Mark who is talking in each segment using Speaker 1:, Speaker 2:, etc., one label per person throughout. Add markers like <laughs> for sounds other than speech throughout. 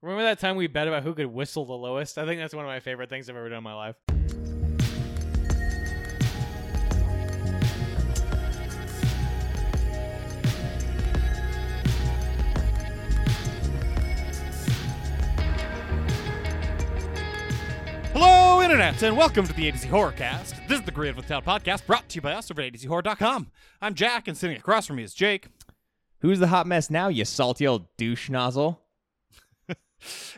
Speaker 1: Remember that time we bet about who could whistle the lowest? I think that's one of my favorite things I've ever done in my life.
Speaker 2: Hello, Internet, and welcome to the A to Z Horrorcast. This is the Grid Without Podcast brought to you by us over at ADZHorror.com. I'm Jack, and sitting across from me is Jake.
Speaker 3: Who's the hot mess now, you salty old douche nozzle?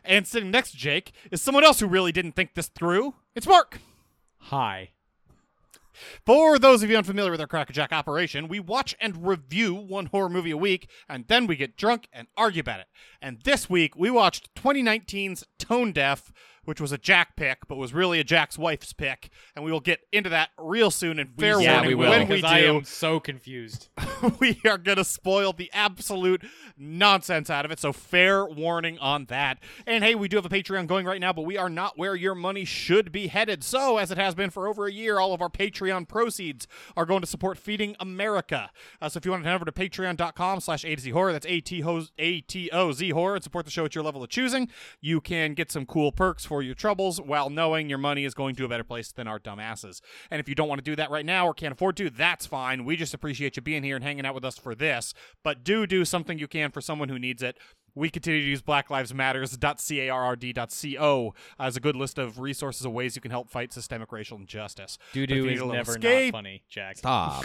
Speaker 2: And sitting next to Jake is someone else who really didn't think this through. It's Mark.
Speaker 1: Hi.
Speaker 2: For those of you unfamiliar with our Crackerjack operation, we watch and review one horror movie a week, and then we get drunk and argue about it. And this week, we watched 2019's Tone Deaf, which was a Jack pick, but was really a Jack's wife's pick. And we will get into that real soon. And fair
Speaker 3: Yeah,
Speaker 2: warning,
Speaker 3: we will.
Speaker 2: when we
Speaker 1: Because
Speaker 2: do,
Speaker 1: I am so confused.
Speaker 2: <laughs> we are going to spoil the absolute nonsense out of it. So, fair warning on that. And hey, we do have a Patreon going right now, but we are not where your money should be headed. So, as it has been for over a year, all of our Patreon proceeds are going to support Feeding America. Uh, so, if you want to head over to patreon.com slash A to Z horror, that's A-T-O- A-T-O-Z horror, and support the show at your level of choosing, you can get some cool perks for your troubles while knowing your money is going to a better place than our dumb asses. And if you don't want to do that right now or can't afford to, that's fine. We just appreciate you being here and hanging out with us for this. But do do something you can for someone who needs it. We continue to use Black Lives Matters.carrd.co as a good list of resources of ways you can help fight systemic racial injustice.
Speaker 1: Doo
Speaker 2: But if
Speaker 1: doo
Speaker 2: you need
Speaker 1: is
Speaker 2: a little
Speaker 1: never
Speaker 2: escape-
Speaker 1: not funny, Jack.
Speaker 2: <laughs>
Speaker 3: Stop.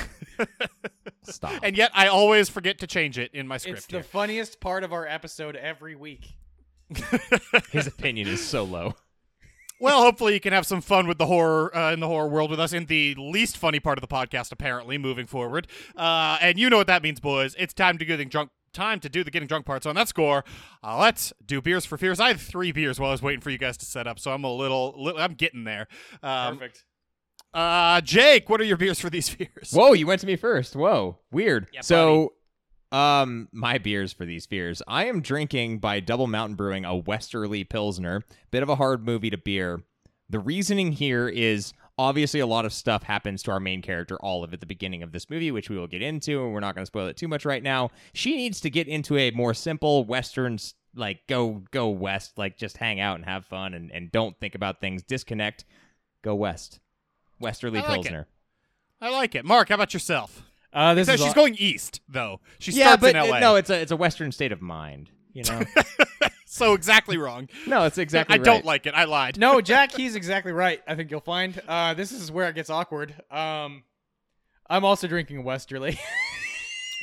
Speaker 3: Stop.
Speaker 2: And yet I always forget to change it in my script.
Speaker 1: It's the
Speaker 2: here.
Speaker 1: funniest part of our episode every week.
Speaker 3: His opinion is so low.
Speaker 2: Well, hopefully you can have some fun with the horror uh, in the horror world with us in the least funny part of the podcast, apparently moving forward. Uh, and you know what that means, boys. It's time to getting drunk. Time to do the getting drunk part. So on that score, uh, let's do beers for fears. I had three beers while I was waiting for you guys to set up, so I'm a little, li- I'm getting there. Um,
Speaker 1: Perfect.
Speaker 2: uh, Jake, what are your beers for these <laughs> fears?
Speaker 3: Whoa, you went to me first. Whoa, weird. so, um, my beers for these beers. I am drinking by Double Mountain Brewing a Westerly Pilsner. Bit of a hard movie to beer. The reasoning here is obviously a lot of stuff happens to our main character, all of it, at the beginning of this movie, which we will get into, and we're not going to spoil it too much right now. She needs to get into a more simple Western, s- like go go west, like just hang out and have fun, and and don't think about things. Disconnect. Go west. Westerly
Speaker 2: I like it.
Speaker 3: Pilsner.
Speaker 2: I like it. Mark, how about yourself?
Speaker 1: Uh, this
Speaker 2: So
Speaker 1: is
Speaker 2: she's
Speaker 1: all-
Speaker 2: going east, though. She
Speaker 3: yeah,
Speaker 2: starts
Speaker 3: but
Speaker 2: in uh,
Speaker 3: it-
Speaker 2: LA.
Speaker 3: no, it's a it's a Western state of mind.
Speaker 1: you
Speaker 2: <laughs>
Speaker 1: know.
Speaker 2: so exactly wrong.
Speaker 3: No, it's exactly.
Speaker 2: I
Speaker 3: right.
Speaker 2: don't like it. I lied.
Speaker 1: no, Jack, he's exactly right. I think you'll find. Uh, this is where it gets awkward. Um, I'm also drinking Westerly. <laughs>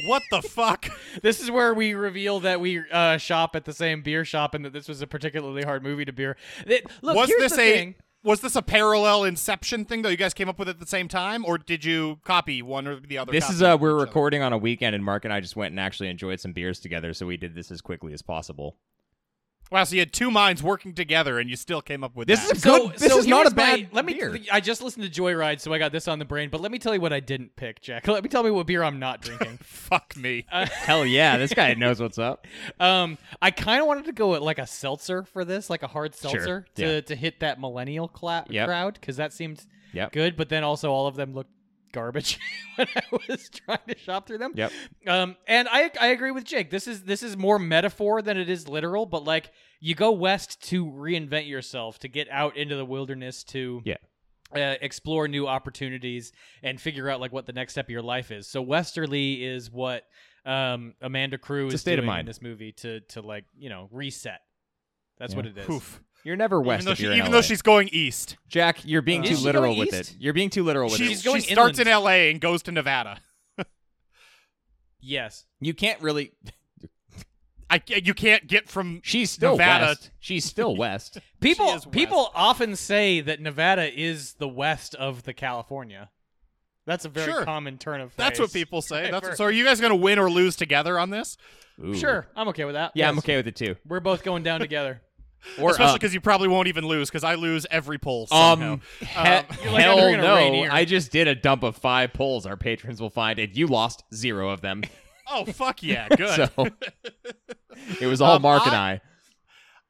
Speaker 2: What the fuck?
Speaker 1: this is where we reveal that we uh, shop at the same beer shop and that this was a particularly hard movie to beer. It, look,
Speaker 2: was
Speaker 1: here's
Speaker 2: this
Speaker 1: the
Speaker 2: a
Speaker 1: thing.
Speaker 2: was this a parallel inception thing though you guys came up with it at the same time or did you copy one or the other
Speaker 3: This is
Speaker 2: copy
Speaker 3: uh,
Speaker 2: of
Speaker 3: we're
Speaker 2: each other?
Speaker 3: recording on a weekend, and Mark and I just went and actually enjoyed some beers together. So we did this as quickly as possible.
Speaker 2: wow so you had two minds working together and you still came up with
Speaker 3: This
Speaker 2: that.
Speaker 3: is Good- this is not
Speaker 1: here's
Speaker 3: a bad
Speaker 1: my- Let me.
Speaker 3: beer.
Speaker 1: I just listened to Joyride, so I got this on the brain. But let me tell you what I didn't pick, Jack. <laughs> Let me tell me what beer I'm not
Speaker 3: <laughs>
Speaker 1: drinking.
Speaker 2: <laughs> fuck me
Speaker 1: Uh,
Speaker 3: Hell yeah, this guy knows what's up.
Speaker 1: um, I kind of wanted to go with like a seltzer for this, like a hard seltzer to,
Speaker 3: yeah.
Speaker 1: to hit that millennial cla-
Speaker 3: Yep.
Speaker 1: crowd because that seemed
Speaker 3: Yep.
Speaker 1: good. But then also all of them looked garbage <laughs> when I was trying to shop through them.
Speaker 3: Yep.
Speaker 1: Um, and I I agree with Jake. This is this is more metaphor than it is literal. But like you go west to reinvent yourself, to get out into the wilderness, to
Speaker 3: Yeah.
Speaker 1: Uh, explore new opportunities and figure out like what the next step of your life is. So westerly is what um, Amanda Crew
Speaker 3: It's a
Speaker 1: is
Speaker 3: state
Speaker 1: doing
Speaker 3: of
Speaker 1: in
Speaker 3: mind.
Speaker 1: this movie to to like you know reset. That's
Speaker 3: Yeah.
Speaker 1: what it is.
Speaker 2: Oof.
Speaker 3: You're never west
Speaker 2: even, though,
Speaker 3: if
Speaker 2: she,
Speaker 3: you're in
Speaker 2: even
Speaker 3: LA.
Speaker 2: though she's going east
Speaker 3: Jack, you're being
Speaker 1: Uh,
Speaker 3: too
Speaker 1: Is she
Speaker 3: literal
Speaker 1: going
Speaker 3: with
Speaker 1: east?
Speaker 3: it. You're being too literal with
Speaker 2: she,
Speaker 1: She's
Speaker 3: it.
Speaker 1: going
Speaker 2: she starts
Speaker 1: inland.
Speaker 2: in la and goes to nevada
Speaker 1: Yes.
Speaker 3: You can't really.
Speaker 2: I, ca- you can't get from
Speaker 3: She's still
Speaker 2: Nevada.
Speaker 3: west. She's still <laughs> west.
Speaker 1: People
Speaker 2: is west.
Speaker 1: people often say that Nevada is the west of the California. That's a very
Speaker 2: Sure.
Speaker 1: common turn of phrase.
Speaker 2: <laughs> that's what people say
Speaker 1: Okay,
Speaker 2: that's
Speaker 1: fair.
Speaker 2: what, so are you guys gonna win or lose together on this
Speaker 3: Ooh.
Speaker 1: Sure, I'm okay with that.
Speaker 3: Yeah, I'm
Speaker 1: Yes.
Speaker 3: okay with it too.
Speaker 1: We're both going down together.
Speaker 3: Or
Speaker 2: especially
Speaker 3: up.
Speaker 2: because you probably won't even lose because i lose every poll somehow.
Speaker 3: Um, he-
Speaker 2: Um,
Speaker 1: like,
Speaker 3: hell
Speaker 1: I'm drinking a
Speaker 3: no!
Speaker 1: Rainier.
Speaker 3: I just did a dump of five polls our patrons will find, and you lost zero of them.
Speaker 2: <laughs> oh fuck yeah good <laughs>
Speaker 3: <laughs> So it was all
Speaker 2: Um,
Speaker 3: Mark and
Speaker 2: I-
Speaker 3: I.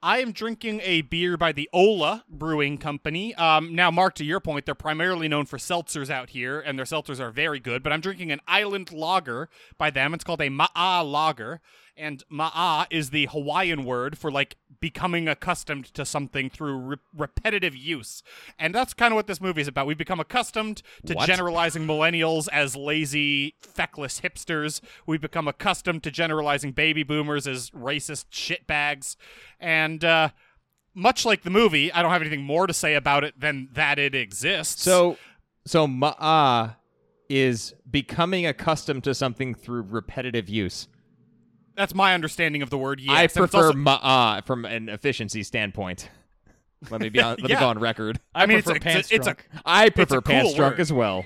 Speaker 2: I am drinking a beer by the Ola Brewing Company. Um, now, Mark, to your point, they're primarily known for seltzers out here, and their seltzers are very good. But I'm drinking an island lager by them. It's called a Ma'a lager, and Ma'a is the Hawaiian word for like becoming accustomed to something through re- repetitive use. And that's kind of what this movie is about. We've become accustomed to
Speaker 3: What?
Speaker 2: generalizing millennials as lazy, feckless hipsters. We've become accustomed to generalizing baby boomers as racist shitbags. And uh, much like the movie, I don't have anything more to say about it than that it exists.
Speaker 3: So, so ma'a is becoming accustomed to something through repetitive use.
Speaker 2: that's my understanding of the word yes.
Speaker 3: I
Speaker 2: And it's
Speaker 3: prefer
Speaker 2: also-
Speaker 3: ma'a from an efficiency standpoint. <laughs> Let me be on, let me
Speaker 2: <laughs> Yeah.
Speaker 3: go on record.
Speaker 1: I,
Speaker 2: <laughs> I mean, it's
Speaker 1: prefer
Speaker 2: a- it's
Speaker 1: pants
Speaker 2: a- it's a-
Speaker 1: drunk.
Speaker 3: I
Speaker 2: a
Speaker 3: prefer pants
Speaker 2: cool
Speaker 3: drunk
Speaker 2: word.
Speaker 3: as well.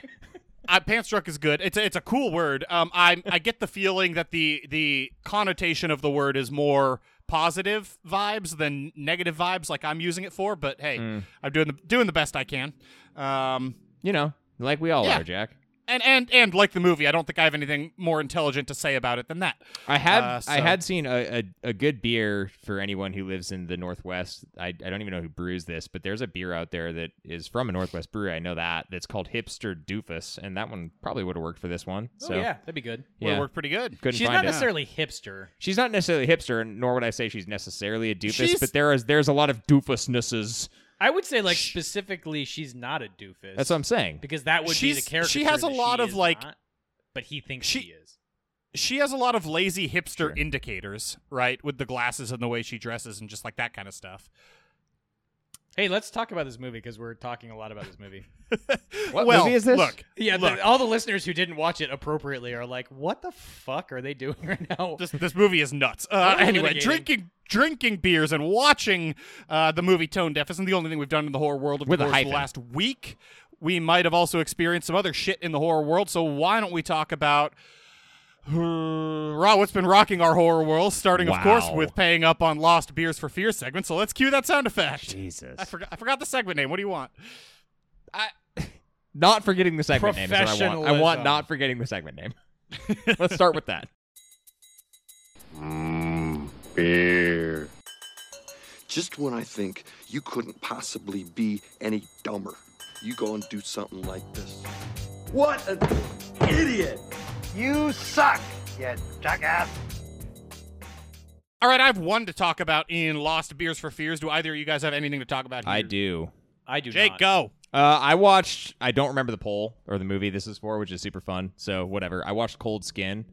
Speaker 2: uh, pants drunk is good. It's a, it's a cool word. Um, I I get the feeling that the the connotation of the word is more positive vibes than negative vibes, like I'm using it for. But hey,
Speaker 3: Hmm.
Speaker 2: I'm doing the doing the best I can. Um,
Speaker 3: You know, like we all
Speaker 2: Yeah.
Speaker 3: are, Jack.
Speaker 2: and and and like the movie, I don't think I have anything more intelligent to say about it than that.
Speaker 3: I had
Speaker 2: Uh,
Speaker 3: I
Speaker 2: so-
Speaker 3: had seen a, a, a good beer for anyone who lives in the Northwest. I, I don't even know who brews this, but there's a beer out there that is from a Northwest brewery. I know that that's called Hipster Doofus, and that one probably would have worked for this one. So
Speaker 1: oh, yeah, that'd be good.
Speaker 2: Well,
Speaker 3: Yeah.
Speaker 2: it worked pretty good.
Speaker 3: couldn't
Speaker 1: She's
Speaker 3: find
Speaker 1: not
Speaker 3: it.
Speaker 1: necessarily hipster.
Speaker 3: She's not necessarily a hipster, and nor would I say she's necessarily a doofus.
Speaker 2: She's-
Speaker 3: But there is there's a lot of doofusnesses.
Speaker 1: I would say like specifically, she's not a doofus.
Speaker 3: That's what I'm saying.
Speaker 1: because that would be the
Speaker 2: She's-
Speaker 1: character.
Speaker 2: she has a lot of, like-
Speaker 1: but he thinks she,
Speaker 2: She-
Speaker 1: is.
Speaker 2: She has a lot of lazy hipster
Speaker 3: Sure.
Speaker 2: indicators, right? With the glasses and the way she dresses and just like that kind of stuff. <laughs>
Speaker 1: Hey, let's talk about this movie because we're talking a lot about this movie.
Speaker 3: What
Speaker 2: well,
Speaker 3: movie is this?
Speaker 2: Look,
Speaker 1: Yeah, the-
Speaker 2: Look.
Speaker 1: all the listeners who didn't watch it appropriately are like, "What the fuck are they doing <laughs> right now?"
Speaker 2: this this movie is nuts. Uh,
Speaker 1: What are we
Speaker 2: anyway,
Speaker 1: litigating?
Speaker 2: drinking drinking beers and watching uh, the movie Tone Deaf isn't the only thing we've done in the horror world of
Speaker 3: With a
Speaker 2: course, the
Speaker 3: hyphen.
Speaker 2: last week. We might have also experienced some other shit in the horror world, so why don't we talk about uh, Ra, what's been rocking our horror world, starting, of course,
Speaker 3: Wow.
Speaker 2: with paying up on Lost Beers for Fear segment. So let's cue that sound effect. I
Speaker 3: Jesus,
Speaker 2: forgot, I forgot the segment name. What do you want?
Speaker 3: not forgetting the segment name is what I want. I want
Speaker 1: Professionalism.
Speaker 3: not forgetting the segment name. <laughs> Let's start with that.
Speaker 4: Mmm, beer.
Speaker 5: Just when I think you couldn't possibly be any dumber, you go and do something like this.
Speaker 6: What an idiot! You suck, you jackass!
Speaker 2: All right, I have one to talk about in Lost Beers for Fears. Do either of you guys have anything to talk about here?
Speaker 3: I do.
Speaker 1: I do
Speaker 2: Jake,
Speaker 1: not.
Speaker 2: go.
Speaker 3: Uh, I watched. I don't remember the poll or the movie this is for, which is super fun. So whatever. I watched Cold Skin.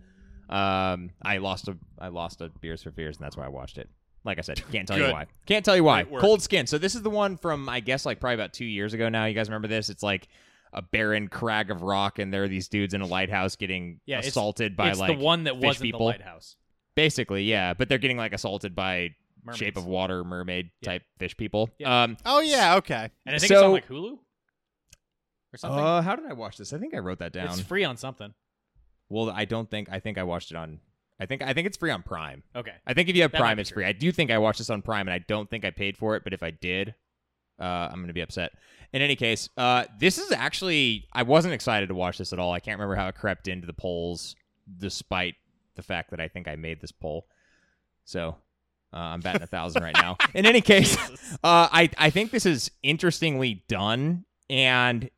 Speaker 3: Um, I lost a I lost a Beers for Fears, and that's why I watched it. Like I said, can't tell you
Speaker 2: Good.
Speaker 3: why. Can't tell you why.
Speaker 2: Great work.
Speaker 3: Cold Skin. So this is the one from I guess like probably about two years ago now. You guys remember this? It's like a barren crag of rock, and there are these dudes in a lighthouse getting
Speaker 1: Yeah, it's-
Speaker 3: assaulted by
Speaker 1: it's
Speaker 3: like
Speaker 1: the one that
Speaker 3: fish
Speaker 1: wasn't
Speaker 3: people.
Speaker 1: the lighthouse.
Speaker 3: basically yeah, but they're getting like assaulted by
Speaker 1: Mermaids.
Speaker 3: shape of water mermaid
Speaker 1: Yeah.
Speaker 3: type fish people.
Speaker 1: Yeah.
Speaker 3: Um,
Speaker 2: Oh, yeah, okay.
Speaker 1: and I think it's on
Speaker 3: so-
Speaker 1: like Hulu or something.
Speaker 3: uh, how did I watch this? I think I wrote that down.
Speaker 1: It's free on something.
Speaker 3: Well, I don't think I think I watched it on I think I think it's free on Prime.
Speaker 1: Okay.
Speaker 3: I think if you have
Speaker 1: That might
Speaker 3: Prime,
Speaker 1: be
Speaker 3: it's
Speaker 1: true.
Speaker 3: free. I do think I watched this on Prime, and I don't think I paid for it. But if I did, uh, I'm gonna be upset. In any case, uh, this is actually I wasn't excited to watch this at all. I can't remember how it crept into the polls, despite the fact that I think I made this poll. So uh, I'm batting a thousand right
Speaker 1: <laughs>
Speaker 3: now. In any case, uh, I I think this is interestingly done, and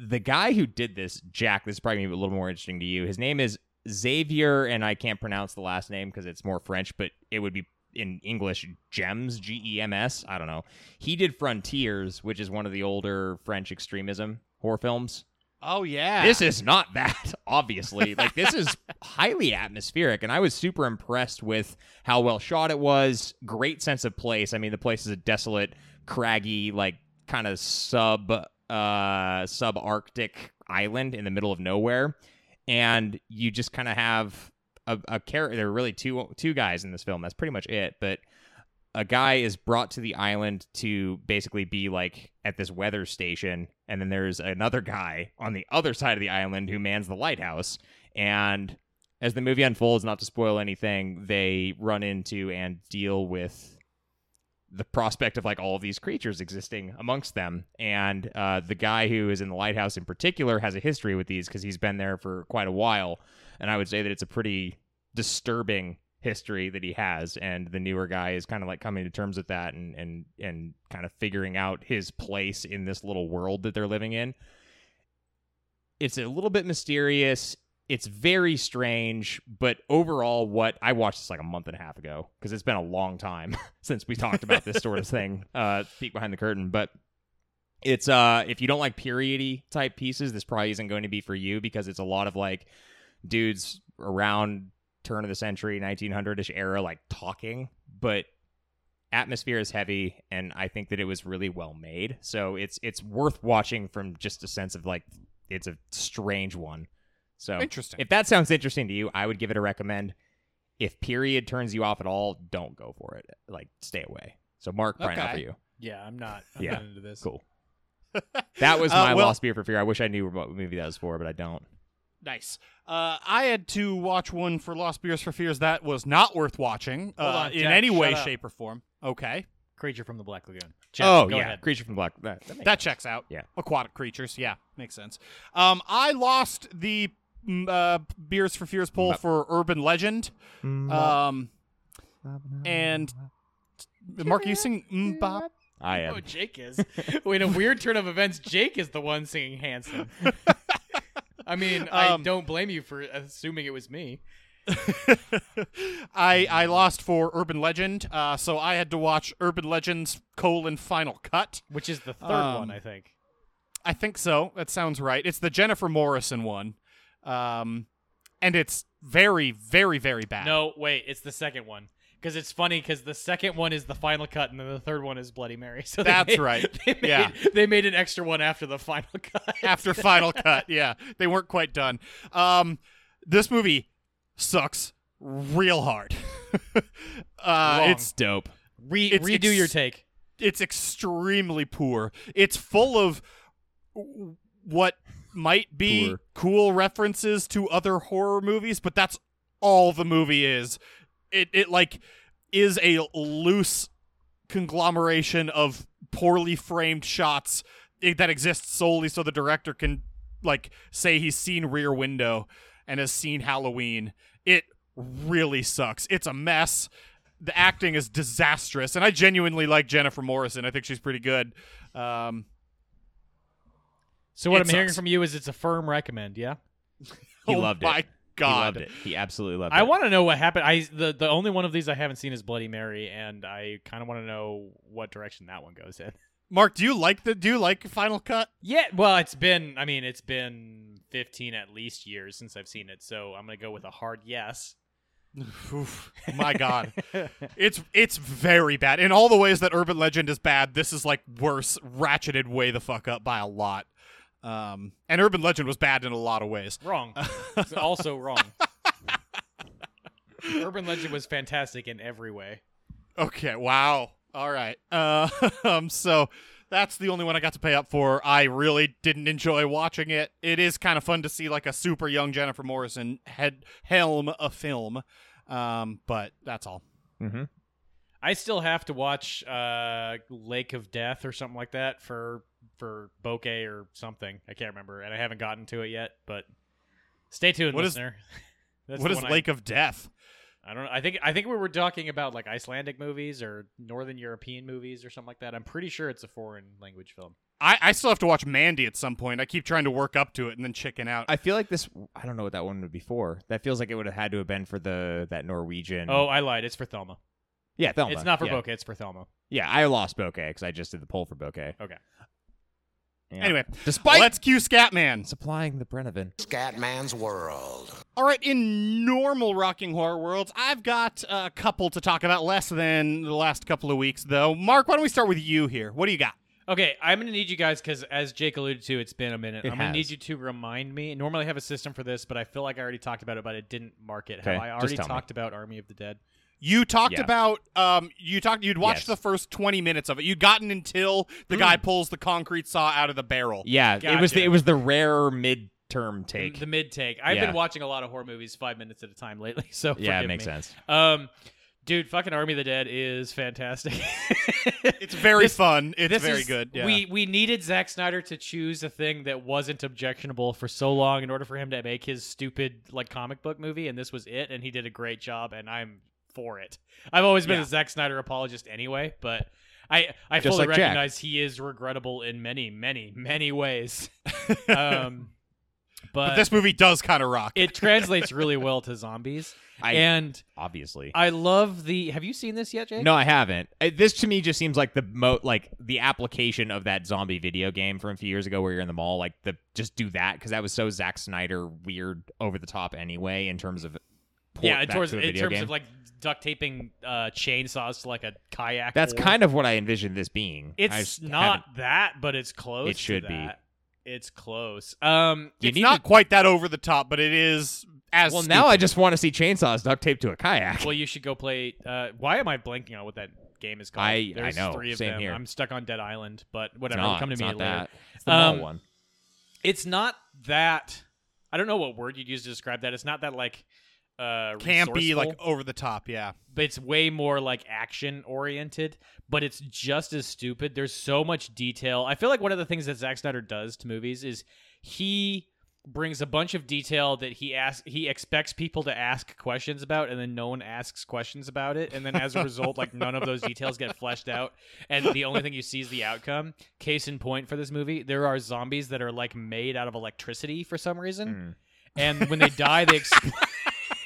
Speaker 3: the guy who did this, Jack, this is probably gonna be a little more interesting to you. His name is Xavier, and I can't pronounce the last name because it's more French, but it would be in English Gems, G E M S. I don't know. He did Frontiers, which is one of the older French extremism horror films.
Speaker 2: Oh, yeah.
Speaker 3: This is not that, <laughs> obviously. Like this is highly atmospheric, and I was super impressed with how well shot it was. Great sense of place. I mean, the place is a desolate, craggy, like kind of sub uh subarctic island in the middle of nowhere, and you just kind of have a, a character. There are really two two guys in this film. That's pretty much it, but. A guy is brought to the island to basically be like at this weather station, and then there's another guy on the other side of the island who mans the lighthouse. And as the movie unfolds, not to spoil anything, they run into and deal with the prospect of like all of these creatures existing amongst them. And uh, the guy who is in the lighthouse in particular has a history with these because he's been there for quite a while. And I would say that it's a pretty disturbing history that he has and the newer guy is kind of like coming to terms with that and and and kind of figuring out his place in this little world that they're living in it's a little bit mysterious It's very strange, but overall, what I watched this like a month and a half ago because it's been a long time <laughs> since we talked about this sort of thing. Uh, peek behind the curtain, but it's uh if you don't like periody type pieces, this probably isn't going to be for you because it's a lot of like dudes around turn of the century 1900ish era like talking, but atmosphere is heavy and I think that it was really well made. So it's it's worth watching from just a sense of like it's a strange one. So
Speaker 2: Interesting.
Speaker 3: if that sounds interesting to you, I would give it a recommend. If period turns you off at all, don't go for it. Like stay away. So Mark, probably not
Speaker 2: Okay.
Speaker 3: for you.
Speaker 1: Yeah, I'm not. I'm
Speaker 3: Yeah.
Speaker 1: not into this. <laughs>
Speaker 3: Cool. That was
Speaker 2: Uh,
Speaker 3: my
Speaker 2: well-
Speaker 3: lost beer for fear. I wish I knew what movie that was for, but I don't.
Speaker 2: Nice. Uh, I had to watch one for Lost Beers for Fears that was not worth watching
Speaker 1: Hold
Speaker 2: uh,
Speaker 1: on,
Speaker 2: in
Speaker 1: Jack,
Speaker 2: any way,
Speaker 1: shut up.
Speaker 2: shape, or form. Okay,
Speaker 1: Creature from the Black Lagoon.
Speaker 3: oh
Speaker 1: go
Speaker 3: yeah,
Speaker 1: ahead.
Speaker 3: Creature from Black. That, that makes-
Speaker 2: that checks out.
Speaker 3: Yeah.
Speaker 2: aquatic creatures. Yeah, makes sense. Um, I lost the mm, uh, Beers for Fears poll for Urban Legend. Um, and Mark, you sing mm, bop.
Speaker 3: I
Speaker 1: Oh,
Speaker 3: am.
Speaker 1: Jake is. in a weird turn of events, Jake is the one singing <laughs> "Handsome." I mean, I
Speaker 2: Um,
Speaker 1: don't blame you for assuming it was me.
Speaker 2: <laughs> I I lost for Urban Legend, uh, so I had to watch Urban Legends colon Final Cut.
Speaker 1: Which is the third
Speaker 2: Um,
Speaker 1: one, I think.
Speaker 2: I think so. That sounds right. It's the Jennifer Morrison one, um, and it's very, very, very bad.
Speaker 1: No, wait, it's the second one. Because it's funny, because the second one is the final cut, and then the third one is Bloody Mary. So they
Speaker 2: That's
Speaker 1: made-
Speaker 2: right.
Speaker 1: <laughs> They made,
Speaker 2: Yeah.
Speaker 1: they made an extra one after the final cut.
Speaker 2: <laughs> after Final Cut, yeah, they weren't quite done. Um, this movie sucks real hard. <laughs> uh,
Speaker 1: Wrong.
Speaker 2: it's
Speaker 3: dope.
Speaker 1: Re-
Speaker 2: It's-
Speaker 1: redo
Speaker 2: it's-
Speaker 1: your take.
Speaker 2: it's extremely poor. It's full of w- what might be
Speaker 3: Poor.
Speaker 2: cool references to other horror movies, but that's all the movie is. It it like is a loose conglomeration of poorly framed shots i- that exist solely so the director can like say he's seen Rear Window and has seen Halloween. It really sucks. It's a mess. The acting is disastrous, and I genuinely like Jennifer Morrison. I think she's pretty good. Um,
Speaker 1: So what
Speaker 2: it
Speaker 1: I'm hearing
Speaker 2: sucks.
Speaker 1: from you is it's a firm recommend, yeah?
Speaker 3: He
Speaker 2: oh
Speaker 3: loved it.
Speaker 2: my God,
Speaker 3: He loved it. He absolutely loved it.
Speaker 1: I want to know what happened. I the, the only one of these I haven't seen is Bloody Mary, and I kind of want to know what direction that one goes in.
Speaker 2: Mark, do you like the do you like Final Cut?
Speaker 1: Yeah, well, it's been I mean, it's been 15 at least years since I've seen it, so I'm going to go with a hard yes.
Speaker 2: Oof, my God, it's it's very bad in all the ways that Urban Legend is bad. This is like worse, ratcheted way the fuck up by a lot. Um, and Urban Legend was bad in a lot of ways.
Speaker 1: Wrong.
Speaker 2: <laughs>
Speaker 1: It's also wrong. Urban Legend was fantastic in every way.
Speaker 2: Okay. Wow. All right. Uh, <laughs> um, so that's the only one I got to pay up for. I really didn't enjoy watching it. It is kind of fun to see like a super young Jennifer Morrison head helm a film, um, but that's all.
Speaker 3: Mm-hmm.
Speaker 1: I still have to watch uh, Lake of Death or something like that for for bokeh or something. I can't remember, and I haven't gotten to it yet. But stay tuned,
Speaker 2: What is-
Speaker 1: listener. <laughs> That's
Speaker 2: what
Speaker 1: the
Speaker 2: is
Speaker 1: one I-
Speaker 2: Lake of Death?
Speaker 1: I don't know. I think I think we were talking about like Icelandic movies or Northern European movies or something like that. I'm pretty sure it's a foreign language film.
Speaker 2: I, I still have to watch Mandy at some point. I keep trying to work up to it and then chicken out.
Speaker 3: I feel like this. I don't know what that one would be for. That feels like it would have had to have been for the that Norwegian.
Speaker 1: Oh, I lied. It's for Thelma.
Speaker 3: yeah, Mm-hmm. Thelma.
Speaker 1: It's not for
Speaker 3: yeah.
Speaker 1: bokeh. It's for Thelma.
Speaker 3: Yeah, I lost Bokeh because I just did the poll for Bokeh.
Speaker 1: Okay.
Speaker 3: Yeah.
Speaker 2: <laughs> Anyway,
Speaker 3: despite
Speaker 2: let's cue Scatman.
Speaker 3: supplying the Brenovan.
Speaker 7: Scatman's World.
Speaker 2: All right, in normal rocking horror worlds, I've got a couple to talk about, less than the last couple of weeks, though. Mark, why don't we start with you here? What do you got?
Speaker 1: Okay, I'm gonna need you guys because, as Jake alluded to, it's been a minute.
Speaker 3: It
Speaker 1: I'm gonna need
Speaker 3: has.
Speaker 1: you to remind me. Normally, I have a system for this, but I feel like I already talked about it, but it didn't mark it.
Speaker 3: Okay,
Speaker 1: Have I
Speaker 3: just
Speaker 1: already
Speaker 3: tell me.
Speaker 1: talked about Army of the Dead?
Speaker 2: You talked
Speaker 3: Yeah.
Speaker 2: about um, you talked you'd watched
Speaker 3: Yes.
Speaker 2: the first twenty minutes of it. You'd gotten until the
Speaker 1: Hmm.
Speaker 2: guy pulls the concrete saw out of the barrel.
Speaker 3: Yeah, it was
Speaker 1: Gotcha.
Speaker 3: the, it was the rare midterm
Speaker 1: The-
Speaker 3: take.
Speaker 1: The mid take. I've
Speaker 3: Yeah.
Speaker 1: been watching a lot of horror movies five minutes at a time lately, <laughs> so
Speaker 3: yeah, it
Speaker 1: forgive
Speaker 3: makes
Speaker 1: me.
Speaker 3: sense.
Speaker 1: Um, dude, fucking Army of the Dead is fantastic.
Speaker 2: It's
Speaker 1: <laughs>
Speaker 2: very
Speaker 1: This-
Speaker 2: fun. It's
Speaker 1: this
Speaker 2: very
Speaker 1: is-
Speaker 2: good. Yeah.
Speaker 1: We we needed Zack Snyder to choose a thing that wasn't objectionable for so long in order for him to make his stupid like comic book movie, and this was it, and he did a great job, and I'm for it. I've always been
Speaker 2: Yeah.
Speaker 1: a Zack Snyder apologist anyway, but I I
Speaker 3: Just
Speaker 1: fully
Speaker 3: like Jack.
Speaker 2: <laughs>
Speaker 1: recognize he is regrettable in many many many ways. um, but,
Speaker 2: But this movie does kind of rock.
Speaker 1: it translates really well to
Speaker 2: <laughs>
Speaker 1: zombies.
Speaker 3: I-
Speaker 1: and
Speaker 3: obviously.
Speaker 1: I love the. Have you seen this yet, Jake?
Speaker 3: No, I haven't. Uh, This to me just seems like the mo like the application of that zombie video game from a few years ago where you're in the mall, like the just do that because that was so Zack Snyder weird over the top anyway in terms of port
Speaker 1: Yeah, in
Speaker 3: that
Speaker 1: terms,
Speaker 3: to a
Speaker 1: in
Speaker 3: video
Speaker 1: terms
Speaker 3: game.
Speaker 1: of like duct taping uh, chainsaws to like a kayak.
Speaker 3: that's
Speaker 1: or-
Speaker 3: kind of what I envisioned this being. I
Speaker 1: <laughs> It's
Speaker 3: just
Speaker 1: not
Speaker 3: haven't-
Speaker 1: that, but it's close.
Speaker 3: It should
Speaker 1: to
Speaker 3: be.
Speaker 1: that. It's close. Um,
Speaker 3: You
Speaker 2: it's
Speaker 3: need
Speaker 2: not
Speaker 3: to-
Speaker 2: quite that over the top, but it is as
Speaker 3: Well,
Speaker 2: stupid.
Speaker 3: now I just <laughs> want to see chainsaws duct taped to a kayak.
Speaker 1: well, you should go play. Uh, why am I blanking on what that game is called?
Speaker 3: I- I
Speaker 1: There's
Speaker 3: know.
Speaker 1: three of
Speaker 3: Same
Speaker 1: them.
Speaker 3: here.
Speaker 1: I'm stuck on Dead Island, but
Speaker 3: It's
Speaker 1: whatever.
Speaker 3: not,
Speaker 1: come to
Speaker 3: it's
Speaker 1: me
Speaker 3: not
Speaker 1: later.
Speaker 3: that. It's the mall
Speaker 1: Um, <laughs>
Speaker 3: one.
Speaker 1: It's not that. I don't know what word you'd use to describe that. It's not that like uh,
Speaker 2: campy, like
Speaker 1: resourceful,
Speaker 2: over the top. Yeah,
Speaker 1: but it's way more like action oriented. But it's just as stupid. There's so much detail. I feel like one of the things that Zack Snyder does to movies is he brings a bunch of detail that he asks he expects people to ask questions about and then no one asks questions about it and then as a result like none of those details get fleshed out and the only thing you see is the outcome case in point for this movie there are zombies that are like made out of electricity for some
Speaker 3: Mm,
Speaker 1: reason and when they die they explode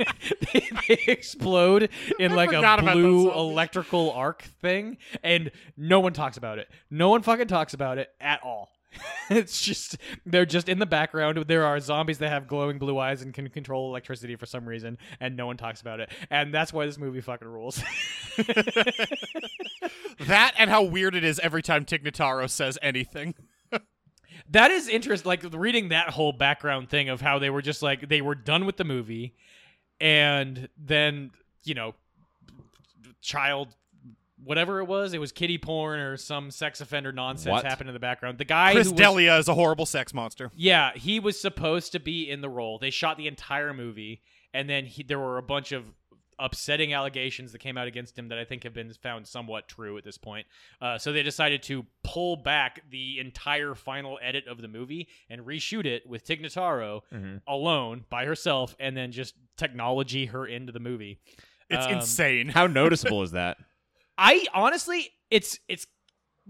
Speaker 1: <laughs> they, they explode in
Speaker 2: I
Speaker 1: like
Speaker 2: forgot
Speaker 1: a
Speaker 2: about
Speaker 1: blue
Speaker 2: those zombies.
Speaker 1: electrical arc thing and no one talks about it no one fucking talks about it at all <laughs> it's just they're just in the background. There are zombies that have glowing blue eyes and can control electricity for some reason, and no one talks about it. And that's why this movie fucking rules. <laughs>
Speaker 2: that and how weird it is every time Tignataro says
Speaker 1: <laughs>
Speaker 2: anything.
Speaker 1: that is interest. Like reading that whole background thing of how they were just like they were done with the movie, and then you know, child. Whatever it was, it was kitty porn or some sex offender nonsense
Speaker 3: What?
Speaker 1: happened in the background. The guy
Speaker 2: Chris
Speaker 1: who was-
Speaker 2: Delia is a horrible sex monster.
Speaker 1: Yeah, he was supposed to be in the role. They shot the entire movie, and then he, there were a bunch of upsetting allegations that came out against him that I think have been found somewhat true at this point. Uh, so they decided to pull back the entire final edit of the movie and reshoot it with Tignataro
Speaker 3: Mhm.
Speaker 1: alone by herself, and then just technology her into the movie.
Speaker 2: It's
Speaker 1: Um,
Speaker 2: insane.
Speaker 3: How noticeable is that?
Speaker 1: I honestly, it's it's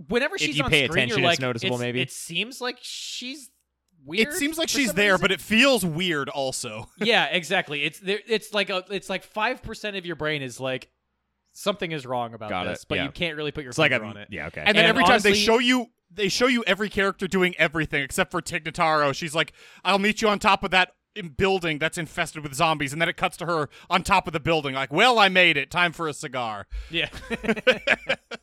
Speaker 1: whenever
Speaker 3: If
Speaker 1: she's
Speaker 3: you
Speaker 1: on
Speaker 3: pay
Speaker 1: screen,
Speaker 3: attention,
Speaker 1: you're
Speaker 3: it's
Speaker 1: like,
Speaker 3: noticeable, maybe?
Speaker 1: it seems like she's. Weird
Speaker 2: It seems like
Speaker 1: for
Speaker 2: she's
Speaker 1: some
Speaker 2: there,
Speaker 1: reason.
Speaker 2: but it feels weird also.
Speaker 1: yeah, exactly. It's there. It's like a. It's like five percent of your brain is like something is wrong about
Speaker 3: Got
Speaker 1: this,
Speaker 3: it,
Speaker 1: but
Speaker 3: yeah.
Speaker 1: you can't really put your
Speaker 3: It's like
Speaker 1: finger
Speaker 3: a
Speaker 1: on it.
Speaker 3: yeah, okay.
Speaker 2: And then
Speaker 1: And
Speaker 2: every time they
Speaker 1: honestly-
Speaker 2: show you they show you every character doing everything except for Tignataro. She's like, I'll meet you on top of that in- building that's infested with zombies, and then it cuts to her on top of the building, like, well, I made it. Time for a cigar.
Speaker 1: Yeah.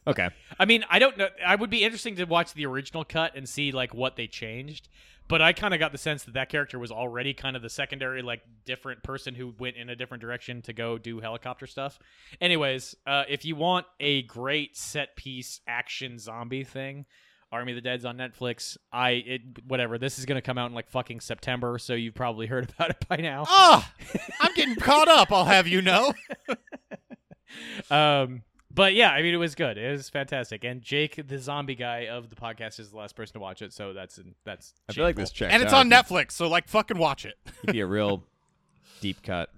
Speaker 3: okay.
Speaker 1: I mean, I don't know. I would be interesting to watch the original cut and see like what they changed. But I kind of got the sense that that character was already kind of the secondary, like different person who went in a different direction to go do helicopter stuff. Anyways, uh, if you want a great set piece action zombie thing, Army of the Dead's on Netflix. I it whatever. This is gonna come out in like fucking September, so you've probably <laughs> heard about it by now.
Speaker 2: Ah, <laughs> I'm getting caught up, I'll have you know.
Speaker 1: Um, but yeah, I mean, it was good. It was fantastic. And Jake, the zombie guy of the podcast, is the last person to watch it, so that's that's.
Speaker 3: I feel like this
Speaker 1: shameful.
Speaker 3: checks
Speaker 2: And it's
Speaker 3: out.
Speaker 2: on Netflix, so like fucking watch it.
Speaker 3: It'd be a real deep cut.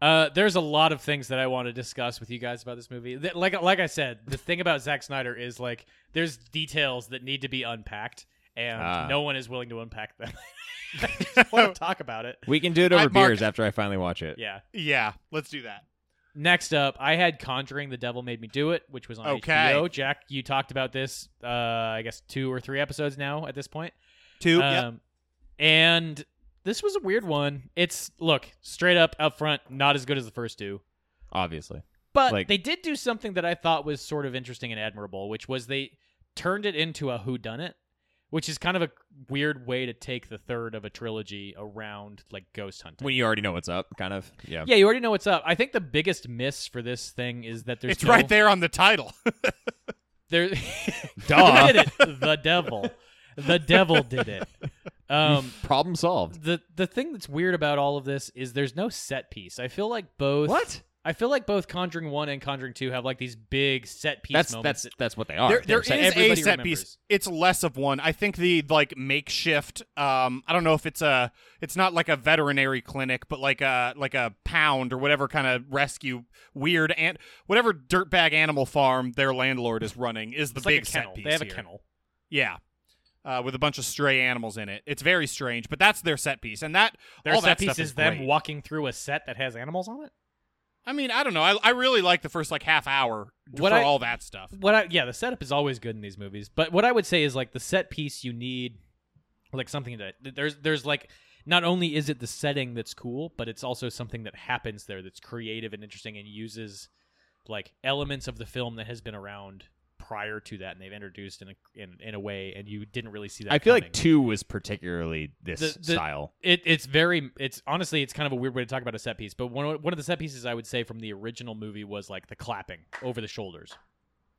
Speaker 1: Uh, there's a lot of things that I want to discuss with you guys about this movie. Th- Like like I said, the thing about Zack Snyder is like there's details that need to be unpacked, and
Speaker 3: Ah.
Speaker 1: no one is willing to unpack them. <laughs> I just want to talk about it.
Speaker 3: We can do it over
Speaker 2: I- Mark-
Speaker 3: beers after I finally watch it.
Speaker 1: Yeah.
Speaker 2: <laughs> Yeah, let's do that.
Speaker 1: Next up, I had Conjuring: The Devil Made Me Do It, which was on
Speaker 2: Okay.
Speaker 1: HBO. Jack, you talked about this, uh, I guess two or three episodes now at this point.
Speaker 2: Two.
Speaker 3: Uh,
Speaker 1: Um, And this was a weird one. It's look straight up up front, not as good as the first two,
Speaker 3: Obviously.
Speaker 1: but
Speaker 3: Like-
Speaker 1: they did do something that I thought was sort of interesting and admirable, which was they turned it into a who done it, which is kind of a weird way to take the third of a trilogy around like ghost hunting.
Speaker 3: When you already know what's up, kind of. Yeah.
Speaker 1: yeah, you already know what's up. I think the biggest miss for this thing is that there's
Speaker 2: it's
Speaker 1: no-
Speaker 2: right there on the title.
Speaker 1: There, <laughs>
Speaker 3: Duh.
Speaker 1: Who did it? The devil. The devil did it. Um,
Speaker 3: Problem solved.
Speaker 1: the the thing that's weird about all of this is there's no set piece. I feel like both
Speaker 3: What?
Speaker 1: I feel like both Conjuring One and Conjuring Two have like these big set piece
Speaker 3: That's
Speaker 1: moments.
Speaker 3: that's that's what they are.
Speaker 2: there, there is
Speaker 1: so
Speaker 2: a
Speaker 1: everybody
Speaker 2: set
Speaker 1: remembers.
Speaker 2: piece. It's less of one. I think the like makeshift. Um, I don't know if it's a. It's not like a veterinary clinic, but like a like a pound or whatever kind of rescue weird and whatever dirtbag animal farm their landlord is running is the
Speaker 1: it's
Speaker 2: big
Speaker 1: like a kennel.
Speaker 2: set piece.
Speaker 1: they have
Speaker 2: here.
Speaker 1: a kennel.
Speaker 2: Yeah. uh, with a bunch of stray animals in it. It's very strange, but that's their set piece, and that
Speaker 1: Their
Speaker 2: all
Speaker 1: set
Speaker 2: that stuff
Speaker 1: piece is
Speaker 2: great.
Speaker 1: them walking through a set that has animals on it.
Speaker 2: I mean, I don't know. I, I really like the first like half hour d-
Speaker 1: What
Speaker 2: for
Speaker 1: I-
Speaker 2: all that stuff.
Speaker 1: What I yeah, the setup is always good in these movies. But what I would say is like the set piece you need like something that there's there's like not only is it the setting that's cool, but it's also something that happens there that's creative and interesting and uses like elements of the film that has been around prior to that and they've introduced in a in, in a way and you didn't really see that
Speaker 3: I feel like
Speaker 1: coming.
Speaker 3: two was particularly this
Speaker 1: The- the-
Speaker 3: style.
Speaker 1: it, it's very it's honestly it's kind of a weird way to talk about a set piece but one, one of the set pieces i would say from the original movie was like the clapping over the shoulders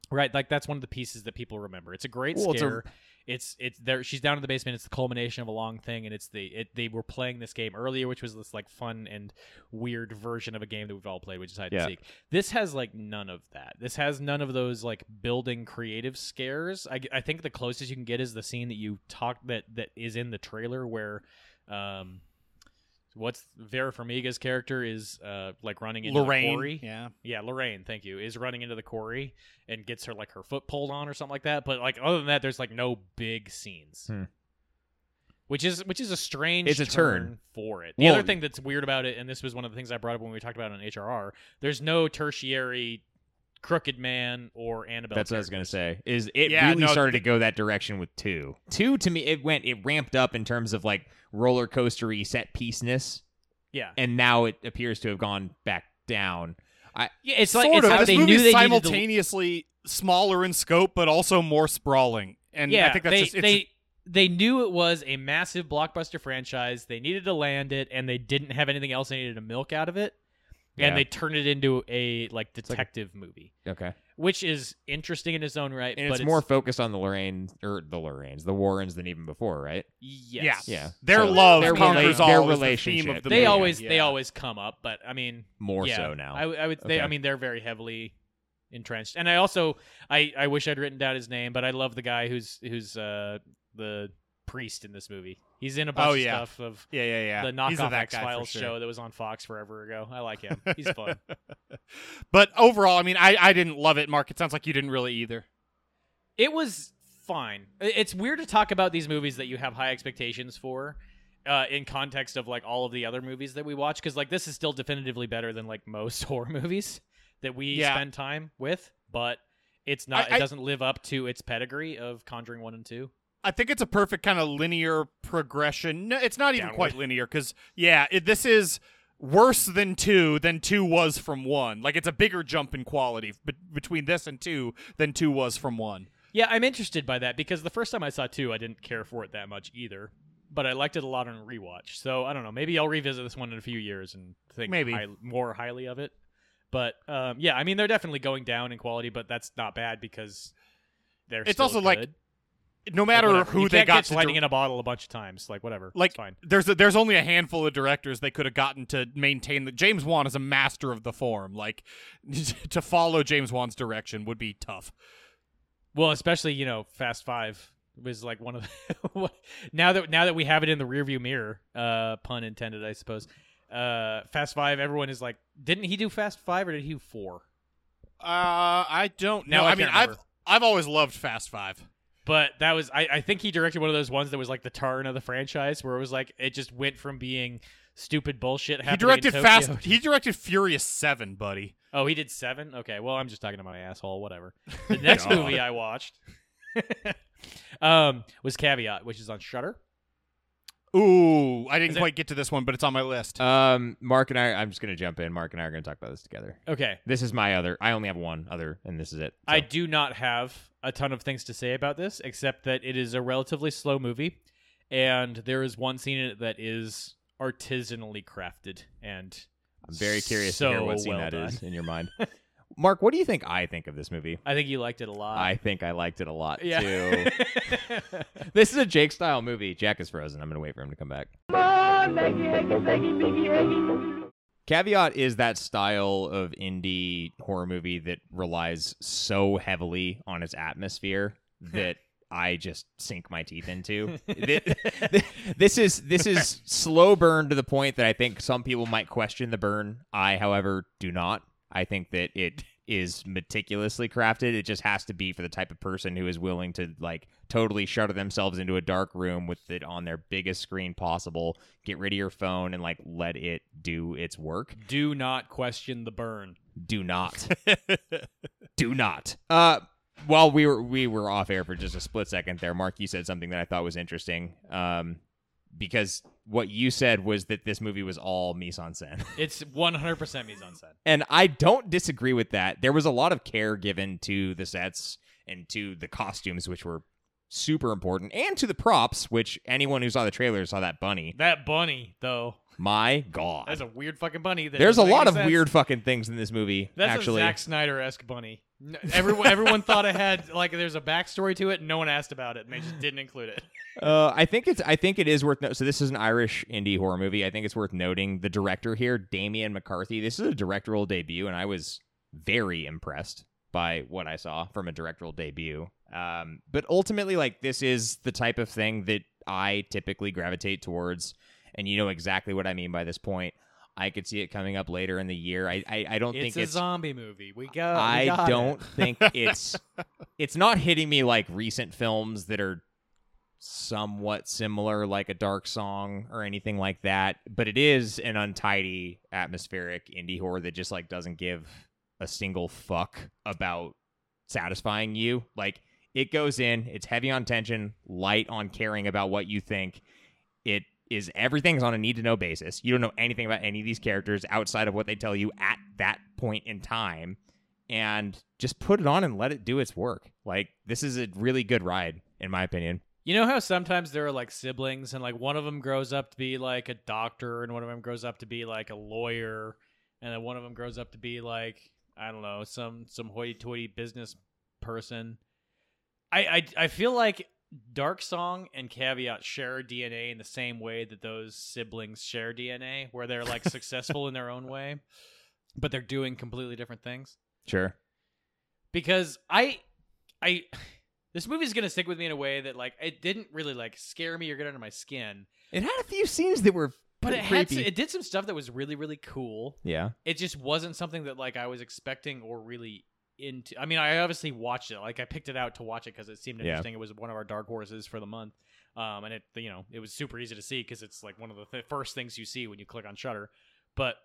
Speaker 1: right like that's one of the pieces that people remember it's a great
Speaker 3: Well, it's a-
Speaker 1: scare it's it's there she's down in the basement it's the culmination of a long thing and it's the it, they were playing this game earlier which was this like fun and weird version of a game that we've all played which is hide
Speaker 3: Yeah.
Speaker 1: and seek this has like none of that this has none of those like building creative scares i, I think the closest you can get is the scene that you talked that that is in the trailer where um what's vera farmiga's character is uh like running into the
Speaker 2: Lorraine,
Speaker 1: quarry
Speaker 2: yeah,
Speaker 1: yeah, Lorraine, thank you, is running into the quarry and gets her like her foot pulled on or something like that. But like other than that, there's like no big scenes.
Speaker 3: Hmm.
Speaker 1: Which is which is a strange
Speaker 3: It's a turn.
Speaker 1: for it. The
Speaker 3: Well-
Speaker 1: other thing that's weird about it, and this was one of the things I brought up when we talked about it on HRR, there's no tertiary crooked man or Annabelle.
Speaker 3: That's what I was gonna
Speaker 1: characters.
Speaker 3: say. Is it
Speaker 2: Yeah,
Speaker 3: really
Speaker 2: no,
Speaker 3: started to go that direction with two? Two to me, it went it ramped up in terms of like roller coastery set pieceness,
Speaker 1: Yeah,
Speaker 3: and now it appears to have gone back down.
Speaker 1: yeah. It's
Speaker 2: sort
Speaker 1: like it's
Speaker 2: of.
Speaker 1: like
Speaker 2: this
Speaker 1: they
Speaker 2: movie
Speaker 1: knew
Speaker 2: is
Speaker 1: they needed to-
Speaker 2: simultaneously smaller in scope, but also more sprawling. And
Speaker 1: yeah,
Speaker 2: I think that's
Speaker 1: they
Speaker 2: just it's
Speaker 1: they they knew it was a massive blockbuster franchise. They needed to land it, and they didn't have anything else they needed to milk out of it.
Speaker 3: Yeah.
Speaker 1: And they turned it into a like
Speaker 3: like-
Speaker 1: detective movie,
Speaker 3: Okay,
Speaker 1: which is interesting in its own right.
Speaker 3: and
Speaker 1: but
Speaker 3: it's more focused on the Lorraine or the Lorraines, the Warrens than even before, right?
Speaker 1: yes,
Speaker 3: Yeah.
Speaker 2: their
Speaker 3: So
Speaker 2: love
Speaker 1: their
Speaker 2: conquers
Speaker 1: rela-
Speaker 3: their
Speaker 2: all. is the theme
Speaker 3: relationship.
Speaker 2: of the
Speaker 1: They
Speaker 2: movie.
Speaker 1: always they
Speaker 2: Yeah.
Speaker 1: always come up, but I mean
Speaker 3: More
Speaker 1: yeah,
Speaker 3: so now.
Speaker 1: I, w- I would. They, I
Speaker 3: Okay.
Speaker 1: mean, they're very heavily entrenched. And I also, I, I wish I'd written down his name, but I love the guy who's who's uh the priest in this movie. He's in a bunch
Speaker 2: Oh,
Speaker 1: of
Speaker 2: yeah.
Speaker 1: stuff of
Speaker 2: Yeah, yeah, yeah.
Speaker 1: the
Speaker 2: He's
Speaker 1: knockoff
Speaker 2: that
Speaker 1: X
Speaker 2: guy for
Speaker 1: Files
Speaker 2: sure.
Speaker 1: show that was on Fox forever ago. I
Speaker 2: <laughs>
Speaker 1: like him. He's fun.
Speaker 2: But overall, I mean, I, I didn't love it, Mark. It sounds like you didn't really either.
Speaker 1: it was fine. I- It's weird to talk about these movies that you have high expectations for. Uh, in context of like all of the other movies that we watch, because like this is still definitively better than like most <laughs> horror movies that we
Speaker 2: Yeah.
Speaker 1: spend time with, but it's not.
Speaker 2: I- I-
Speaker 1: it doesn't live up to its pedigree of Conjuring one and two.
Speaker 2: I think it's a perfect kind of linear progression. No, it's not even
Speaker 1: Downward.
Speaker 2: quite linear because yeah, it, this is worse than two than two was from one. Like it's a bigger jump in quality be- between this and two than two was from one.
Speaker 1: Yeah, I'm interested by that because the first time I saw two, I didn't care for it that much either, but I liked it a lot on rewatch. So I don't know. Maybe I'll revisit this one in a few years and think
Speaker 2: Maybe.
Speaker 1: high- more highly of it. But um, yeah, I mean they're definitely going down in quality, but that's not bad because they're.
Speaker 2: It's
Speaker 1: still
Speaker 2: also, like,
Speaker 1: good.
Speaker 2: No matter
Speaker 1: whatever.
Speaker 2: who
Speaker 1: You
Speaker 2: they
Speaker 1: can't
Speaker 2: got
Speaker 1: catch
Speaker 2: to
Speaker 1: lighting
Speaker 2: dir-
Speaker 1: in a bottle a bunch of times, like whatever.
Speaker 2: like
Speaker 1: it's fine.
Speaker 2: there's a, there's only a handful of directors they could have gotten to maintain the James Wan is a master of the form. Like <laughs> to follow James Wan's direction would be tough.
Speaker 1: Well, especially you know, Fast Five was like one of the, <laughs> now that now that we have it in the rearview mirror, uh, pun intended, I suppose. Uh, Fast Five, everyone is like, didn't he do Fast Five or did he do four?
Speaker 2: Uh, I don't
Speaker 1: No,
Speaker 2: know.
Speaker 1: I
Speaker 2: I, mean,
Speaker 1: can't
Speaker 2: I've
Speaker 1: remember.
Speaker 2: I've always loved Fast Five.
Speaker 1: But that was I, I think he directed one of those ones that was like the turn of the franchise where it was like it just went from being stupid bullshit.
Speaker 2: He
Speaker 1: happening in
Speaker 2: directed Fast.
Speaker 1: Tokyo-
Speaker 2: He directed Furious Seven, buddy.
Speaker 1: Oh, he did seven. Okay, well, I'm just talking to my asshole.
Speaker 2: <laughs>
Speaker 1: Whatever. The next movie I watched <laughs> um, was Caveat, which is on Shutter.
Speaker 2: Ooh, I
Speaker 1: Is
Speaker 2: didn't
Speaker 1: it-
Speaker 2: quite get to this one, but it's on my list.
Speaker 3: Um, Mark and I, I'm just gonna jump in. Mark and I are gonna talk about this together.
Speaker 1: Okay,
Speaker 3: This is my other. I only have one other, and this is it.
Speaker 1: I
Speaker 3: So-
Speaker 1: do not have a ton of things to say about this, except that it is a relatively slow movie, and there is one scene in it that is artisanally crafted, and
Speaker 3: I'm very curious to hear what
Speaker 1: so
Speaker 3: scene
Speaker 1: well
Speaker 3: that is
Speaker 1: done.
Speaker 3: in
Speaker 1: <laughs>
Speaker 3: your mind. Mark, what do you think I think of this movie?
Speaker 1: I think you liked it a lot.
Speaker 3: I think I liked it a lot
Speaker 1: Uh, <laughs> yeah.
Speaker 3: too. this is a Jake style movie. Jack is frozen. I'm gonna wait for him to come back. Caveat is that style of indie horror movie that relies so heavily on its atmosphere that I just sink my teeth into. Thi- thi- this is this is slow burn to the point that I think some people might question the burn. I, however, do not. I think that it is meticulously crafted. It just has to be for the type of person who is willing to like totally shutter themselves into a dark room with it on their biggest screen possible. Get rid of your phone and like let it do its work.
Speaker 1: <laughs> Do not question the burn.
Speaker 3: Do not. do not. Uh while we were we were off air for just a split second there, Mark, you said something that I thought was interesting. Um because what you said was that this movie was all mise en scène.
Speaker 1: It's 100% mise en scène.
Speaker 3: And I don't disagree with that. There was a lot of care given to the sets and to the costumes, which were super important, and to the props, which anyone who saw the trailer saw that bunny.
Speaker 1: That bunny, though,
Speaker 3: My God.
Speaker 1: that's a weird fucking bunny. that
Speaker 3: There's a
Speaker 1: doesn't make
Speaker 3: lot
Speaker 1: any
Speaker 3: of
Speaker 1: sense.
Speaker 3: weird fucking things in this movie,
Speaker 1: That's
Speaker 3: actually.
Speaker 1: a Zack Snyder esque bunny. No- Everyone, everyone thought it had like there's a backstory to it. No one asked about it, and they just didn't include it.
Speaker 3: Uh, I think it's I think it is worth no- so this is an Irish indie horror movie. I think it's worth noting the director here, Damian McCarthy. This is a directorial debut, and I was very impressed by what I saw from a directorial debut. Um, but ultimately, like this is the type of thing that I typically gravitate towards, and you know exactly what I mean by this point. I could see it coming up later in the year. I I, I don't
Speaker 1: It's
Speaker 3: think
Speaker 1: a
Speaker 3: it's
Speaker 1: zombie movie. We go. we
Speaker 3: I
Speaker 1: got it. <laughs>
Speaker 3: don't think it's it's not hitting me like recent films that are somewhat similar, like a dark song or anything like that. But it is an untidy, atmospheric indie horror that just like doesn't give a single fuck about satisfying you. Like it goes in, it's heavy on tension, light on caring about what you think. It is everything's on a need to know basis. You don't know anything about any of these characters outside of what they tell you at that point in time. And just put it on and let it do its work. Like this is a really good ride, in my opinion.
Speaker 1: You know how sometimes there are like siblings, and like one of them grows up to be like a doctor, and one of them grows up to be like a lawyer, and then one of them grows up to be like I don't know some some hoity-toity business person. I I, I feel like Dark Song and Caveat share DNA in the same way that those siblings share DNA, where they're
Speaker 3: <laughs>
Speaker 1: like successful in their own way, but they're doing completely different things
Speaker 3: Sure.
Speaker 1: because I, I, <sighs> this movie's gonna stick with me in a way that like it didn't really like scare me or get under my skin,
Speaker 3: It had a few scenes that were
Speaker 1: but it
Speaker 3: pretty
Speaker 1: had
Speaker 3: creepy.
Speaker 1: it did some stuff that was really really cool.
Speaker 3: yeah.
Speaker 1: It just wasn't something that like I was expecting or really into. I mean, I obviously watched it. Like I picked it out to watch it because it seemed
Speaker 3: Yeah.
Speaker 1: interesting. It was one of our dark horses for the month. Um, and it you know it was super easy to see because it's like one of the th- first things you see when you click on Shutter. But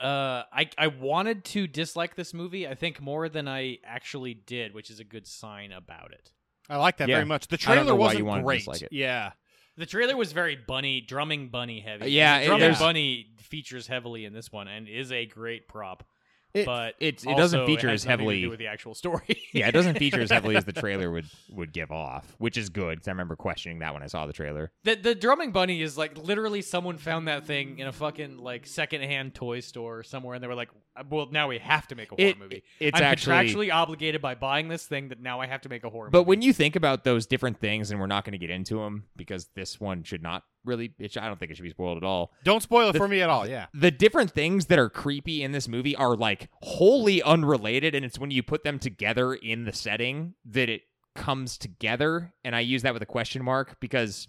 Speaker 1: uh, I I wanted to dislike this movie. I think more than I actually did, which is a good sign about it.
Speaker 2: I like that
Speaker 3: Yeah.
Speaker 2: very much. The
Speaker 3: I don't know
Speaker 2: trailer
Speaker 3: why you
Speaker 2: wasn't
Speaker 3: wanted to
Speaker 2: great.
Speaker 3: dislike it.
Speaker 2: Yeah.
Speaker 1: The trailer was very bunny drumming bunny heavy.
Speaker 3: Yeah, it-
Speaker 1: drumming
Speaker 2: there's-
Speaker 1: bunny features heavily in this one and is a great prop.
Speaker 3: It-
Speaker 1: but
Speaker 3: it- it
Speaker 1: also
Speaker 3: doesn't feature
Speaker 1: has
Speaker 3: as
Speaker 1: nothing to
Speaker 3: heavily-
Speaker 1: do with the actual story.
Speaker 3: <laughs> Yeah, it doesn't feature as heavily as the trailer would would give off, which is good because I remember questioning that when I saw the trailer.
Speaker 1: <laughs> The the drumming bunny is like literally someone found that thing in a fucking like secondhand toy store somewhere, and they were like, "Uh, "Well, now we have to make a horror
Speaker 3: It-
Speaker 1: movie.
Speaker 3: it's
Speaker 1: I'm
Speaker 3: actually-
Speaker 1: contractually obligated by buying this thing that now I have to make a horror."
Speaker 3: But
Speaker 1: movie.
Speaker 3: when you think about those different things, and we're not going to get into them because this one should not really. It sh- I don't think it should be spoiled at all.
Speaker 2: Don't spoil it
Speaker 3: The-
Speaker 2: for me at all. Yeah.
Speaker 3: the different things that are creepy in this movie are like wholly unrelated and it's when you put them together in the setting that it comes together and i use that with a question mark because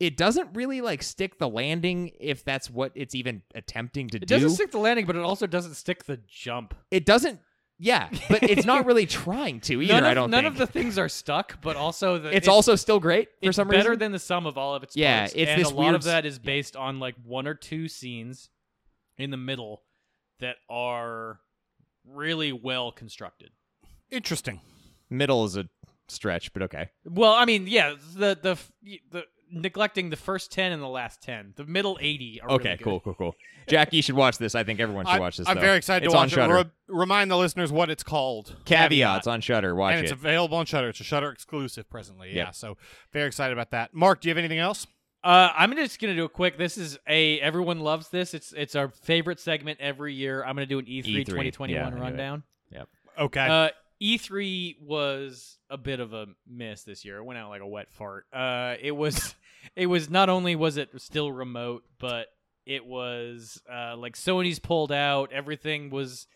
Speaker 3: it doesn't really like stick the landing if that's what it's even attempting to
Speaker 1: it
Speaker 3: do
Speaker 1: doesn't stick the landing, but it also doesn't stick the jump.
Speaker 3: it doesn't yeah but it's
Speaker 1: <laughs>
Speaker 3: not really trying to either
Speaker 1: none of,
Speaker 3: i don't
Speaker 1: none
Speaker 3: think
Speaker 1: of the things are stuck, but also the,
Speaker 3: it's, also still great for
Speaker 1: it's
Speaker 3: some
Speaker 1: better
Speaker 3: reason
Speaker 1: than the sum of all of its
Speaker 3: Yeah,
Speaker 1: parts.
Speaker 3: it's
Speaker 1: and
Speaker 3: this
Speaker 1: a
Speaker 3: weird
Speaker 1: lot of
Speaker 3: s-
Speaker 1: that is based on like one or two scenes in the middle that are really well constructed.
Speaker 2: Interesting.
Speaker 3: middle is a stretch but okay
Speaker 1: Well, I mean, yeah, the the f- y- the neglecting the first ten and the last ten, the middle eighty. Are
Speaker 3: okay
Speaker 1: really good.
Speaker 3: cool cool cool jack you should watch this i think everyone should
Speaker 2: I'm,
Speaker 3: watch this
Speaker 2: I'm
Speaker 3: though.
Speaker 2: very excited
Speaker 3: it's
Speaker 2: to watch
Speaker 3: on
Speaker 2: it.
Speaker 3: Shudder.
Speaker 2: Re- remind the listeners what it's called.
Speaker 3: caveats on Shutter. Watch
Speaker 2: and it's
Speaker 3: it.
Speaker 2: available on Shutter. It's a Shutter exclusive presently. Yeah.
Speaker 3: Yep.
Speaker 2: So very excited about that. Mark, do you have anything else?
Speaker 1: Uh, I'm just gonna do a quick. This is a everyone loves this. It's it's our favorite segment every year. I'm gonna do an E E3,
Speaker 3: E3,
Speaker 1: 2021
Speaker 3: E yeah, I knew it.
Speaker 1: rundown.
Speaker 2: Okay.
Speaker 1: Uh, E3 was a bit of a miss this year. It went out like a wet fart. Uh, it was, <laughs> it was not only was it still remote, but it was uh, like Sony's pulled out. Everything was.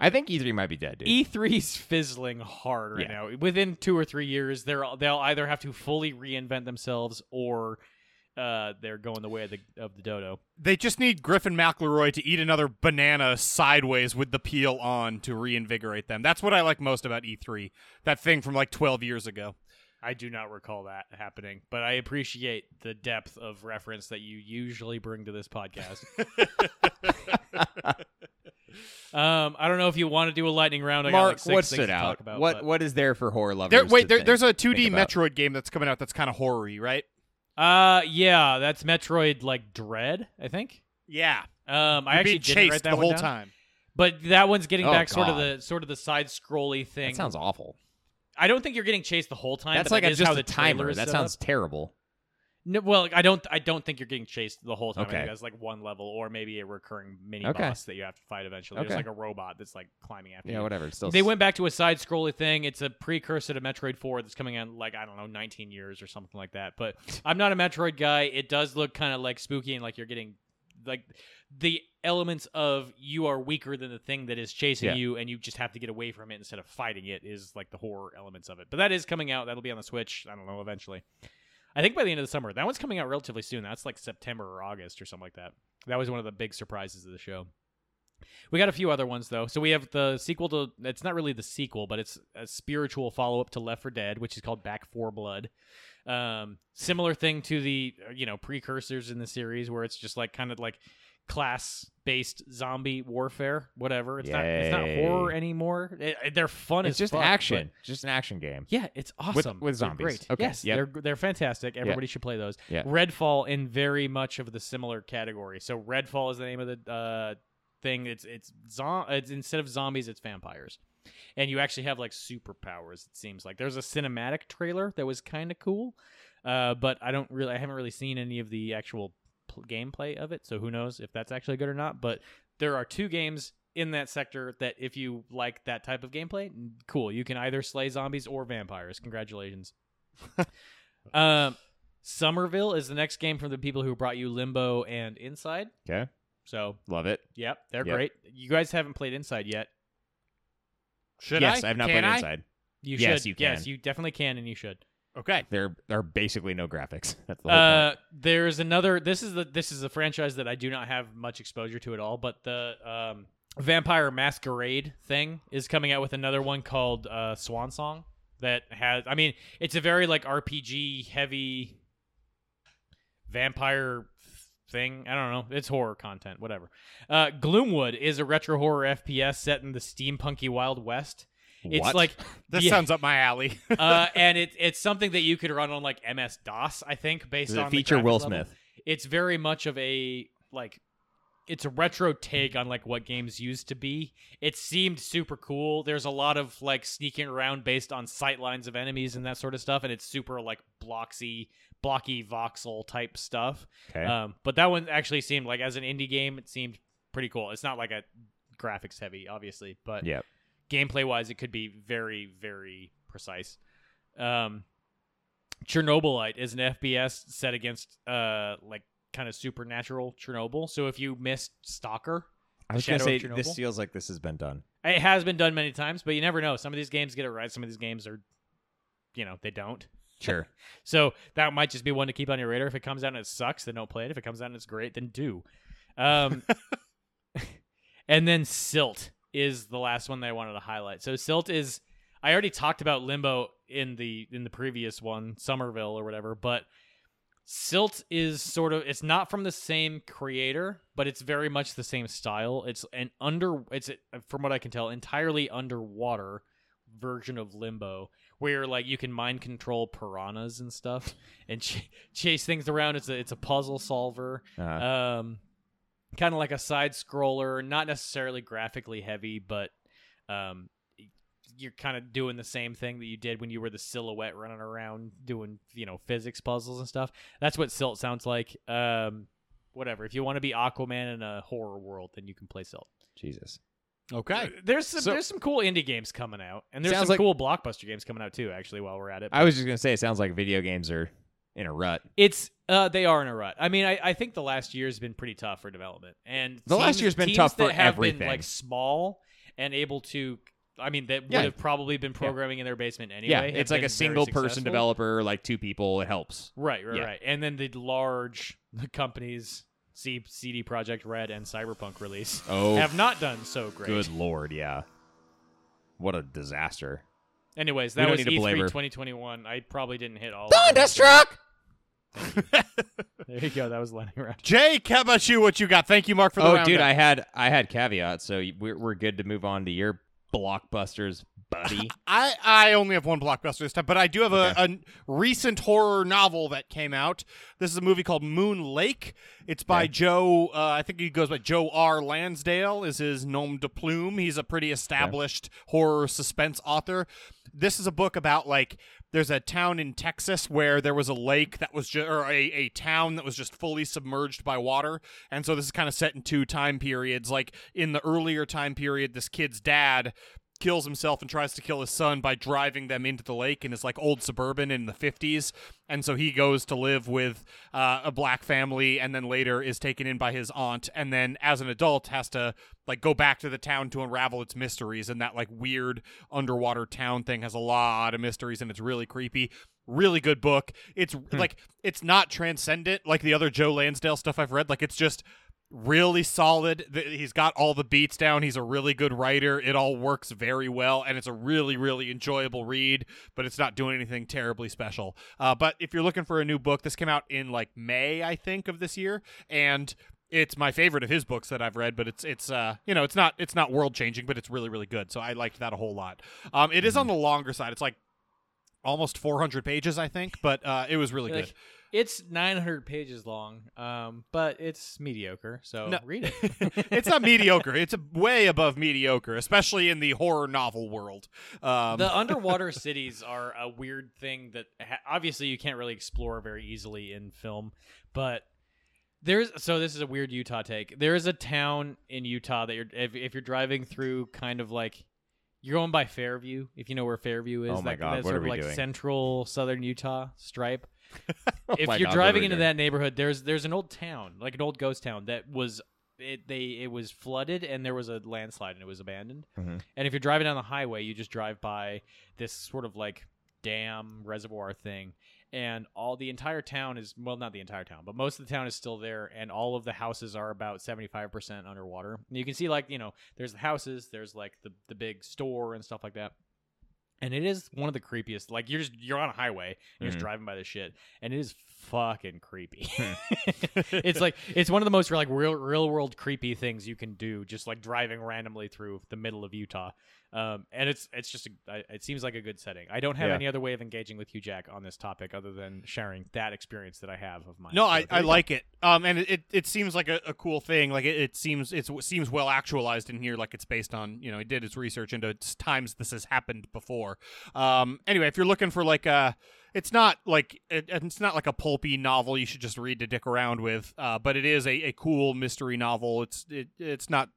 Speaker 3: I think E3 might be dead, dude.
Speaker 1: E3's fizzling hard right
Speaker 3: Yeah.
Speaker 1: now. Within two or three years, they're they'll either have to fully reinvent themselves or uh, they're going the way of the, of the dodo.
Speaker 2: They just need Griffin McElroy to eat another banana sideways with the peel on to reinvigorate them. That's what I like most about E3. That thing from like 12 years ago.
Speaker 1: I do not recall that happening, but I appreciate the depth of reference that you usually bring to this
Speaker 3: <laughs>
Speaker 1: podcast. um, I don't know if you want to do a lightning round. I got like
Speaker 3: Mark,
Speaker 1: six
Speaker 3: what
Speaker 1: things
Speaker 3: stood
Speaker 1: to
Speaker 3: out?
Speaker 1: talk about.
Speaker 3: what
Speaker 1: but-
Speaker 3: what is there for horror lovers?
Speaker 2: There, wait,
Speaker 3: to
Speaker 2: there,
Speaker 3: think-
Speaker 2: there's a 2D
Speaker 3: think about?
Speaker 2: Metroid game that's coming out that's kind of horror right?
Speaker 1: Uh, yeah, that's Metroid like Dread, I think.
Speaker 2: Yeah.
Speaker 1: Um, I
Speaker 2: You're
Speaker 1: actually
Speaker 2: being
Speaker 1: didn't write
Speaker 2: chased
Speaker 1: that
Speaker 2: the
Speaker 1: one
Speaker 2: whole
Speaker 1: down.
Speaker 2: time.
Speaker 1: but that one's getting
Speaker 3: Oh,
Speaker 1: back sort of
Speaker 3: God.
Speaker 1: the sort of the side scrolly thing.
Speaker 3: That sounds awful.
Speaker 1: I don't think you're getting chased the whole time.
Speaker 3: That's
Speaker 1: but
Speaker 3: like
Speaker 1: that
Speaker 3: a,
Speaker 1: is
Speaker 3: just
Speaker 1: how
Speaker 3: a
Speaker 1: the trailer
Speaker 3: timer.
Speaker 1: is
Speaker 3: That
Speaker 1: set
Speaker 3: sounds
Speaker 1: up.
Speaker 3: terrible.
Speaker 1: No, well, I don't. I don't think you're getting chased the whole time. I
Speaker 3: Okay.
Speaker 1: think that's like one level, or maybe a recurring mini
Speaker 3: Okay.
Speaker 1: boss that you have to fight eventually.
Speaker 3: Okay.
Speaker 1: There's like a robot that's like climbing after
Speaker 3: Yeah,
Speaker 1: you.
Speaker 3: whatever. It's Still,
Speaker 1: They went back to a side scrolly thing. It's a precursor to Metroid 4 that's coming out in, like I don't know 19 years or something like that.
Speaker 3: <laughs>
Speaker 1: But I'm not a Metroid guy. It does look kind of like spooky and like you're getting like the elements of you are weaker than the thing that is chasing
Speaker 3: Yeah.
Speaker 1: you and you just have to get away from it instead of fighting it is like the horror elements of it. But that is coming out. That'll be on the Switch, I don't know, eventually. I think by the end of the summer. That one's coming out relatively soon. That's like September or August or something like that. That was one of the big surprises of the show. We got a few other ones though. So we have the sequel to it's not really the sequel, but it's a spiritual follow up to Left 4 Dead, which is called Back 4 Blood. Um, similar thing to the uh, you know precursors in the series where it's just like kind of like class based zombie warfare, whatever. It's not it's not
Speaker 3: Yay.
Speaker 1: horror anymore. It- it- they're fun.
Speaker 3: It's
Speaker 1: as
Speaker 3: just
Speaker 1: fuck, but-
Speaker 3: action. Just an action game.
Speaker 1: yeah, it's awesome
Speaker 3: with
Speaker 1: They're
Speaker 3: zombies.
Speaker 1: Great.
Speaker 3: Okay,
Speaker 1: Yes,
Speaker 3: yep.
Speaker 1: they're they're fantastic. Everybody should play those.
Speaker 3: Yeah.
Speaker 1: Redfall in very much of the similar category. So Redfall is the name of the uh, thing. It's it's, zo- it's instead of zombies, it's vampires, and you actually have like superpowers. It seems like there's a cinematic trailer that was kind of cool, uh, but I don't really I haven't really seen any of the actual pl- gameplay of it. So who knows if that's actually good or not? But there are two games in that sector that if you like that type of gameplay, n- cool. You can either slay zombies or vampires.
Speaker 3: <laughs>
Speaker 1: Congratulations. um, Somerville is the next game from the people who brought you Limbo and Inside.
Speaker 3: Okay.
Speaker 1: So,
Speaker 3: Love it.
Speaker 1: yep, they're
Speaker 3: Yep.
Speaker 1: great. You guys haven't played Inside yet.
Speaker 2: Should
Speaker 3: yes,
Speaker 2: I?
Speaker 3: have not
Speaker 2: Can
Speaker 3: played
Speaker 2: I?
Speaker 3: Inside.
Speaker 1: You
Speaker 3: Yes,
Speaker 1: should.
Speaker 3: you
Speaker 1: Yes,
Speaker 3: can.
Speaker 1: you definitely can, and you should.
Speaker 2: Okay.
Speaker 3: There are basically no graphics. That's the whole point.
Speaker 1: Uh, there's another. This is the this is a franchise that I do not have much exposure to at all. But the um, Vampire Masquerade thing is coming out with another one called uh, Swan Song that has. I mean, it's a very like RPG heavy vampire thing. I don't know. It's horror content, whatever. Uh, Gloomwood is a retro horror FPS set in the steampunky Wild West. It's
Speaker 3: What? <laughs>
Speaker 1: like
Speaker 2: This
Speaker 1: Yeah.
Speaker 2: sounds up my alley.
Speaker 1: uh, and it, it's something that you could run on like MS DOS, I think, based
Speaker 3: Does it
Speaker 1: on the
Speaker 3: feature Will
Speaker 1: graphic level.
Speaker 3: Smith?
Speaker 1: It's very much of a like it's a retro take on like what games used to be. It seemed super cool. There's a lot of like sneaking around based on sight lines of enemies and that sort of stuff, and it's super like bloxy, blocky voxel type stuff.
Speaker 3: Okay.
Speaker 1: Um, but that one actually seemed like as an indie game, it seemed pretty cool. It's not like a graphics heavy, obviously, but
Speaker 3: Yep.
Speaker 1: gameplay wise, it could be very, very precise. Um, Chernobylite is an FBS set against uh like kind of supernatural Chernobyl. So if you missed Stalker,
Speaker 3: I was
Speaker 1: Shadow
Speaker 3: gonna say
Speaker 1: of
Speaker 3: this
Speaker 1: Chernobyl?
Speaker 3: feels like this has been done.
Speaker 1: it has been done many times, but you never know. Some of these games get it right. Some of these games are, you know, they don't.
Speaker 3: Sure.
Speaker 1: So that might just be one to keep on your radar. If it comes out and it sucks, then don't play it. If it comes out and it's great, then do. Um, and then Silt is the last one that I wanted to highlight. So Silt is I already talked about Limbo in the in the previous one, Somerville or whatever, but Silt is sort of it's not from the same creator, but it's very much the same style. It's an under it's from what I can tell entirely underwater version of Limbo where like you can mind control piranhas and stuff <laughs> and ch- chase things around. It's a it's a puzzle solver
Speaker 3: Uh,
Speaker 1: um kind of like a side scroller not necessarily graphically heavy but um you're kind of doing the same thing that you did when you were the silhouette running around doing you know physics puzzles and stuff that's what silt sounds like um whatever if you want to be aquaman in a horror world then you can play silt
Speaker 3: Jesus.
Speaker 2: okay.
Speaker 1: there's some
Speaker 3: So-
Speaker 1: there's some cool indie games coming out and there's
Speaker 3: Sounds
Speaker 1: some
Speaker 3: like-
Speaker 1: cool blockbuster games coming out too actually while we're at it
Speaker 3: I was just gonna say it sounds like video games are in a rut.
Speaker 1: It's uh, they are in a rut. I mean, I, I think the last year has been pretty tough for development, and
Speaker 3: The last
Speaker 1: teams-
Speaker 3: year's been
Speaker 1: teams
Speaker 3: tough
Speaker 1: that
Speaker 3: for
Speaker 1: have been
Speaker 3: everything.
Speaker 1: like small and able to I mean, that would
Speaker 3: Yeah.
Speaker 1: have probably been programming in their basement anyway.
Speaker 3: yeah,
Speaker 1: have
Speaker 3: it's like
Speaker 1: been very
Speaker 3: a single person
Speaker 1: successful.
Speaker 3: developer, like two people. It helps.
Speaker 1: Right, right,
Speaker 3: Yeah.
Speaker 1: right. And then the large <laughs> companies, C- CD Project Red and Cyberpunk release,
Speaker 3: Oh,
Speaker 1: have not done so great.
Speaker 3: good lord, yeah. What a disaster.
Speaker 1: Anyways,
Speaker 3: We
Speaker 1: that
Speaker 3: don't
Speaker 1: was E
Speaker 3: need to
Speaker 1: E3
Speaker 3: belabor.
Speaker 1: 2021. I probably didn't hit all. of them.
Speaker 3: Thunderstruck!
Speaker 1: <laughs> There you go. That was Lenny Round.
Speaker 2: Jake, how about you? What you got? Thank you, Mark, for the
Speaker 3: Oh,
Speaker 2: roundup.
Speaker 3: dude, I had I had caveats, so we're we're good to move on to your blockbusters,
Speaker 1: <laughs>
Speaker 3: buddy.
Speaker 2: I, I only have one blockbuster this time, but I do have a, a recent horror novel that came out. This is a movie called Moon Lake. It's by Joe, uh, I think he goes by Joe R. Lansdale, is his nom de plume. He's a pretty established horror suspense author. This is a book about, like, there's a town in Texas where there was a lake that was just, or a, a town that was just fully submerged by water. And so this is kind of set in two time periods. Like, in the earlier time period, this kid's dad kills himself and tries to kill his son by driving them into the lake in his like old suburban in the 50s and so he goes to live with uh, a black family and then later is taken in by his aunt and then as an adult has to like go back to the town to unravel its mysteries and that like weird underwater town thing has a lot of mysteries and it's really creepy really good book it's like it's not transcendent like the other joe lansdale stuff i've read like it's just really solid. Th- He's got all the beats down. He's a really good writer. It all works very well, and it's a really, really enjoyable read. But it's not doing anything terribly special. Uh, but if you're looking for a new book, this came out in like May, I think, of this year, and it's my favorite of his books that I've read. But it's it's uh you know it's not it's not world changing, but it's really really good. So I liked that a whole lot. Um, it is on the longer side. It's like almost 400 pages, I think, but uh, it was really good.
Speaker 1: It's 900 pages long, um, but it's mediocre. So
Speaker 2: No.
Speaker 1: read
Speaker 3: <laughs>
Speaker 1: it.
Speaker 2: it's not mediocre. It's a, way above mediocre, especially in the horror novel world.
Speaker 1: <laughs>
Speaker 2: Um,
Speaker 1: the
Speaker 3: <laughs>
Speaker 1: underwater cities are a weird thing that ha- obviously you can't really explore very easily in film, but there's so this is a weird Utah take. There is a town in Utah that you're if, if you're driving through kind of like you're going by Fairview, if you know where Fairview is,
Speaker 3: Oh my
Speaker 1: that,
Speaker 3: God,
Speaker 1: that
Speaker 3: what
Speaker 1: sort
Speaker 3: are
Speaker 1: of
Speaker 3: we
Speaker 1: like
Speaker 3: doing?
Speaker 1: central southern Utah
Speaker 3: <laughs>
Speaker 1: stripe. if
Speaker 3: Oh my
Speaker 1: you're
Speaker 3: God, what are
Speaker 1: driving
Speaker 3: we
Speaker 1: into
Speaker 3: doing?
Speaker 1: that neighborhood, there's there's an old town, like an old ghost town that was it they it was flooded and there was a landslide and it was abandoned.
Speaker 3: Mhm.
Speaker 1: And if you're driving down the highway, you just drive by this sort of like dam reservoir thing and all the entire town is well not the entire town but most of the town is still there and all of the houses are about 75% underwater and you can see like you know there's the houses there's like the, the big store and stuff like that and it is one of the creepiest like you're just you're on a highway and you're just
Speaker 3: Mhm.
Speaker 1: driving by this shit and it is fucking creepy it's like it's one of the most like real real world creepy things you can do just like driving randomly through the middle of utah um, and it's it's just a, I- it seems like a good setting. I don't have
Speaker 3: Yeah.
Speaker 1: any other way of engaging with you, Jack, on this topic other than sharing that experience that I have of mine.
Speaker 2: no,
Speaker 1: So
Speaker 2: I,
Speaker 1: there
Speaker 2: I
Speaker 1: you go.
Speaker 2: like it. Um, and it, it, it seems like a, a cool thing. Like it, it seems it's it seems well actualized in here. Like it's based on you know he did his research into s- times this has happened before. Um, anyway, if you're looking for like a it's not like it, it's not like a pulpy novel you should just read to dick around with, uh, but it is a, a cool mystery novel. It's it, it's not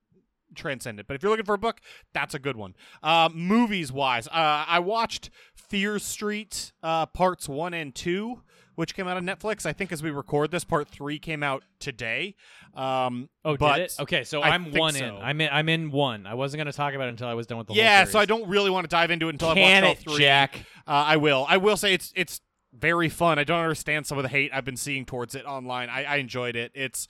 Speaker 2: transcendent. But if you're looking for a book, that's a good one. Uh, movies wise, uh, I watched Fear Street uh, parts one and two, which came out on Netflix. I think as we record this, part three came out today. Um,
Speaker 1: Oh,
Speaker 2: but
Speaker 1: did it? Okay, so
Speaker 2: I
Speaker 1: I'm
Speaker 2: think
Speaker 1: one in.
Speaker 2: so.
Speaker 1: I'm in. I'm in one. I wasn't gonna talk about it until I was done with the whole.
Speaker 2: yeah,
Speaker 1: series.
Speaker 2: so I don't really want to dive into it until
Speaker 3: Can
Speaker 2: I've watched
Speaker 3: it,
Speaker 2: all three.
Speaker 3: Jack?
Speaker 2: Uh, I will. I will say it's it's very fun. I don't understand some of the hate I've been seeing towards it online. I, I enjoyed it. It's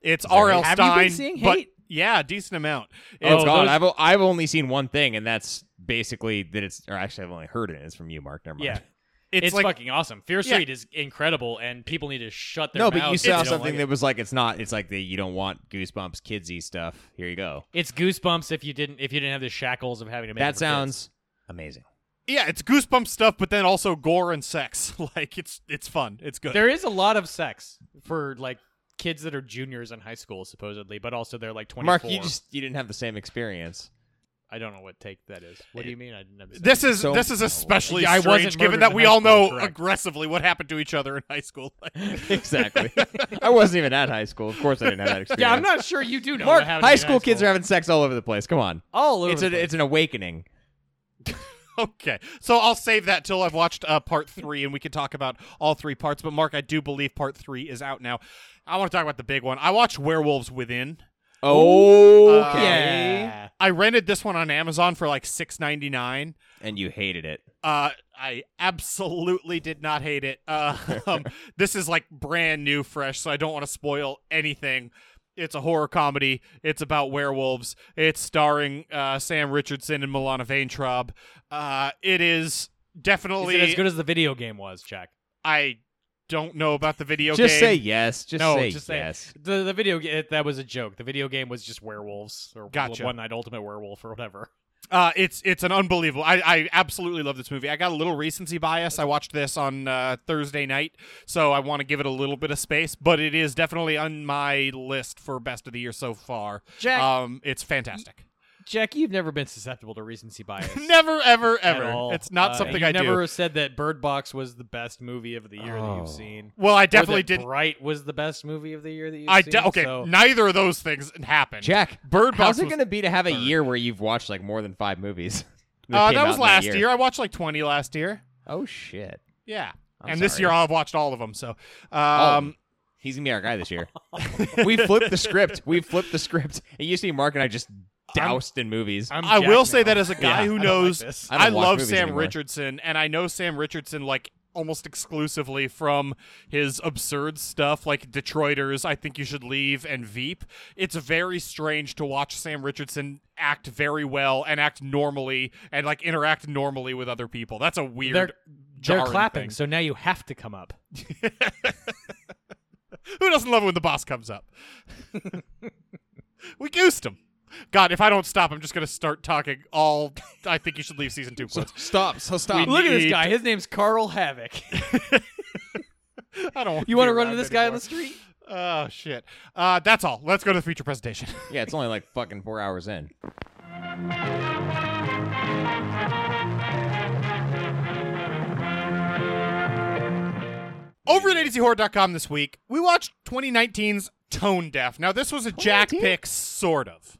Speaker 2: it's R.L.
Speaker 3: Have you been
Speaker 2: Stein,
Speaker 3: seeing
Speaker 2: but
Speaker 3: hate?
Speaker 2: yeah, decent amount.
Speaker 3: Oh
Speaker 2: It's-
Speaker 3: God,
Speaker 1: those-
Speaker 3: I've o- I've only seen one thing, and that's basically that it's. Or actually, I've only heard it. and It's from you, Mark. Never mind.
Speaker 1: Yeah,
Speaker 2: <laughs> it's,
Speaker 1: it's,
Speaker 2: like
Speaker 1: fucking awesome. Fear
Speaker 2: Yeah.
Speaker 1: Street is incredible, and people need to shut their
Speaker 3: No,
Speaker 1: mouths
Speaker 3: but you
Speaker 1: if they
Speaker 3: saw
Speaker 1: don't
Speaker 3: something
Speaker 1: like it.
Speaker 3: that was like it's not. It's like the you don't want goosebumps, kidsy stuff. Here you go.
Speaker 1: It's goosebumps if you didn't if you didn't have the shackles of having to make. it for
Speaker 3: that
Speaker 1: kids.
Speaker 3: sounds amazing.
Speaker 2: Yeah, it's goosebump stuff, but then also gore and sex. <laughs> Like it's it's fun. It's good.
Speaker 1: There is a lot of sex for like kids that are juniors in high school supposedly, but also they're like 24.
Speaker 3: Mark, you just you didn't have the
Speaker 1: <laughs>
Speaker 3: same experience. <laughs>
Speaker 1: I don't know what take that is. What do you mean? I didn't understand.
Speaker 2: this is
Speaker 3: So-
Speaker 2: this is especially
Speaker 1: I wasn't
Speaker 2: strange, given
Speaker 1: murdered
Speaker 2: that
Speaker 1: in
Speaker 2: we
Speaker 1: high
Speaker 2: all know
Speaker 1: school, correct.
Speaker 2: aggressively what happened to each other in high school. <laughs>
Speaker 3: exactly. I wasn't even at high school. Of course, I didn't have that
Speaker 1: <laughs> <laughs>
Speaker 3: experience.
Speaker 1: yeah, I'm not sure you do know.
Speaker 3: Mark,
Speaker 1: what happened
Speaker 3: high
Speaker 1: in
Speaker 3: school, kids are having sex all over the place. Come on,
Speaker 1: all over.
Speaker 3: it's
Speaker 1: the
Speaker 3: an
Speaker 1: place.
Speaker 3: it's an awakening.
Speaker 2: okay, so I'll save that till I've watched uh, part three, and we can talk about all three parts. But Mark, I do believe part three is out now. I want to talk about the big one. I watched Werewolves Within.
Speaker 3: Okay.
Speaker 2: Yeah. I rented this one on Amazon for like six ninety nine.
Speaker 3: And you hated it.
Speaker 2: Uh, I absolutely did not hate it. <laughs> Uh, um, this is like brand new, fresh, so I don't want to spoil anything. It's a horror comedy. It's about werewolves. It's starring uh, Sam Richardson and Milana Vaintrub. Uh, it is
Speaker 1: Is
Speaker 2: definitely.
Speaker 1: it as good as the video game was, Jack?
Speaker 2: I don't know about the video
Speaker 3: Just say
Speaker 2: game.
Speaker 3: yes. Just
Speaker 1: No,
Speaker 3: say
Speaker 1: just say-
Speaker 3: yes.
Speaker 1: The the video game that was a joke. The video game was just werewolves or
Speaker 2: Gotcha.
Speaker 1: one night ultimate werewolf or whatever.
Speaker 2: Uh, it's it's an unbelievable. I, I absolutely love this movie. I got a little recency bias. I watched this on uh, Thursday night, so I want to give it a little bit of space. But it is definitely on my list for best of the year so far.
Speaker 1: Jack,
Speaker 2: Um, it's fantastic.
Speaker 1: Jack, you've never been susceptible to recency <laughs> bias.
Speaker 2: Never, ever,
Speaker 1: at
Speaker 2: ever.
Speaker 1: all.
Speaker 2: It's not
Speaker 1: Uh,
Speaker 2: something
Speaker 1: you
Speaker 2: I
Speaker 1: never
Speaker 2: do.
Speaker 1: said that Bird Box was the best movie of the year that
Speaker 3: Oh.
Speaker 1: you've seen.
Speaker 2: Well, I
Speaker 1: or
Speaker 2: definitely
Speaker 1: that
Speaker 2: didn't.
Speaker 1: Bright was the best movie of the year that you've
Speaker 2: I
Speaker 1: seen.
Speaker 2: de- okay.
Speaker 1: so-
Speaker 2: Neither of those things happened.
Speaker 3: Jack,
Speaker 2: Bird Box
Speaker 3: how's it
Speaker 2: was-
Speaker 3: going to be to have a
Speaker 2: third.
Speaker 3: year where you've watched like more than five movies? <laughs> that
Speaker 2: Uh,
Speaker 3: came
Speaker 2: that
Speaker 3: out
Speaker 2: was
Speaker 3: in
Speaker 2: last year. I watched like twenty last year.
Speaker 3: Oh shit!
Speaker 2: Yeah.
Speaker 3: I'm
Speaker 2: and this
Speaker 3: sorry.
Speaker 2: year I've watched all of them. So, um,
Speaker 3: Oh, he's gonna be our guy this year. we flipped the script. We flipped the script. It used to be Mark and I just doused in movies.
Speaker 1: I'm
Speaker 2: I
Speaker 1: Jack
Speaker 2: will say
Speaker 1: now.
Speaker 2: that as a guy
Speaker 1: Yeah,
Speaker 2: who
Speaker 1: I don't like
Speaker 2: knows,
Speaker 1: this.
Speaker 3: I
Speaker 2: I,
Speaker 3: don't watch
Speaker 2: love
Speaker 3: movies
Speaker 2: Sam
Speaker 3: anymore.
Speaker 2: Richardson, and I know Sam Richardson like almost exclusively from his absurd stuff like Detroiters, I Think You Should Leave, and Veep. It's very strange to watch Sam Richardson act very well and act normally and like interact normally with other people. That's a weird.
Speaker 1: They're- they're
Speaker 2: jarring
Speaker 1: clapping,
Speaker 2: thing.
Speaker 1: so now you have to come up.
Speaker 2: Who doesn't love it when the boss comes up? <laughs> we goosed him. God, if I don't stop, I'm just gonna start talking all. I think you should leave season two. Quotes.
Speaker 3: Stop! So stop!
Speaker 1: Look at
Speaker 2: need-
Speaker 1: this guy. His name's Carl
Speaker 2: <laughs>
Speaker 1: Havoc. <laughs>
Speaker 3: <laughs>
Speaker 2: I don't. Want
Speaker 1: You
Speaker 2: want to
Speaker 1: run into this guy on the street?
Speaker 2: <laughs> Oh shit. Uh, that's all. Let's go to the feature presentation. <laughs>
Speaker 3: Yeah, it's only like fucking four hours in.
Speaker 2: Over at ADCHorror.com this week, we watched 2019's Tone Deaf. Now this was a Jack pick, sort of.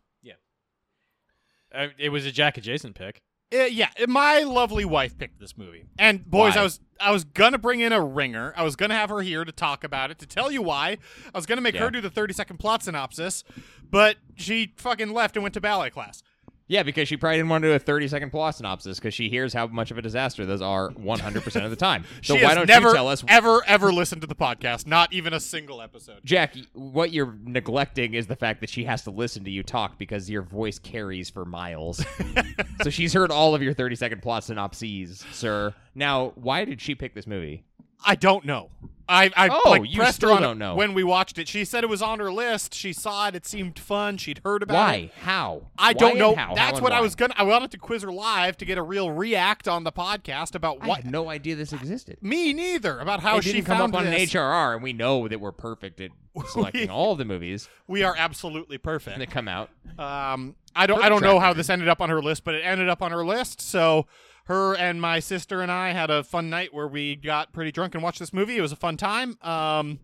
Speaker 1: Uh, it was a Jack adjacent pick.
Speaker 2: Uh, yeah, my lovely wife picked this movie. And boys,
Speaker 3: Why?
Speaker 2: I was I was gonna bring in a ringer. I was gonna have her here to talk about it, to tell you why. I was gonna make
Speaker 3: Yeah.
Speaker 2: her do the 30 second plot synopsis, but she fucking left and went to ballet class.
Speaker 3: Yeah, because she probably didn't want to do a thirty-second plot synopsis because she hears how much of a disaster those are one hundred percent of
Speaker 2: <laughs>
Speaker 3: the time. So
Speaker 2: she
Speaker 3: why
Speaker 2: has
Speaker 3: don't
Speaker 2: never, e-,
Speaker 3: you tell us,
Speaker 2: ever, ever listened to the podcast? Not even a single episode.
Speaker 3: Jack? What you're neglecting is the fact that she has to listen to you talk because your voice carries
Speaker 2: <laughs>
Speaker 3: for miles. so she's heard all of your thirty-second plot synopses, sir. Now, why did she pick this movie?
Speaker 2: I don't know. I, I
Speaker 3: Oh,
Speaker 2: like,
Speaker 3: you
Speaker 2: pressed her
Speaker 3: still
Speaker 2: on it
Speaker 3: don't know.
Speaker 2: when we watched it. She said it was on her list. She saw it. It seemed fun. She'd heard about
Speaker 3: Why?
Speaker 2: it.
Speaker 3: How?
Speaker 2: I
Speaker 3: Why
Speaker 2: don't
Speaker 3: and
Speaker 2: know.
Speaker 3: how? How
Speaker 2: That's
Speaker 3: and
Speaker 2: what I
Speaker 3: why?
Speaker 2: was gonna. I wanted to quiz her live to get a real react on the podcast about
Speaker 3: I
Speaker 2: what.
Speaker 3: had no idea this existed.
Speaker 2: Me neither. About how
Speaker 3: it
Speaker 2: she
Speaker 3: didn't come
Speaker 2: found
Speaker 3: up on
Speaker 2: this.
Speaker 3: an HRR, and we know that we're
Speaker 2: <laughs>
Speaker 3: perfect at selecting all the movies
Speaker 2: We are absolutely
Speaker 3: that
Speaker 2: perfect.
Speaker 3: come out.
Speaker 2: Um, I don't. I don't know
Speaker 3: Perfect
Speaker 2: how
Speaker 3: record.
Speaker 2: this ended up on her list, but it ended up on her list. So. Her and my sister and I had a fun night where we got pretty drunk and watched this movie. It was a fun time. Um,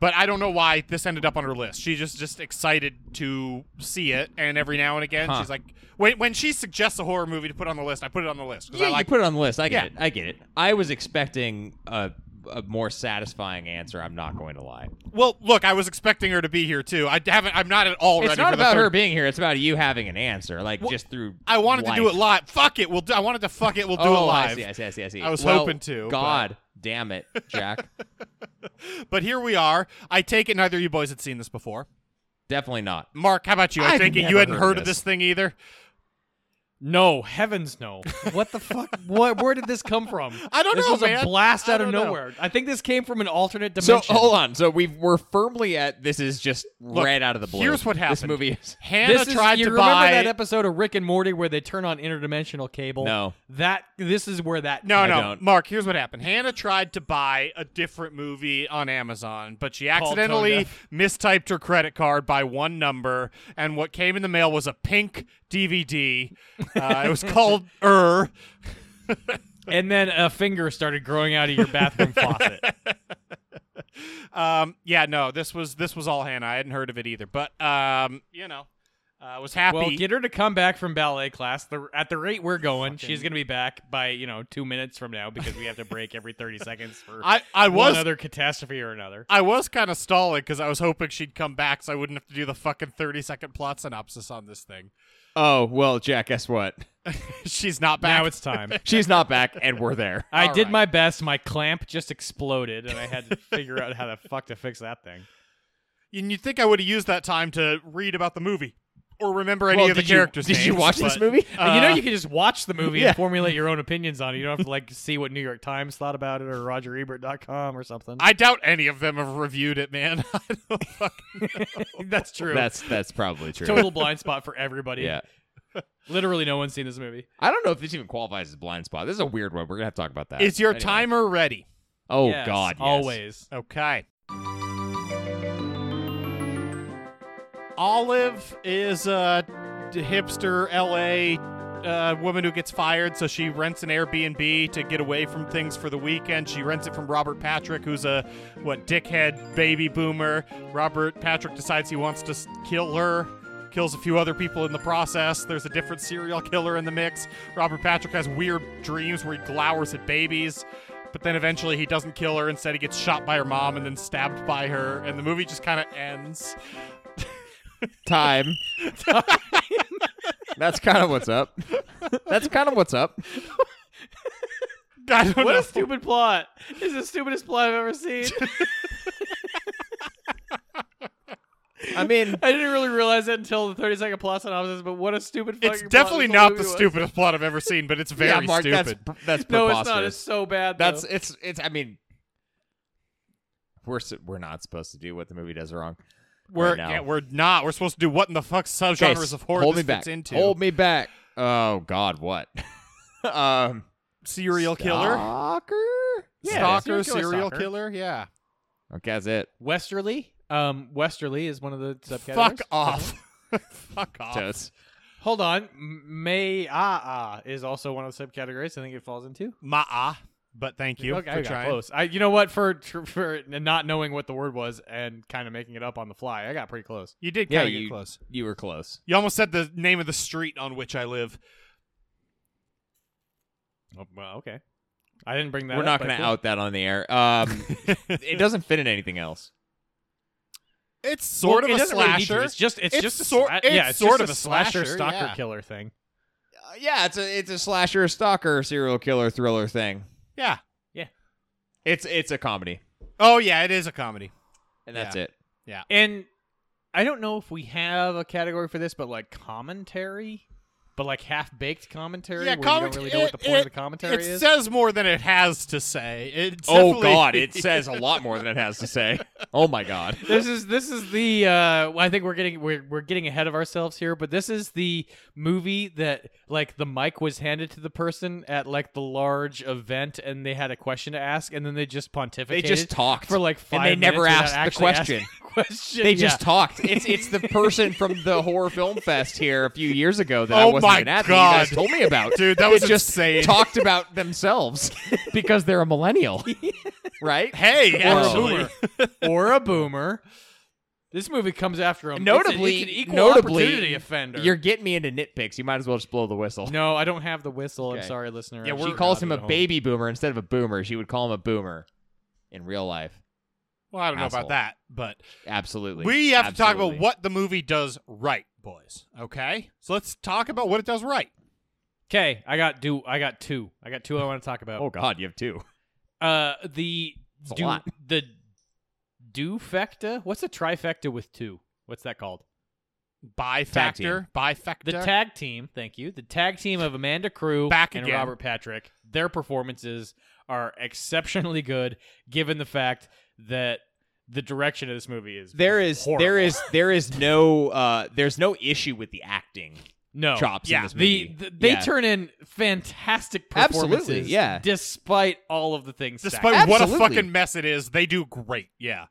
Speaker 2: but I don't know why this ended up on her list. She's just just excited to see it, and every now and again,
Speaker 3: Huh.
Speaker 2: she's like, when when she suggests a horror movie to put on the list, I put it on the list because
Speaker 3: Yeah,
Speaker 2: I like
Speaker 3: you put it on the list. I get
Speaker 2: Yeah.
Speaker 3: it. I get it. I was expecting a, a more satisfying answer. I'm not going to lie.
Speaker 2: Well, look, I was expecting her to be here too. I haven't. I'm not at all
Speaker 3: it's
Speaker 2: ready
Speaker 3: not
Speaker 2: for the
Speaker 3: about
Speaker 2: third-
Speaker 3: her being here. It's about you having an answer, like
Speaker 2: Well,
Speaker 3: just through.
Speaker 2: I wanted to do
Speaker 3: life.
Speaker 2: it live. Fuck it. We'll. Do, I wanted to fuck it. We'll do
Speaker 3: oh,
Speaker 2: it live.
Speaker 3: I see, I see, I see, I see.
Speaker 2: I was
Speaker 3: Well,
Speaker 2: hoping to, but-
Speaker 3: God damn it,
Speaker 2: <laughs>
Speaker 3: Jack.
Speaker 2: But here we are. I take it neither of you boys had seen this before.
Speaker 3: Definitely not.
Speaker 2: Mark, how about you? I
Speaker 3: I've
Speaker 2: take it you
Speaker 3: never
Speaker 2: hadn't
Speaker 3: heard
Speaker 2: heard
Speaker 3: of
Speaker 2: of this
Speaker 3: this.
Speaker 2: thing either.
Speaker 1: No, heavens <laughs> no. What the fuck? what, where did this come from?
Speaker 2: <laughs> I don't
Speaker 1: this
Speaker 2: know,
Speaker 1: was a
Speaker 2: man.
Speaker 1: blast
Speaker 2: I
Speaker 1: out of
Speaker 2: don't know.
Speaker 1: nowhere. I think this came from an alternate
Speaker 3: So
Speaker 1: dimension.
Speaker 3: hold on. So we we're firmly at this is just
Speaker 2: Look,
Speaker 3: right out of the blue.
Speaker 2: here's what
Speaker 3: This
Speaker 2: happened.
Speaker 3: movie is
Speaker 2: Hannah
Speaker 1: this is-
Speaker 2: tried
Speaker 1: you
Speaker 2: to
Speaker 1: remember
Speaker 2: buy.
Speaker 1: that episode of Rick and Morty where they turn on interdimensional cable?
Speaker 3: No.
Speaker 1: That this is where that
Speaker 2: no,
Speaker 3: I
Speaker 2: no,
Speaker 3: don't.
Speaker 2: Mark. Here's what happened. Hannah tried to buy a different movie on Amazon, but she
Speaker 1: Called Tone
Speaker 2: accidentally
Speaker 1: Deaf.
Speaker 2: mistyped her credit card by one number, and what came in the mail was a pink
Speaker 3: <laughs>
Speaker 2: DVD. Uh, it was called Er.
Speaker 1: And then a finger started growing out of your
Speaker 2: <laughs>
Speaker 1: bathroom faucet.
Speaker 2: Um, yeah, no, this was this was all Hannah. I hadn't heard of it either, but um, you know, Uh, was happy.
Speaker 1: Well, get her to come back from ballet class. The, at the rate we're going, she's going to be back by, you know, two minutes from now because we have to break every
Speaker 2: <laughs>
Speaker 1: 30 seconds for
Speaker 2: I, I
Speaker 1: one
Speaker 2: was
Speaker 1: other catastrophe or another.
Speaker 2: I was kind of stalling because I was hoping she'd come back so I wouldn't have to do the fucking 30 second plot synopsis on this thing. <laughs>
Speaker 3: Oh, well, Jack, guess what?
Speaker 2: She's not back.
Speaker 1: Now it's
Speaker 2: <laughs>
Speaker 1: time.
Speaker 3: She's not back, and we're there.
Speaker 1: I
Speaker 2: All
Speaker 1: did
Speaker 2: right.
Speaker 1: my best. My clamp just exploded, and I
Speaker 2: <laughs>
Speaker 1: had to figure out how the fuck to fix that thing.
Speaker 2: and you'd think I would have used that time to read about the movie or remember any
Speaker 3: Well,
Speaker 2: of the
Speaker 3: did you-
Speaker 2: characters.
Speaker 3: Did you
Speaker 2: names,
Speaker 3: watch this
Speaker 2: but-
Speaker 3: movie?
Speaker 1: And you
Speaker 2: Uh,
Speaker 1: know, you can just watch the movie
Speaker 3: yeah.
Speaker 1: and formulate your own opinions on it. You don't have to like see what New York Times thought about it or RogerEbert.com or something.
Speaker 2: I doubt any of them have reviewed it, man. <laughs> I don't fucking know.
Speaker 1: That's true.
Speaker 3: That's that's probably
Speaker 2: <laughs>
Speaker 3: true.
Speaker 1: total blind spot for everybody.
Speaker 3: Yeah.
Speaker 1: Literally, no one's seen this movie.
Speaker 3: I don't know if this even qualifies as a blind spot. This is a weird one. We're gonna have to talk about that.
Speaker 2: Is your
Speaker 3: Anyway.
Speaker 2: timer ready?
Speaker 3: Oh
Speaker 1: Yes,
Speaker 3: God! yes.
Speaker 1: always.
Speaker 2: Okay. Olive is a d- hipster LA uh, woman who gets fired, so she rents an Airbnb to get away from things for the weekend. She rents it from Robert Patrick, who's a what dickhead baby boomer. Robert Patrick decides he wants to s- kill her. Kills a few other people in the process. There's a different serial killer in the mix. Robert Patrick has weird dreams where he glowers at babies. But then eventually he doesn't kill her. Instead, he gets shot by her mom and then stabbed by her. And the movie just kind of ends.
Speaker 3: <laughs>
Speaker 2: <laughs>
Speaker 3: Time. that's kind of what's up. that's kind of what's up.
Speaker 2: I don't
Speaker 1: What
Speaker 2: know.
Speaker 1: a stupid plot! It's the stupidest plot I've ever
Speaker 2: <laughs>
Speaker 1: seen.
Speaker 3: I <laughs> mean,
Speaker 1: I didn't really realize that until the thirty-second plot synopsis. But what a stupid!
Speaker 2: it's
Speaker 1: fucking plot
Speaker 2: definitely
Speaker 1: this whole
Speaker 2: not the
Speaker 1: movie was.
Speaker 2: stupidest plot I've ever seen, but it's very
Speaker 3: yeah, Mark,
Speaker 2: stupid.
Speaker 3: that's that's preposterous.
Speaker 1: No, it's not. It's so bad.
Speaker 3: That's
Speaker 1: though.
Speaker 3: it's it's. I mean, we're s- we're not supposed to do what the movie does wrong.
Speaker 2: we're
Speaker 3: now.
Speaker 2: yeah, we're not. We're supposed to do what in the fuck
Speaker 3: Okay,
Speaker 2: subgenres
Speaker 3: s-
Speaker 2: of horror
Speaker 3: hold
Speaker 2: this
Speaker 3: me back.
Speaker 2: fits into?
Speaker 3: Hold me back. Oh God, what? <laughs> um,
Speaker 2: serial killer,
Speaker 3: Stalker.
Speaker 1: Yeah,
Speaker 2: stalker,
Speaker 1: serial killer,
Speaker 2: serial
Speaker 1: stalker.
Speaker 2: killer. Yeah.
Speaker 3: Okay, that's it.
Speaker 1: Westerly. Um, Westerly is one of the subcategories. Uh-huh.
Speaker 2: Fuck
Speaker 1: <laughs>
Speaker 2: off. <laughs> fuck off.
Speaker 3: Totes.
Speaker 1: Hold on. M- May ah ah is also one of the subcategories. I think it falls into.
Speaker 2: Ma. ah, But thank you
Speaker 1: okay, I
Speaker 2: for
Speaker 1: got
Speaker 2: trying.
Speaker 1: close. I, you know what? For for not knowing what the word was and kind of making it up on the fly, I got pretty close.
Speaker 2: You did
Speaker 3: Yeah,
Speaker 2: kind of
Speaker 3: you-
Speaker 2: get close.
Speaker 3: You were close.
Speaker 2: You almost said the name of the street on which I live.
Speaker 1: Oh, well, okay. I didn't bring that.
Speaker 3: We're not
Speaker 1: going
Speaker 3: going
Speaker 1: to
Speaker 3: to out that on the air. <laughs> Um, it doesn't fit in anything else.
Speaker 2: It's sort
Speaker 1: it
Speaker 2: of a
Speaker 1: doesn't really need to.
Speaker 2: slasher.
Speaker 1: It's just it's,
Speaker 2: It's
Speaker 1: just a
Speaker 2: sort-
Speaker 1: sla-
Speaker 2: it's
Speaker 1: yeah, it's
Speaker 2: sort
Speaker 1: just
Speaker 2: of
Speaker 1: a
Speaker 2: a
Speaker 1: stalker
Speaker 2: slasher,
Speaker 1: stalker
Speaker 2: yeah.
Speaker 1: killer thing.
Speaker 3: Uh, yeah, it's a it's a slasher, stalker, serial killer, thriller thing.
Speaker 2: yeah.
Speaker 3: It's it's a comedy,
Speaker 2: Oh yeah, it is a comedy.
Speaker 3: and that's
Speaker 2: Yeah.
Speaker 3: it.
Speaker 1: And I don't know if we have a category for this, but like commentary, but like half baked commentary.
Speaker 2: Yeah,
Speaker 1: where
Speaker 2: comment-
Speaker 1: you don't really know what the point
Speaker 2: it-
Speaker 1: of the commentary
Speaker 2: it
Speaker 1: is.
Speaker 2: says more than it has to say. It
Speaker 3: Oh
Speaker 2: definitely-
Speaker 3: God, <laughs> it says a lot more than it has to say. Oh my God.
Speaker 1: this is this is the uh I think we're getting we're we're getting ahead of ourselves here, but this is the movie that like the mic was handed to the person at like the large event and they had a question to ask and then they just pontificated.
Speaker 3: They just talked
Speaker 1: for like five
Speaker 3: and they never
Speaker 1: minutes without
Speaker 3: asked the
Speaker 1: actually
Speaker 3: question.
Speaker 1: asking <laughs> a question.
Speaker 3: They
Speaker 1: Yeah.
Speaker 3: just talked. It's it's the person from the horror film fest here a few years ago that I
Speaker 2: Oh
Speaker 3: wasn't
Speaker 2: my
Speaker 3: even at
Speaker 2: God.
Speaker 3: that you guys told me <laughs> about.
Speaker 2: <laughs> Dude, that
Speaker 3: They
Speaker 2: was
Speaker 3: just
Speaker 2: insane.
Speaker 3: talked about themselves because they're a <laughs> millennial, <laughs> right?
Speaker 2: Hey,
Speaker 1: or a
Speaker 2: actually,
Speaker 1: boomer. or a boomer. This movie comes after him.
Speaker 3: Notably,
Speaker 1: it's an equal
Speaker 3: notably,
Speaker 1: opportunity offender.
Speaker 3: You're getting me into nitpicks. You might as well just blow the whistle.
Speaker 1: no, I don't have the whistle. I'm
Speaker 3: Okay.
Speaker 1: sorry, listener.
Speaker 2: Yeah,
Speaker 1: I'm
Speaker 2: we're-
Speaker 3: she
Speaker 1: shrouded
Speaker 3: calls him a
Speaker 1: at home.
Speaker 3: baby boomer instead of a boomer. She would call him a boomer in real life.
Speaker 2: well, I don't know about
Speaker 3: Asshole.
Speaker 2: that, but
Speaker 3: Absolutely.
Speaker 2: we have to talk
Speaker 3: Absolutely.
Speaker 2: about what the movie does right, boys. Okay, so let's talk about what it does right.
Speaker 1: Okay, I got do I got two. I got two I want to talk about.
Speaker 3: Oh God, you have two.
Speaker 1: Uh, the
Speaker 3: It's a
Speaker 1: do,
Speaker 3: lot.
Speaker 1: the dufecta. What's a trifecta with two? What's that called?
Speaker 2: By
Speaker 3: Tag team.
Speaker 2: factor, by factor.
Speaker 1: The tag team. Thank you. The tag team of Amanda Crew
Speaker 2: Back
Speaker 1: and
Speaker 2: again.
Speaker 1: Robert Patrick. Their performances are exceptionally good, given the fact that the direction of this movie is
Speaker 3: There is
Speaker 1: horrible.
Speaker 3: there is there is no uh there's no issue with the acting
Speaker 1: no
Speaker 3: chops
Speaker 2: yeah.
Speaker 3: in this
Speaker 1: Oh, The,
Speaker 3: movie.
Speaker 1: the they
Speaker 3: Yeah.
Speaker 1: turn in fantastic
Speaker 3: Absolutely,
Speaker 1: performances,
Speaker 3: yeah.
Speaker 1: Despite all of the things, stacked
Speaker 2: Despite what a
Speaker 3: Absolutely.
Speaker 2: fucking mess it is, they do great. Yeah.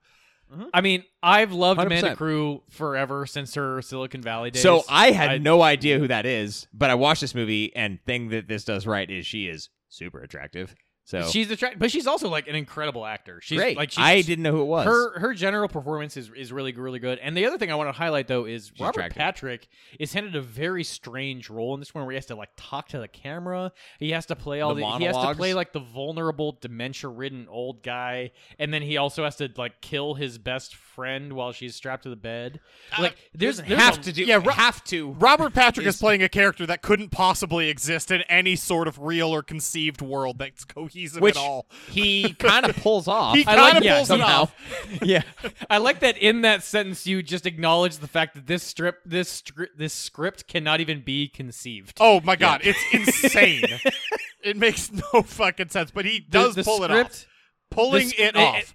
Speaker 1: I mean, I've loved Amanda
Speaker 3: 100%.
Speaker 1: Crew forever since her Silicon Valley days.
Speaker 3: So I had
Speaker 1: I-
Speaker 3: no idea who that is, but I watched this movie and thing that this does right is she is super attractive. So
Speaker 1: She's attractive, but she's also like an incredible actor. She's
Speaker 3: great.
Speaker 1: like she's,
Speaker 3: I didn't know who it was.
Speaker 1: Her her general performance is is really really good. And the other thing I want to highlight though is Robert
Speaker 3: attractive.
Speaker 1: Patrick is handed a very strange role in this one where he has to like talk to the camera. He has to play all
Speaker 3: The
Speaker 1: the, he has to
Speaker 3: monologues.
Speaker 1: play like the vulnerable dementia ridden old guy, and then he also has to like kill his best friend while she's strapped to the bed. Like there's, there's
Speaker 3: Uh, have
Speaker 1: a-
Speaker 3: to do.
Speaker 2: yeah, Ro-
Speaker 3: have to. <laughs>
Speaker 2: Robert Patrick is playing a character that couldn't possibly exist in any sort of real or conceived world that's cohesive
Speaker 3: which
Speaker 2: at all.
Speaker 3: he kind of pulls
Speaker 2: <laughs>
Speaker 3: off.
Speaker 2: He
Speaker 1: I
Speaker 2: kind
Speaker 1: like-
Speaker 2: of
Speaker 1: yeah,
Speaker 2: pulls it
Speaker 1: somehow. <laughs>
Speaker 2: off.
Speaker 3: yeah.
Speaker 1: I like that in that sentence you just acknowledge the fact that this strip this stri- this script cannot even be conceived.
Speaker 2: Oh my god, it's insane.
Speaker 3: <laughs>
Speaker 2: it makes no fucking sense, but he does
Speaker 1: the, the
Speaker 2: pull it off.
Speaker 1: script-
Speaker 2: Pulling
Speaker 1: the sc-
Speaker 2: it
Speaker 1: I- I-
Speaker 2: off.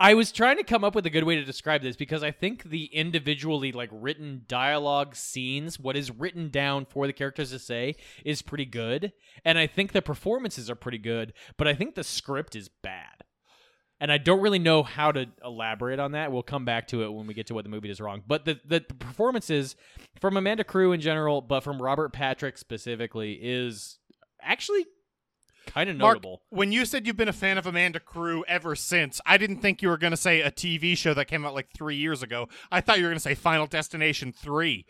Speaker 1: I was trying to come up with a good way to describe this because I think the individually like written dialogue scenes, what is written down for the characters to say, is pretty good, and I think the performances are pretty good, but I think the script is bad. And I don't really know how to elaborate on that. We'll come back to it when we get to what the movie does wrong. But the, the, the performances from Amanda Crew in general, but from Robert Patrick specifically, is actually kind of
Speaker 2: Mark,
Speaker 1: notable.
Speaker 2: when you said you've been a fan of Amanda Crew ever since, I didn't think you were going to say a TV show that came out like three years ago. I thought you were going to say Final Destination 3.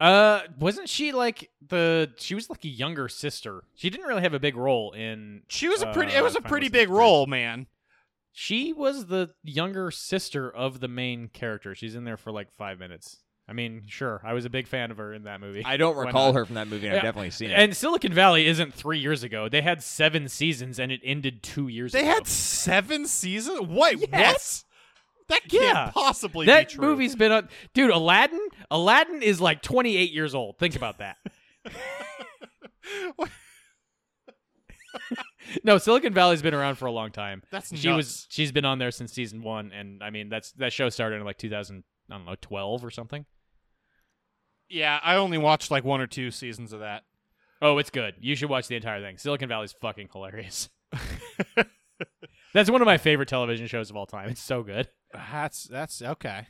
Speaker 1: Uh, wasn't she like the? She was like a younger sister. She didn't really have a big role in.
Speaker 2: She was a pretty, it
Speaker 1: Uh,
Speaker 2: was a
Speaker 1: Final
Speaker 2: pretty
Speaker 1: Destination
Speaker 2: big
Speaker 1: 3.
Speaker 2: role, man.
Speaker 1: She was the younger sister of the main character. She's in there for like five minutes. I mean, sure, I was a big fan of her in that movie.
Speaker 3: I don't
Speaker 1: Why
Speaker 3: recall
Speaker 1: not?
Speaker 3: her from that movie. and I've
Speaker 1: Yeah.
Speaker 3: definitely seen it.
Speaker 1: And Silicon Valley isn't three years ago. They had seven seasons, and it ended two years.
Speaker 2: They
Speaker 1: ago.
Speaker 2: had seven seasons? Wait,
Speaker 1: Yes.
Speaker 2: what? That can't
Speaker 1: Yeah.
Speaker 2: possibly
Speaker 1: that
Speaker 2: be true. <laughs>
Speaker 1: movie's been on. Dude, Aladdin. Aladdin is like twenty eight years old. Think about
Speaker 3: <laughs>
Speaker 1: that. no, Silicon Valley's been around for a long time.
Speaker 2: That's
Speaker 1: she
Speaker 2: nuts.
Speaker 1: was she's been on there since season one and i mean that's that show started in like 2000 i don't know 12 or something
Speaker 2: Yeah, I only watched like one or two seasons of that.
Speaker 1: oh it's good you should watch the entire thing silicon valley's fucking hilarious <laughs> that's one of my favorite television shows of all time it's so good
Speaker 2: That's that's okay.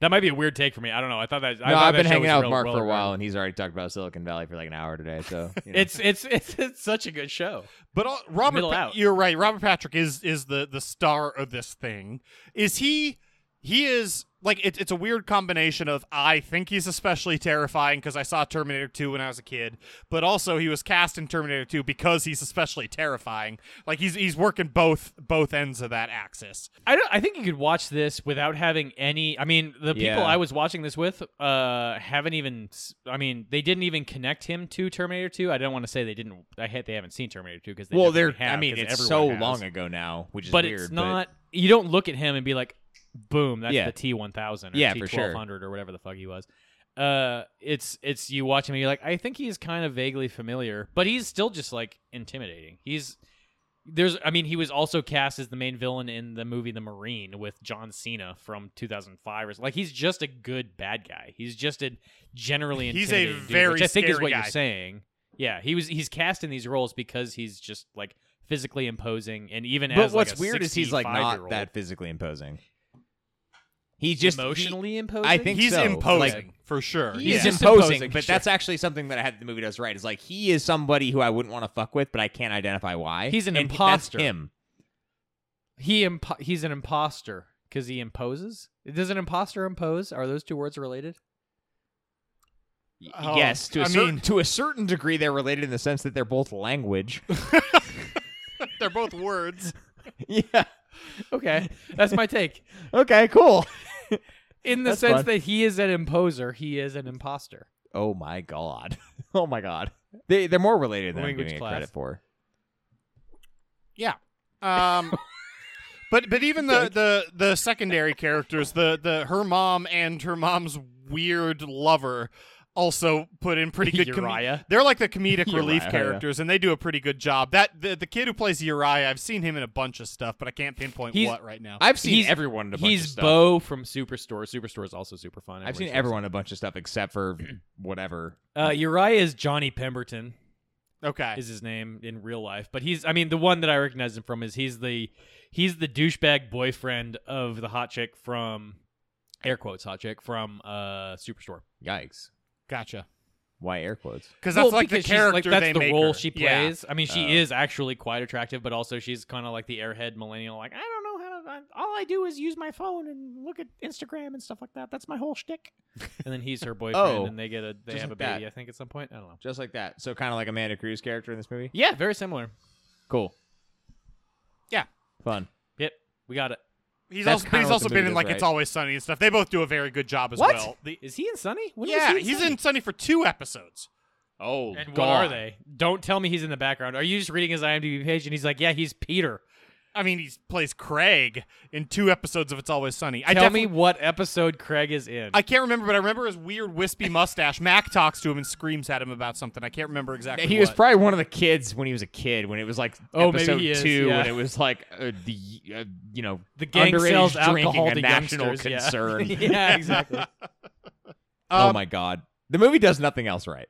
Speaker 1: that might be a weird take for me i don't know i thought that I
Speaker 3: no,
Speaker 1: thought
Speaker 3: I've
Speaker 1: that
Speaker 3: been
Speaker 1: show
Speaker 3: hanging
Speaker 1: was
Speaker 3: out with
Speaker 1: real-
Speaker 3: Mark
Speaker 1: well
Speaker 3: for a while,
Speaker 1: regarded.
Speaker 3: and he's already talked about Silicon Valley for like an hour today. <laughs> So you know.
Speaker 1: it's <laughs> it's it's it's such a good show
Speaker 2: But all, Robert,
Speaker 1: Middle
Speaker 2: Pa-
Speaker 1: out.
Speaker 2: you're right. Robert Patrick is is the the star of this thing. Is he? He is like it, it's a weird combination of I think he's especially terrifying because I saw Terminator 2 when I was a kid, but also he was cast in Terminator 2 because he's especially terrifying. Like he's he's working both both ends of that axis.
Speaker 1: I don't. I think you could watch this without having any. I mean, the people
Speaker 3: Yeah.
Speaker 1: I was watching this with uh haven't even. s- I mean, they didn't even connect him to Terminator Two. I don't want to say they didn't. I hate they haven't seen Terminator Two because they
Speaker 3: well, they're.
Speaker 1: definitely
Speaker 3: I
Speaker 1: have,
Speaker 3: mean,
Speaker 1: 'cause
Speaker 3: it's so
Speaker 1: everyone has.
Speaker 3: long ago now, which is
Speaker 1: but
Speaker 3: weird.
Speaker 1: it's not. You don't look at him and be like, "Boom, that's
Speaker 3: Yeah.
Speaker 1: the T one thousand or
Speaker 3: Yeah,
Speaker 1: T
Speaker 3: for sure.
Speaker 1: twelve hundred or whatever the fuck he was." Uh, it's it's you watch him and you're like, I think he's kind of vaguely familiar, but he's still just like intimidating. He's there's, I mean, he was also cast as the main villain in the movie The Marine with John Cena from 2005. Or so- Like he's just a good bad guy. He's just a generally
Speaker 2: He's a
Speaker 1: intimidating dude,
Speaker 2: very
Speaker 1: which I think is
Speaker 2: scary
Speaker 1: what
Speaker 2: guy.
Speaker 1: you're saying. Yeah, he was he's cast in these roles because he's just like physically imposing and even
Speaker 3: but
Speaker 1: as
Speaker 3: what's
Speaker 1: like a
Speaker 3: weird is he's like not
Speaker 1: 65-year-old.
Speaker 3: that physically imposing. He's just he-
Speaker 1: emotionally imposing.
Speaker 3: I think
Speaker 2: He's
Speaker 3: so.
Speaker 2: imposing
Speaker 3: Like,
Speaker 2: for sure.
Speaker 1: He
Speaker 3: He's
Speaker 1: is
Speaker 2: Yeah.
Speaker 1: just
Speaker 3: imposing,
Speaker 1: imposing,
Speaker 3: but
Speaker 1: sure.
Speaker 3: that's actually something that I had the movie does right. Is like he is somebody who I wouldn't want to fuck with, but I can't identify why.
Speaker 1: He's an
Speaker 3: And that's
Speaker 1: imposter.
Speaker 3: him.
Speaker 1: he impo- he's an imposter because he imposes. Does an imposter impose? Are those two words related? <laughs>
Speaker 3: Y-
Speaker 2: Oh,
Speaker 3: yes, to a
Speaker 2: I
Speaker 3: certain
Speaker 2: mean-
Speaker 3: to a certain degree, they're related in the sense that they're both language. <laughs>
Speaker 2: <laughs> They're both words.
Speaker 3: yeah.
Speaker 1: Okay, that's my take.
Speaker 3: Okay. Cool.
Speaker 1: In the
Speaker 3: That's
Speaker 1: sense
Speaker 3: fun.
Speaker 1: that he is an imposer, he is an imposter.
Speaker 3: Oh my god. <laughs> Oh my god. They they're more related than
Speaker 1: Language
Speaker 3: I'm giving
Speaker 1: class.
Speaker 3: it credit for.
Speaker 2: Yeah. Um <laughs> But but even the, the the secondary characters, the the her mom and her mom's weird lover also put in pretty
Speaker 1: <laughs>
Speaker 2: good com-
Speaker 1: Uriah.
Speaker 2: They're like the comedic relief
Speaker 3: Uriah, yeah.
Speaker 2: characters and they do a pretty good job. That the, the kid who plays Uriah, I've seen him in a bunch of stuff, but I can't pinpoint
Speaker 1: He's-
Speaker 2: what right now.
Speaker 3: I've seen
Speaker 1: He's-
Speaker 3: everyone in a bunch of
Speaker 1: He's
Speaker 3: stuff.
Speaker 1: Bo from Superstore. Superstore is also super fun.
Speaker 3: I've seen
Speaker 1: Everybody's-
Speaker 3: everyone in a bunch of stuff except for whatever.
Speaker 1: Uh, Uriah is Johnny Pemberton.
Speaker 2: okay.
Speaker 1: is his name in real life. But he's I mean the one that I recognize him from is he's the he's the douchebag boyfriend of the hot chick from air quotes hot chick from uh Superstore.
Speaker 3: Yikes.
Speaker 2: gotcha.
Speaker 3: Why air quotes?
Speaker 2: because
Speaker 1: Well,
Speaker 2: that's like the
Speaker 1: because she's-
Speaker 2: character
Speaker 1: that's
Speaker 2: they
Speaker 1: the
Speaker 2: make
Speaker 1: role
Speaker 2: her.
Speaker 1: she
Speaker 2: Yeah. Oh.
Speaker 1: plays. I mean, she is actually quite attractive, but also she's kind of like the airhead millennial. Like, "Ah." I don't know how to. I, all I do is use my phone and look at Instagram and stuff like that. That's my whole shtick. And then
Speaker 2: <laughs>
Speaker 1: he's her boyfriend,
Speaker 3: Oh,
Speaker 1: and they get a they
Speaker 3: just
Speaker 1: have a
Speaker 3: like that.
Speaker 1: baby. I think at some point. I don't know.
Speaker 3: Just like that. So kind of like Amanda Cruz character in this movie.
Speaker 1: Yeah, very similar.
Speaker 3: Cool.
Speaker 2: Yeah.
Speaker 3: Fun.
Speaker 1: Yep, we got it.
Speaker 2: He's
Speaker 3: That's
Speaker 2: also, but
Speaker 3: kinda
Speaker 2: he's
Speaker 3: what
Speaker 2: also
Speaker 3: the
Speaker 2: been
Speaker 3: movie
Speaker 2: in
Speaker 3: does,
Speaker 2: like
Speaker 3: right?
Speaker 2: It's Always Sunny and stuff. They both do a very good job as
Speaker 1: What?
Speaker 2: well. The-
Speaker 1: Is he in Sunny? When was
Speaker 2: yeah,
Speaker 1: he
Speaker 2: he's
Speaker 1: Sunny?
Speaker 2: in Sunny for two episodes.
Speaker 3: Oh,
Speaker 1: And what are they? Don't tell me he's in the background. Are you just reading his IMDb page and he's like, yeah, he's Peter.
Speaker 2: I mean, he plays Craig in two episodes of It's Always Sunny. I
Speaker 1: tell
Speaker 2: definitely,
Speaker 1: me what episode Craig is in.
Speaker 2: I can't remember, but I remember his weird wispy mustache. Mac talks to him and screams at him about something. I can't remember exactly.
Speaker 3: He was
Speaker 2: what.
Speaker 3: probably one of the kids when he was a kid. When it was like
Speaker 1: Oh, maybe
Speaker 3: episode
Speaker 1: he is,
Speaker 3: two,
Speaker 1: yeah.
Speaker 3: when it was like uh, the uh, you know
Speaker 1: the gang
Speaker 3: underage
Speaker 1: sells
Speaker 3: drinking
Speaker 1: alcohol
Speaker 3: a
Speaker 1: to
Speaker 3: national
Speaker 1: youngsters, yeah. <laughs>
Speaker 3: concern.
Speaker 1: yeah, exactly.
Speaker 2: Uh, Um,
Speaker 3: oh my god, the movie does nothing else right.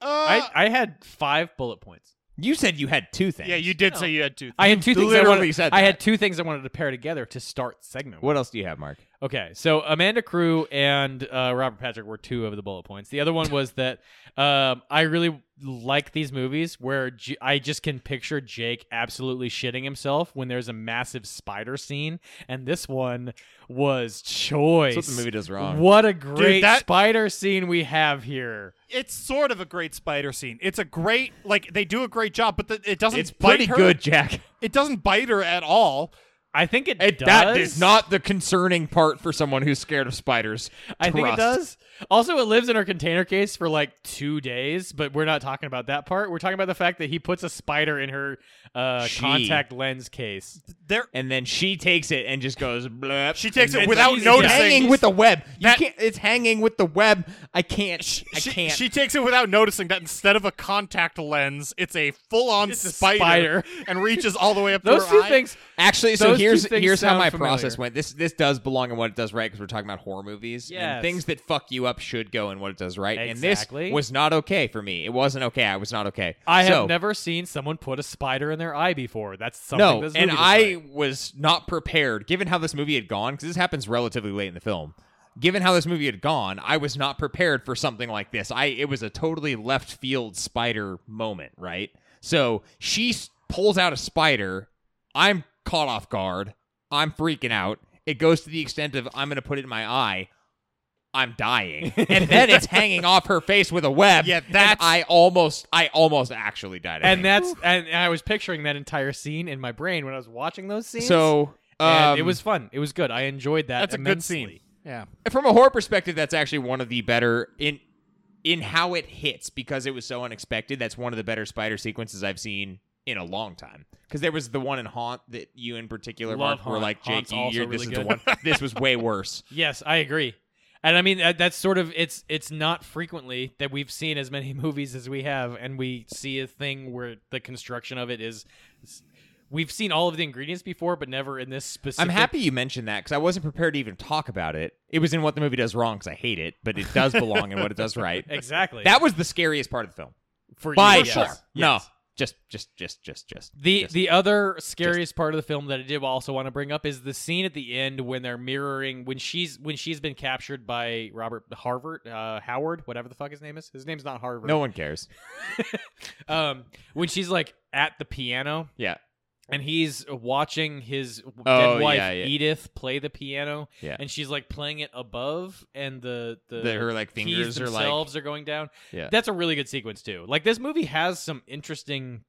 Speaker 1: I, I had five bullet points.
Speaker 3: You said you had two things.
Speaker 2: yeah, you did say you had two.
Speaker 1: I had two things. I,
Speaker 3: literally
Speaker 1: wanted,
Speaker 3: said
Speaker 1: I
Speaker 3: that.
Speaker 1: had two things I wanted to pair together to start segment.
Speaker 3: What else do you have, Mark?
Speaker 1: Okay, so Amanda Crew and uh, Robert Patrick were two of the bullet points. The other one was that um, I really like these movies where J- I just can picture Jake absolutely shitting himself when there's a massive spider scene, and this one was choice.
Speaker 3: That's what the movie does wrong.
Speaker 1: What a great
Speaker 2: that-
Speaker 1: spider scene we have here.
Speaker 2: it's sort of a great spider scene. It's a great like they do a great job, but the, it doesn't.
Speaker 3: It's
Speaker 2: bite
Speaker 3: pretty
Speaker 2: her.
Speaker 3: good, Jack.
Speaker 2: It doesn't bite her at all.
Speaker 1: I think it,
Speaker 3: It,
Speaker 1: does.
Speaker 3: that is not the concerning part for someone who's scared of spiders.
Speaker 1: I think it
Speaker 3: Trust.
Speaker 1: does. Also, it lives in our container case for like two days, but we're not talking about that part. We're talking about the fact that he puts a spider in her uh,
Speaker 3: She.
Speaker 1: contact lens case.
Speaker 2: There,
Speaker 3: And then she takes it and just goes. Bleh,
Speaker 2: She takes
Speaker 3: and
Speaker 2: it
Speaker 3: then-
Speaker 2: without
Speaker 3: It's
Speaker 2: noticing.
Speaker 3: Hanging with the web. You
Speaker 2: That-
Speaker 3: can't. It's hanging with the web. I can't. I
Speaker 2: she,
Speaker 3: can't.
Speaker 2: she takes it without noticing that instead of a contact lens, it's a full-on
Speaker 1: It's a
Speaker 2: spider,
Speaker 1: spider.
Speaker 2: <laughs> and reaches all the way up. to
Speaker 1: Those
Speaker 2: her
Speaker 1: two
Speaker 2: eye.
Speaker 1: things.
Speaker 3: Actually, so
Speaker 1: Those two
Speaker 3: here's
Speaker 1: things
Speaker 3: here's how
Speaker 1: sound
Speaker 3: my
Speaker 1: familiar.
Speaker 3: process went. This this does belong in what it does right because we're talking about horror movies.
Speaker 1: Yes.
Speaker 3: And things that fuck you up should go in what it does right. And
Speaker 1: Exactly.
Speaker 3: this was not okay for me. It wasn't okay. I was not okay.
Speaker 1: I have
Speaker 3: So,
Speaker 1: never seen someone put a spider in their eye before. That's something.
Speaker 3: No,
Speaker 1: this
Speaker 3: and
Speaker 1: movie does
Speaker 3: I
Speaker 1: right.
Speaker 3: was not prepared, given how this movie had gone, because this happens relatively late in the film. Given how this movie had gone, I was not prepared for something like this. I it was a totally left field spider moment, right? So she s- pulls out a spider. I'm caught off guard. I'm freaking out. It goes to the extent of I'm going to put it in my eye. I'm
Speaker 1: <laughs>
Speaker 3: dying, and then it's hanging off her face with a web.
Speaker 2: Yeah,
Speaker 3: and
Speaker 2: that's-
Speaker 3: I almost, I almost actually died.
Speaker 1: <laughs>
Speaker 3: I
Speaker 1: And
Speaker 3: think.
Speaker 1: <laughs> that's and I was picturing that entire scene in my brain when I was watching those scenes.
Speaker 3: so.
Speaker 1: and it
Speaker 3: um,
Speaker 1: was fun. It was good. I enjoyed that.
Speaker 2: That's a good
Speaker 1: immensely.
Speaker 2: scene. Yeah.
Speaker 3: from a horror perspective, that's actually one of the better in in how it hits because it was so unexpected. That's one of the better spider sequences I've seen in a long time. Because there was the one in Haunt that you in particular,
Speaker 1: Love
Speaker 3: Mark, were
Speaker 1: Haunt.
Speaker 3: like, Jake,
Speaker 1: Haunt's
Speaker 3: you,
Speaker 1: also
Speaker 3: you're, this
Speaker 1: really
Speaker 3: is the one.
Speaker 1: good. <laughs>
Speaker 3: This was way worse.
Speaker 1: Yes, I agree. And I mean that, that's sort of it's it's not frequently that we've seen as many <laughs> movies as we have and we see a thing where the construction of it is we've seen all of the ingredients before but never in this specific
Speaker 3: I'm happy you mentioned that because I wasn't prepared to even talk about it. It was in what the movie does wrong because I hate it, but it does belong in what it
Speaker 1: <laughs>
Speaker 3: does right.
Speaker 1: Exactly.
Speaker 3: That was the scariest part of the film
Speaker 1: for
Speaker 3: by
Speaker 1: you,
Speaker 3: far.
Speaker 1: yes.
Speaker 3: No,
Speaker 1: Yes.
Speaker 3: just, just, just, just, just
Speaker 1: The
Speaker 3: just.
Speaker 1: the other scariest part of the film that I did also want to bring up is the scene at the end when they're mirroring when she's when she's been captured by Robert Harvard uh, Howard whatever the fuck his name is his name's not Harvard
Speaker 3: no one cares.
Speaker 1: um when she's like at the piano
Speaker 3: Yeah.
Speaker 1: and he's watching his w-
Speaker 3: Oh,
Speaker 1: dead wife
Speaker 3: yeah, yeah.
Speaker 1: Edith play the piano,
Speaker 3: Yeah.
Speaker 1: and she's like playing it above, and the the
Speaker 3: The- her, like,
Speaker 1: keys
Speaker 3: fingers are, like-
Speaker 1: themselves are going down.
Speaker 3: Yeah.
Speaker 1: that's a really good sequence too. Like this movie has some interesting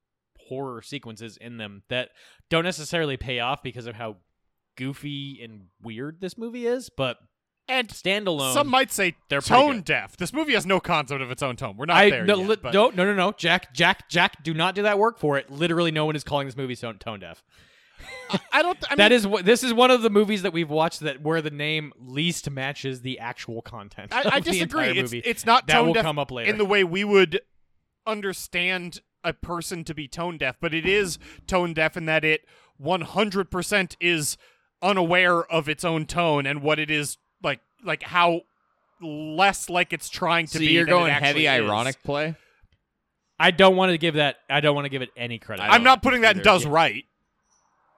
Speaker 1: horror sequences in them that don't necessarily pay off because of how goofy and weird this movie is, but
Speaker 2: And
Speaker 1: standalone.
Speaker 2: Some might say
Speaker 1: They're pretty
Speaker 2: tone
Speaker 1: good.
Speaker 2: deaf. This movie has no concept of its own tone. We're not
Speaker 1: I
Speaker 2: there
Speaker 1: no,
Speaker 2: yet.
Speaker 1: li-
Speaker 2: but
Speaker 1: don't no no no Jack Jack Jack do not do that work for it. Literally, no one is calling this movie so- tone deaf.
Speaker 2: I don't. I mean,
Speaker 1: That is what this is one of the movies that we've watched that where the name least matches the actual content.
Speaker 2: I, I
Speaker 1: of the
Speaker 2: disagree.
Speaker 1: entire
Speaker 2: It's,
Speaker 1: movie.
Speaker 2: it's not
Speaker 1: that
Speaker 2: tone
Speaker 1: will
Speaker 2: deaf
Speaker 1: come up later.
Speaker 2: in the way we would understand a person to be tone deaf, but it is tone deaf in that it 100% is unaware of its own tone and what it is like, like how less like it's trying to
Speaker 3: So
Speaker 2: be.
Speaker 3: you're
Speaker 2: than it
Speaker 3: going
Speaker 2: actually
Speaker 3: heavy
Speaker 2: is.
Speaker 3: ironic play.
Speaker 1: I don't want to give that. I don't want to give it any credit.
Speaker 3: I
Speaker 2: I'm
Speaker 3: don't
Speaker 2: not putting that in
Speaker 3: either.
Speaker 2: does right.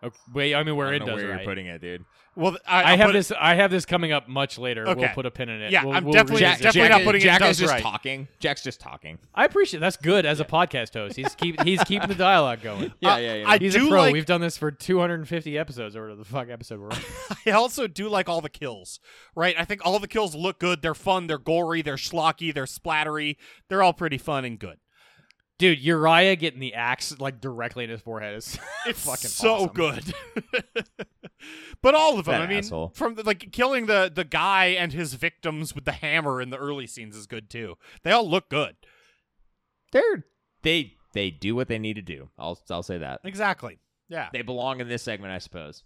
Speaker 1: Okay, wait, I mean, where
Speaker 3: I
Speaker 1: it
Speaker 3: don't know
Speaker 1: does
Speaker 3: where
Speaker 1: right.
Speaker 3: you're putting it, dude.
Speaker 2: Well, th- I,
Speaker 1: I
Speaker 2: I'll
Speaker 1: have
Speaker 2: put it-
Speaker 1: this. I have this coming up much later. We'll
Speaker 2: Okay.
Speaker 1: put a pin in it.
Speaker 2: Yeah,
Speaker 1: We'll-
Speaker 2: I'm
Speaker 1: we'll
Speaker 2: definitely-
Speaker 1: revisit
Speaker 3: Jack,
Speaker 1: it.
Speaker 2: definitely
Speaker 3: Jack
Speaker 2: not
Speaker 3: is-
Speaker 2: putting it
Speaker 3: Jack
Speaker 2: does
Speaker 3: is just
Speaker 2: right.
Speaker 3: talking. Jack's just talking.
Speaker 1: I appreciate. That's good as a podcast host. He's keep he's keeping the dialogue going.
Speaker 3: Yeah,
Speaker 2: Uh,
Speaker 3: yeah, yeah.
Speaker 2: I
Speaker 1: He's
Speaker 2: do
Speaker 1: a pro.
Speaker 2: like.
Speaker 1: We've done this for 250 episodes or whatever the fuck episode we're on.
Speaker 2: <laughs> I also do like all the kills, right? I think all the kills look good. They're fun. They're gory. They're schlocky. They're splattery. They're all pretty fun and good.
Speaker 1: <laughs> Dude, Uriah getting the axe like directly in his forehead is <laughs>
Speaker 2: It's
Speaker 1: fucking
Speaker 2: so
Speaker 1: awesome.
Speaker 2: good. <laughs> but all of them.
Speaker 3: That
Speaker 2: I mean,
Speaker 3: asshole.
Speaker 2: from the, like killing the the guy and his victims with the hammer in the early scenes is good too. They all look good.
Speaker 3: They're they they do what they need to do. I'll I'll say that.
Speaker 2: Exactly. Yeah.
Speaker 3: They belong in this segment, I suppose.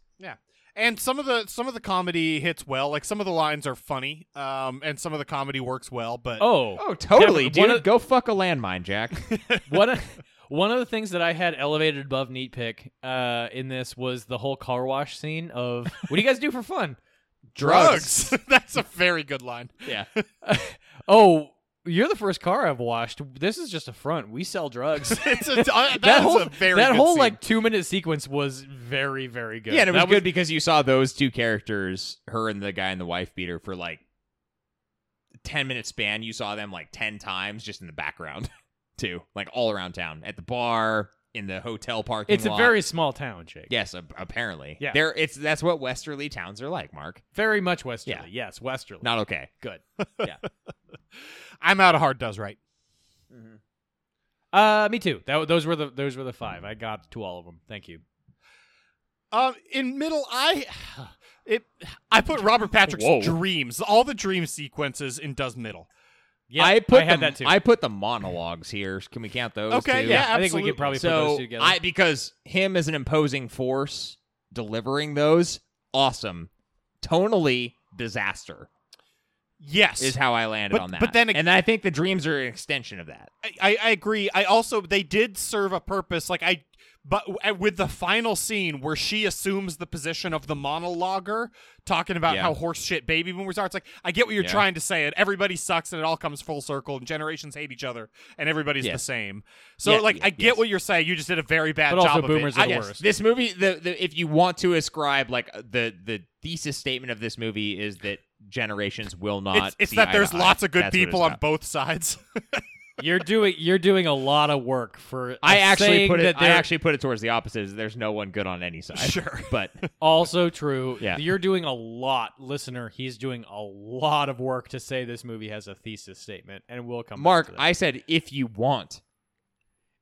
Speaker 2: And some of the some of the comedy hits well. Like some of the lines are funny. Um, and some of the comedy works well. But
Speaker 1: Oh,
Speaker 3: Oh, totally,
Speaker 1: Kevin, one
Speaker 3: dude.
Speaker 1: of-
Speaker 3: Go fuck a landmine, <laughs> Jack.
Speaker 1: one <laughs> of, one of the things that I had elevated above neat pick uh, in this was the whole car wash scene of what do you guys do for fun?
Speaker 2: <laughs> That's a very good line. <laughs>
Speaker 3: yeah.
Speaker 1: <laughs> oh, you're the first car I've washed. This is just a front. We sell <laughs> drugs.
Speaker 2: It's a, uh, that,
Speaker 1: that
Speaker 2: is
Speaker 1: whole
Speaker 2: a very
Speaker 1: that
Speaker 2: good
Speaker 1: whole
Speaker 2: scene.
Speaker 1: like two minute sequence was very very good.
Speaker 3: Yeah, and it was
Speaker 1: That
Speaker 3: good because you saw those two characters, her and the guy in the wife beater, for like ten minute span. You saw them like ten times just in the background, <laughs> too, like all around town, at the bar, in the hotel parking.
Speaker 1: It's a
Speaker 3: lot.
Speaker 1: very small town, Jake.
Speaker 3: yes, ap- apparently.
Speaker 1: Yeah.
Speaker 3: there. It's that's what westerly towns are like, Mark.
Speaker 1: very much westerly.
Speaker 3: Yeah.
Speaker 1: Yes, westerly.
Speaker 3: Not okay.
Speaker 1: good.
Speaker 2: I'm out of hard does right.
Speaker 1: Uh, me too. That those were the those were the five. I got to all of them. Thank you.
Speaker 2: Um, in middle, I <sighs> it I put Robert Patrick's
Speaker 3: <laughs> Whoa.
Speaker 2: dreams, all the dream sequences in does middle.
Speaker 1: Yeah,
Speaker 3: I put
Speaker 1: had
Speaker 3: the,
Speaker 1: that too.
Speaker 3: I put the monologues here. Can we count those?
Speaker 2: Okay,
Speaker 3: too?
Speaker 2: yeah,
Speaker 1: I think we
Speaker 2: absolutely.
Speaker 1: could probably put
Speaker 3: so
Speaker 1: those two together.
Speaker 3: I because him as an imposing force delivering those awesome tonally disaster
Speaker 2: Yes,
Speaker 3: is how I landed
Speaker 2: But-
Speaker 3: on that.
Speaker 2: but then ag-
Speaker 3: and I think the dreams are an extension of that.
Speaker 2: I, I I agree. I also they did serve a purpose. Like I, but w- with the final scene where she assumes the position of the monologuer, talking about
Speaker 3: Yeah.
Speaker 2: how horse shit baby boomers are. It's like I get what you're
Speaker 3: Yeah.
Speaker 2: trying to say. And everybody sucks, and it all comes full circle. And generations hate each other, and everybody's the
Speaker 3: Yes.
Speaker 2: same. So
Speaker 3: Yeah,
Speaker 2: like
Speaker 3: yeah,
Speaker 2: I get
Speaker 3: yes.
Speaker 2: what you're saying. You just did a very bad
Speaker 1: But also
Speaker 2: job. of it.
Speaker 1: boomers are
Speaker 2: I-
Speaker 1: the
Speaker 2: yes.
Speaker 1: worst.
Speaker 3: This movie, the, the if you want to ascribe like uh, the the thesis statement of this movie is that generations will not.
Speaker 2: It's, it's
Speaker 3: see
Speaker 2: that
Speaker 3: eye
Speaker 2: there's
Speaker 3: to eye.
Speaker 2: lots of good
Speaker 3: That's what it's
Speaker 2: people on
Speaker 3: about.
Speaker 2: both sides.
Speaker 1: <laughs>
Speaker 2: <laughs>
Speaker 1: you're doing you're doing a lot of work for.
Speaker 3: I actually
Speaker 1: saying
Speaker 3: put it.
Speaker 1: That
Speaker 3: I
Speaker 1: they're
Speaker 3: actually put it towards the opposite. Is there's no one good on any side.
Speaker 2: Sure.
Speaker 3: <laughs>
Speaker 1: <laughs>
Speaker 3: but
Speaker 1: also true.
Speaker 3: Yeah.
Speaker 1: you're doing a lot, listener. He's doing a lot of work to say this movie has a thesis statement, and we'll come.
Speaker 3: Mark,
Speaker 1: back to that.
Speaker 3: I said if you want.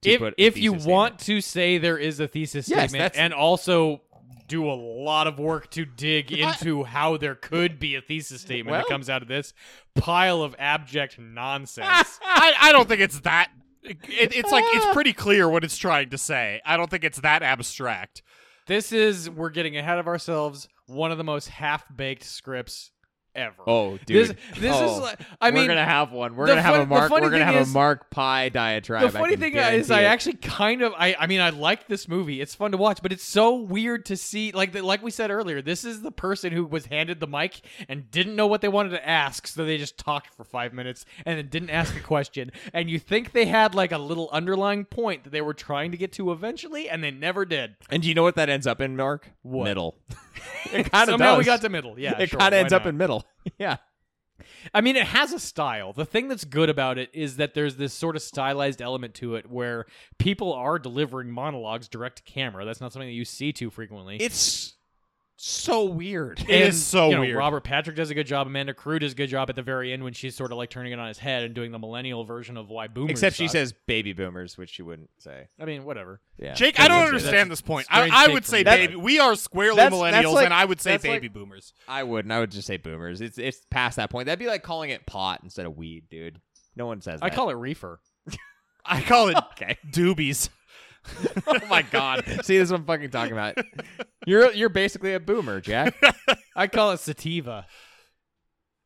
Speaker 3: to
Speaker 1: if
Speaker 3: put a
Speaker 1: if you
Speaker 3: thesis
Speaker 1: want
Speaker 3: statement.
Speaker 1: to say there is a thesis
Speaker 3: Yes,
Speaker 1: statement,
Speaker 3: that's-
Speaker 1: and also do a lot of work to
Speaker 3: <laughs>
Speaker 1: dig into how there could be a thesis statement that
Speaker 3: Well-
Speaker 1: comes out of this pile of abject
Speaker 3: <laughs>
Speaker 1: nonsense.
Speaker 2: I, I don't think it's that. It, it's like
Speaker 3: Ah.
Speaker 2: it's pretty clear what it's trying to say. I don't think it's that abstract.
Speaker 1: This is we're getting ahead of ourselves. One of the most half-baked scripts ever.
Speaker 3: Oh,
Speaker 1: this
Speaker 3: dude.
Speaker 1: this is
Speaker 3: Oh.
Speaker 1: like I mean
Speaker 3: we're gonna have one. We're
Speaker 1: the
Speaker 3: gonna have
Speaker 1: fun-
Speaker 3: a
Speaker 1: the
Speaker 3: mark.
Speaker 1: funny
Speaker 3: We're gonna
Speaker 1: thing
Speaker 3: have
Speaker 1: is-
Speaker 3: a mark pie diatribe.
Speaker 1: the
Speaker 3: I
Speaker 1: funny
Speaker 3: can
Speaker 1: thing
Speaker 3: guarantee
Speaker 1: is I
Speaker 3: it.
Speaker 1: actually kind of I I mean I like this movie. It's fun to watch, but it's so weird to see like the, like we said earlier, this is the person who was handed the mic and didn't know what they wanted to ask, so they just talked for 5 minutes and then didn't ask a question. And you think they had like a little underlying point that they were trying to get to eventually and they never did.
Speaker 3: And do you know what that ends up in, Mark?
Speaker 1: What?
Speaker 3: <laughs> Middle. it kind of
Speaker 1: Somehow
Speaker 3: does.
Speaker 1: we got to middle. Yeah.
Speaker 3: it
Speaker 1: sure,
Speaker 3: kind
Speaker 1: why
Speaker 3: of ends up
Speaker 1: not?
Speaker 3: in middle. <laughs> yeah.
Speaker 1: I mean, it has a style. The thing that's good about it is that there's this sort of stylized element to it where people are delivering monologues direct to camera. That's not something that you see too frequently.
Speaker 3: It's so weird.
Speaker 2: It is
Speaker 1: And,
Speaker 2: so
Speaker 1: you know,
Speaker 2: weird.
Speaker 1: Robert Patrick does a good job. Amanda Crew does a good job at the very end when she's sort of like turning it on his head and doing the millennial version of why boomers.
Speaker 3: Except she
Speaker 1: suck.
Speaker 3: says baby boomers, which she wouldn't say.
Speaker 1: I mean, whatever.
Speaker 3: Yeah.
Speaker 2: Jake, I don't
Speaker 1: that's-
Speaker 2: understand this point. I,
Speaker 1: strange
Speaker 2: I
Speaker 1: take
Speaker 2: would
Speaker 1: from
Speaker 2: say
Speaker 1: you.
Speaker 2: baby. We are squarely
Speaker 3: That's-
Speaker 2: millennials,
Speaker 3: that's like-
Speaker 2: and I would say
Speaker 3: that's like-
Speaker 2: baby boomers.
Speaker 3: I wouldn't. I would just say boomers. It's it's past that point. That'd be like calling it pot instead of weed, dude. No one says
Speaker 1: I
Speaker 3: that. <laughs>
Speaker 1: call it reefer.
Speaker 2: I call it
Speaker 3: Okay.
Speaker 2: doobies.
Speaker 3: <laughs> oh my god. See, this is what I'm fucking
Speaker 1: <laughs>
Speaker 3: talking about. You're you're basically a boomer, Jack.
Speaker 1: I call it sativa.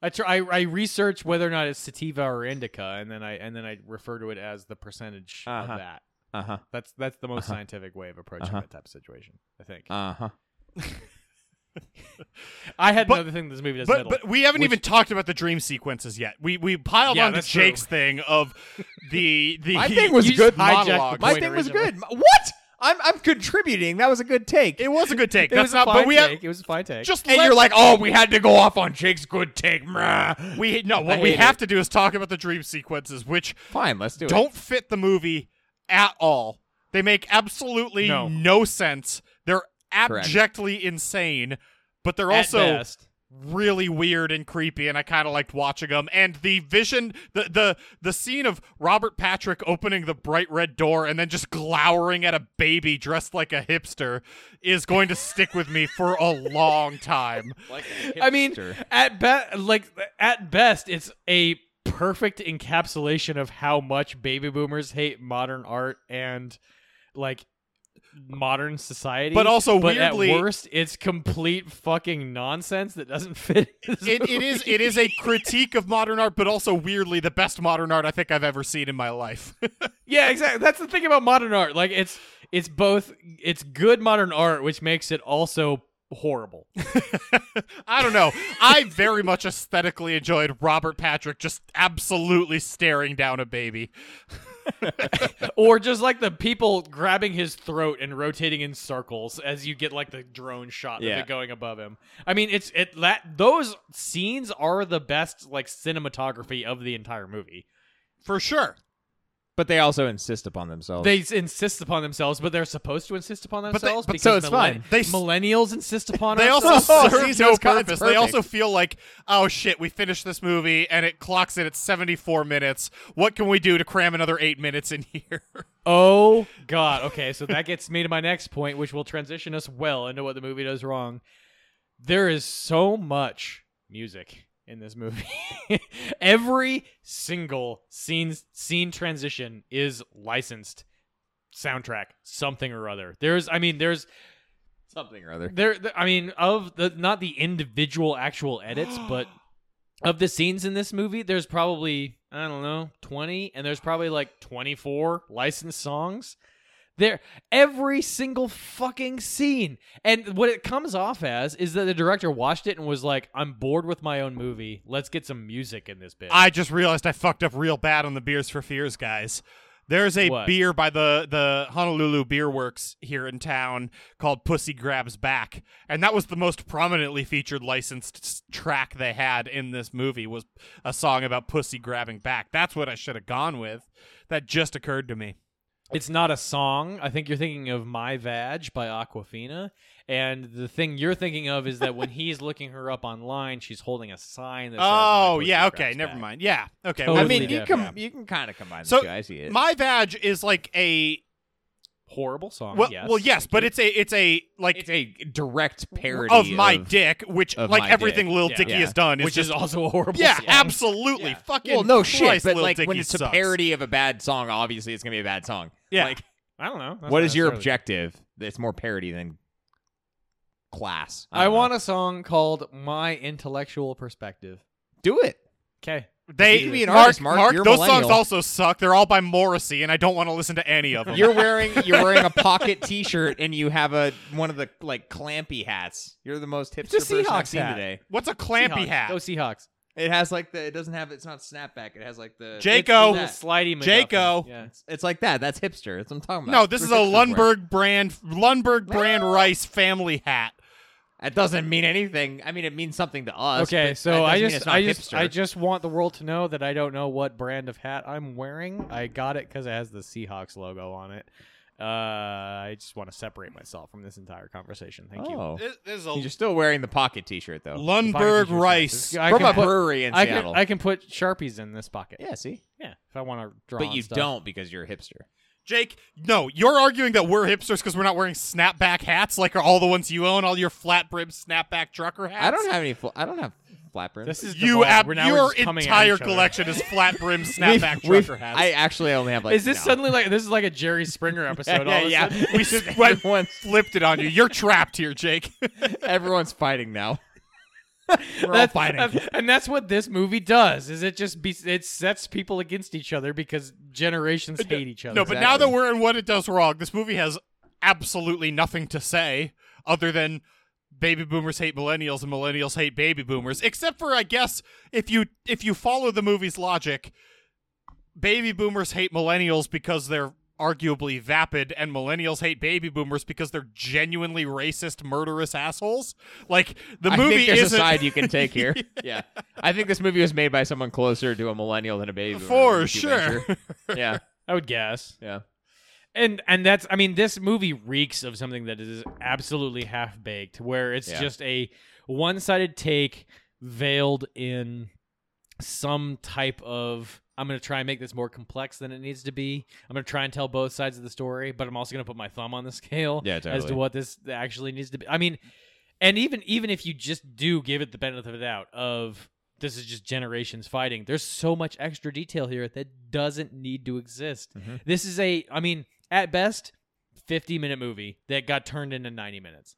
Speaker 1: I, tr- I I research whether or not it's sativa or indica, and then I and then I refer to it as the percentage
Speaker 3: Uh-huh.
Speaker 1: of that.
Speaker 3: Uh huh.
Speaker 1: That's that's the most
Speaker 3: Uh-huh.
Speaker 1: scientific way of approaching
Speaker 3: Uh-huh.
Speaker 1: that type of situation. I think.
Speaker 3: Uh huh.
Speaker 1: I had
Speaker 2: but-
Speaker 1: another thing this movie does
Speaker 2: <laughs> But
Speaker 1: middle.
Speaker 2: but we haven't even talked about the dream sequences yet. We we piled
Speaker 1: Yeah,
Speaker 2: on to
Speaker 1: that's true.
Speaker 2: Jake's thing of the the
Speaker 3: My thing was
Speaker 1: you just <laughs>
Speaker 2: <laughs>
Speaker 3: good
Speaker 1: hijacked the
Speaker 3: monologue.
Speaker 1: point
Speaker 3: My thing was
Speaker 1: originally.
Speaker 3: good. What? I'm I'm contributing. That was a good take.
Speaker 2: It was a good take.
Speaker 1: It
Speaker 2: That's
Speaker 1: was a
Speaker 2: not.
Speaker 1: fine
Speaker 2: But we
Speaker 1: take.
Speaker 2: have
Speaker 1: it was a fine take.
Speaker 2: just
Speaker 3: and
Speaker 2: let-
Speaker 3: you're like, oh, we had to go off on Jake's good take. Meh.
Speaker 2: we no.
Speaker 1: <laughs>
Speaker 2: What
Speaker 1: I
Speaker 2: we
Speaker 1: hate
Speaker 2: have
Speaker 1: it.
Speaker 2: to do is talk about the dream sequences, which
Speaker 3: Fine, let's do it.
Speaker 2: don't fit the movie at all. They make absolutely no,
Speaker 1: No.
Speaker 2: sense. They're
Speaker 3: Correct.
Speaker 2: abjectly insane, but they're
Speaker 1: At
Speaker 2: also
Speaker 1: best.
Speaker 2: really weird and creepy and I kind of liked watching them. And the vision the the the scene of Robert Patrick opening the bright red door and then just glowering at a baby dressed like a hipster is going to stick with me for a long time.
Speaker 1: I mean,
Speaker 3: Hipster.
Speaker 1: at best, like at best, it's a perfect encapsulation of how much baby boomers hate modern art and like modern society.
Speaker 2: But also weirdly-
Speaker 1: at worst, it's complete fucking nonsense that doesn't fit. <laughs> this
Speaker 2: It, it is it is a critique of modern art, but also weirdly the best modern art I think I've ever seen in my life. <laughs>
Speaker 1: Yeah, exactly. That's the thing about modern art. Like it's it's both it's good modern art, which makes it also
Speaker 2: <laughs>
Speaker 1: horrible.
Speaker 2: I don't know. I very much aesthetically enjoyed Robert Patrick just absolutely staring down a baby.
Speaker 1: or just like the people grabbing his throat and rotating in circles as you get like the drone shot
Speaker 3: Yeah.
Speaker 1: of it going above him. I mean, it's it that those scenes are the best like cinematography of the entire movie.
Speaker 2: For sure.
Speaker 3: But they also insist upon themselves.
Speaker 1: They s- insist upon themselves, but they're supposed to insist upon
Speaker 2: they-
Speaker 1: themselves
Speaker 2: but
Speaker 1: because
Speaker 3: so it's
Speaker 1: millen-
Speaker 3: fine.
Speaker 2: They s-
Speaker 1: millennials insist upon
Speaker 2: <laughs> They also
Speaker 1: ourselves. <laughs>
Speaker 3: Oh,
Speaker 2: serve
Speaker 3: Jesus,
Speaker 2: no
Speaker 3: that's
Speaker 2: purpose. They
Speaker 3: perfect.
Speaker 2: also feel like, oh shit, we finished this movie and it clocks in at 74 minutes. What can we do to cram another eight minutes in here? <laughs>
Speaker 1: Oh God. Okay, so that gets me to my next point, which will transition us well into what the movie does wrong. There is so much music in this movie. <laughs> Every single scene scene transition is licensed soundtrack, something or other. There's, I mean, there's
Speaker 3: something or other.
Speaker 1: there, th- I mean, of the not the individual actual edits, but of the scenes in this movie, there's probably I don't know twenty, and there's probably like twenty four licensed songs. There, every single fucking scene, and what it comes off as is that the director watched it and was like, "I'm bored with my own movie. Let's get some music in this bitch."
Speaker 2: I just realized I fucked up real bad on the Beers for Fears, guys. There's a
Speaker 1: What?
Speaker 2: beer by the, the Honolulu Beer Works here in town called Pussy Grabs Back. And that was the most prominently featured licensed s- track they had in this movie was a song about pussy grabbing back. That's what I should have gone with. That just occurred to me.
Speaker 1: It's not a song. I think you're thinking of My Vag by Aquafina. And the thing you're thinking of is that when he's looking her up online, she's holding a sign that says, "My
Speaker 2: Oh
Speaker 1: pussy
Speaker 2: yeah,
Speaker 1: grabs
Speaker 2: okay, never
Speaker 1: back."
Speaker 2: mind. Yeah, okay.
Speaker 1: Totally
Speaker 3: I mean, you
Speaker 1: different.
Speaker 3: can you can kind of combine the
Speaker 2: So,
Speaker 3: two. I see it.
Speaker 2: my badge is like a
Speaker 1: Horrible song.
Speaker 2: well,
Speaker 1: yes.
Speaker 2: well, yes, but it's a it's a like
Speaker 3: it's a direct parody
Speaker 2: of my dick, which
Speaker 3: of
Speaker 2: like
Speaker 3: my
Speaker 2: everything
Speaker 3: dick.
Speaker 2: Lil
Speaker 1: Yeah.
Speaker 2: Dicky
Speaker 3: Yeah.
Speaker 2: has done is
Speaker 1: Which
Speaker 2: just
Speaker 1: is also a horrible
Speaker 2: yeah,
Speaker 1: song.
Speaker 2: absolutely
Speaker 1: Yeah.
Speaker 2: fucking
Speaker 3: Well, no shit,
Speaker 2: Christ,
Speaker 3: but
Speaker 2: Lil
Speaker 3: like
Speaker 2: Dicky
Speaker 3: when it's
Speaker 2: sucks.
Speaker 3: a parody of a bad song, obviously it's gonna be a bad song.
Speaker 2: Yeah.
Speaker 3: Like,
Speaker 1: I don't know. That's
Speaker 3: what
Speaker 1: not
Speaker 3: is your
Speaker 1: necessarily-
Speaker 3: objective? It's more parody than class.
Speaker 1: I
Speaker 3: don't know.
Speaker 1: want a song called My Intellectual Perspective.
Speaker 3: do it.
Speaker 1: Okay.
Speaker 2: They
Speaker 3: You can be an
Speaker 2: Mark,
Speaker 3: artist, Mark.
Speaker 2: Mark
Speaker 3: You're a
Speaker 2: those songs
Speaker 3: millennial.
Speaker 2: also suck. They're all by Morrissey, and I don't want to listen to any of them.
Speaker 1: <laughs>
Speaker 3: You're wearing you're wearing a pocket T-shirt and you have a one of the like clampy hats. You're the most hipster
Speaker 1: a
Speaker 3: person I've
Speaker 1: Seahawks
Speaker 3: seen
Speaker 1: hat.
Speaker 3: today.
Speaker 2: What's a
Speaker 1: Seahawks.
Speaker 2: clampy hat?
Speaker 1: Go Seahawks.
Speaker 3: It has like the it doesn't have it's not snapback. It has like the
Speaker 2: Jaco.
Speaker 1: It's a little Slidey MacGuffin.
Speaker 2: Jaco.
Speaker 1: Yeah.
Speaker 3: It's, it's like that. That's hipster. That's what I'm talking about.
Speaker 2: no, this
Speaker 3: That's
Speaker 2: is a
Speaker 3: what hipsters wear.
Speaker 2: Lundberg brand Lundberg brand rice family hat.
Speaker 3: That doesn't mean anything. I mean, it means something to us.
Speaker 1: Okay,
Speaker 3: but
Speaker 1: so
Speaker 3: that
Speaker 1: I
Speaker 3: doesn't mean
Speaker 1: just
Speaker 3: it's not
Speaker 1: I just
Speaker 3: hipster.
Speaker 1: I just want the world to know that I don't know what brand of hat I'm wearing. I got it because it has the Seahawks logo on it. Uh, I just want to separate myself from this entire conversation. Thank you.
Speaker 3: Oh.
Speaker 2: This, this is a
Speaker 3: You're still wearing the pocket T-shirt though.
Speaker 2: Lundberg
Speaker 1: Pocket t-shirt
Speaker 2: rice.
Speaker 1: sizes. I
Speaker 3: from
Speaker 1: can
Speaker 3: a
Speaker 1: put-
Speaker 3: brewery in
Speaker 1: I
Speaker 3: Seattle.
Speaker 1: can I can put sharpies in this pocket.
Speaker 3: yeah, see,
Speaker 1: Yeah, if I want to draw.
Speaker 3: but
Speaker 1: on
Speaker 3: you
Speaker 1: stuff.
Speaker 3: don't because you're a hipster.
Speaker 2: Jake, no, you're arguing that we're hipsters because we're not wearing snapback hats like are all the ones you own, all your flat brim snapback trucker hats.
Speaker 3: I don't have any. Fl- I don't have flat brim.
Speaker 1: This is
Speaker 2: you.
Speaker 1: devolved.
Speaker 2: Ab-
Speaker 1: We're now we're
Speaker 2: your
Speaker 1: just coming at
Speaker 2: entire
Speaker 1: each other.
Speaker 2: collection is flat
Speaker 3: <laughs>
Speaker 1: <laughs>
Speaker 2: brim
Speaker 3: We've-
Speaker 2: snapback
Speaker 3: we've-
Speaker 2: trucker hats.
Speaker 3: I actually only have like.
Speaker 1: Is this
Speaker 3: no.
Speaker 1: suddenly like this is like a Jerry Springer episode? all
Speaker 3: <laughs> Yeah,
Speaker 1: of a
Speaker 3: yeah.
Speaker 1: sudden? <laughs>
Speaker 2: we just went,
Speaker 3: Everyone's,
Speaker 2: flipped it on you. You're trapped here, Jake. <laughs>
Speaker 3: everyone's fighting now. We're all
Speaker 1: That's-
Speaker 3: fighting.
Speaker 1: that's- and that's what this movie does. Is it just be, it sets people against each other because generations hate each other.
Speaker 2: no, but now
Speaker 3: Exactly.
Speaker 2: that we're in what it does wrong, this movie has absolutely nothing to say other than baby boomers hate millennials and millennials hate baby boomers. Except for I guess if you if you follow the movie's logic, baby boomers hate millennials because they're arguably vapid and millennials hate baby boomers because they're genuinely racist, murderous assholes. Like the
Speaker 3: I
Speaker 2: movie
Speaker 3: think there's
Speaker 2: isn't
Speaker 3: a side you
Speaker 1: <laughs>
Speaker 3: can take here. yeah. I think this movie was made by someone closer to a millennial than a baby. boomer,
Speaker 2: for
Speaker 3: would you
Speaker 2: sure. <laughs>
Speaker 3: venture? <laughs> yeah.
Speaker 1: I would guess.
Speaker 3: Yeah.
Speaker 1: And and that's I mean this movie reeks of something that is absolutely half baked where it's
Speaker 3: Yeah.
Speaker 1: just a one-sided take veiled in some type of I'm going to try and make this more complex than it needs to be. I'm going to try and tell both sides of the story, but I'm also going to put my thumb on the scale
Speaker 3: Yeah,
Speaker 1: as
Speaker 3: totally.
Speaker 1: to what this actually needs to be. I mean, and even even if you just do give it the benefit of the doubt of this is just generations fighting, there's so much extra detail here that doesn't need to exist.
Speaker 3: Mhm.
Speaker 1: This is a, I mean, at best, 50 minute movie that got turned into 90 minutes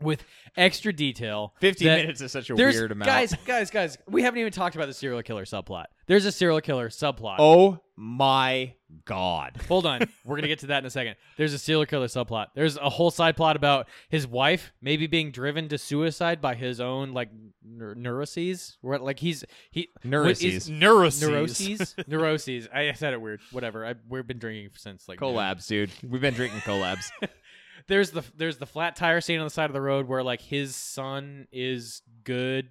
Speaker 1: with extra detail.
Speaker 3: 50
Speaker 1: that-
Speaker 3: minutes is such a
Speaker 1: There's
Speaker 3: weird amount.
Speaker 1: guys, guys, guys. We haven't even talked about the serial killer subplot. There's a serial killer subplot.
Speaker 3: Oh my god.
Speaker 1: Hold on. We're going to get to that in a second. There's a serial killer subplot. There's a whole side plot about his wife maybe being driven to suicide by his own like neur- neuroses. What like he's he
Speaker 3: Neuroses.
Speaker 2: Neuroses.
Speaker 1: neuroses neuroses. I said it weird. Whatever. I we've been drinking since like noon.
Speaker 3: Collabs, dude. We've been drinking collabs.
Speaker 1: There's the there's the flat tire scene on the side of the road where like his son is good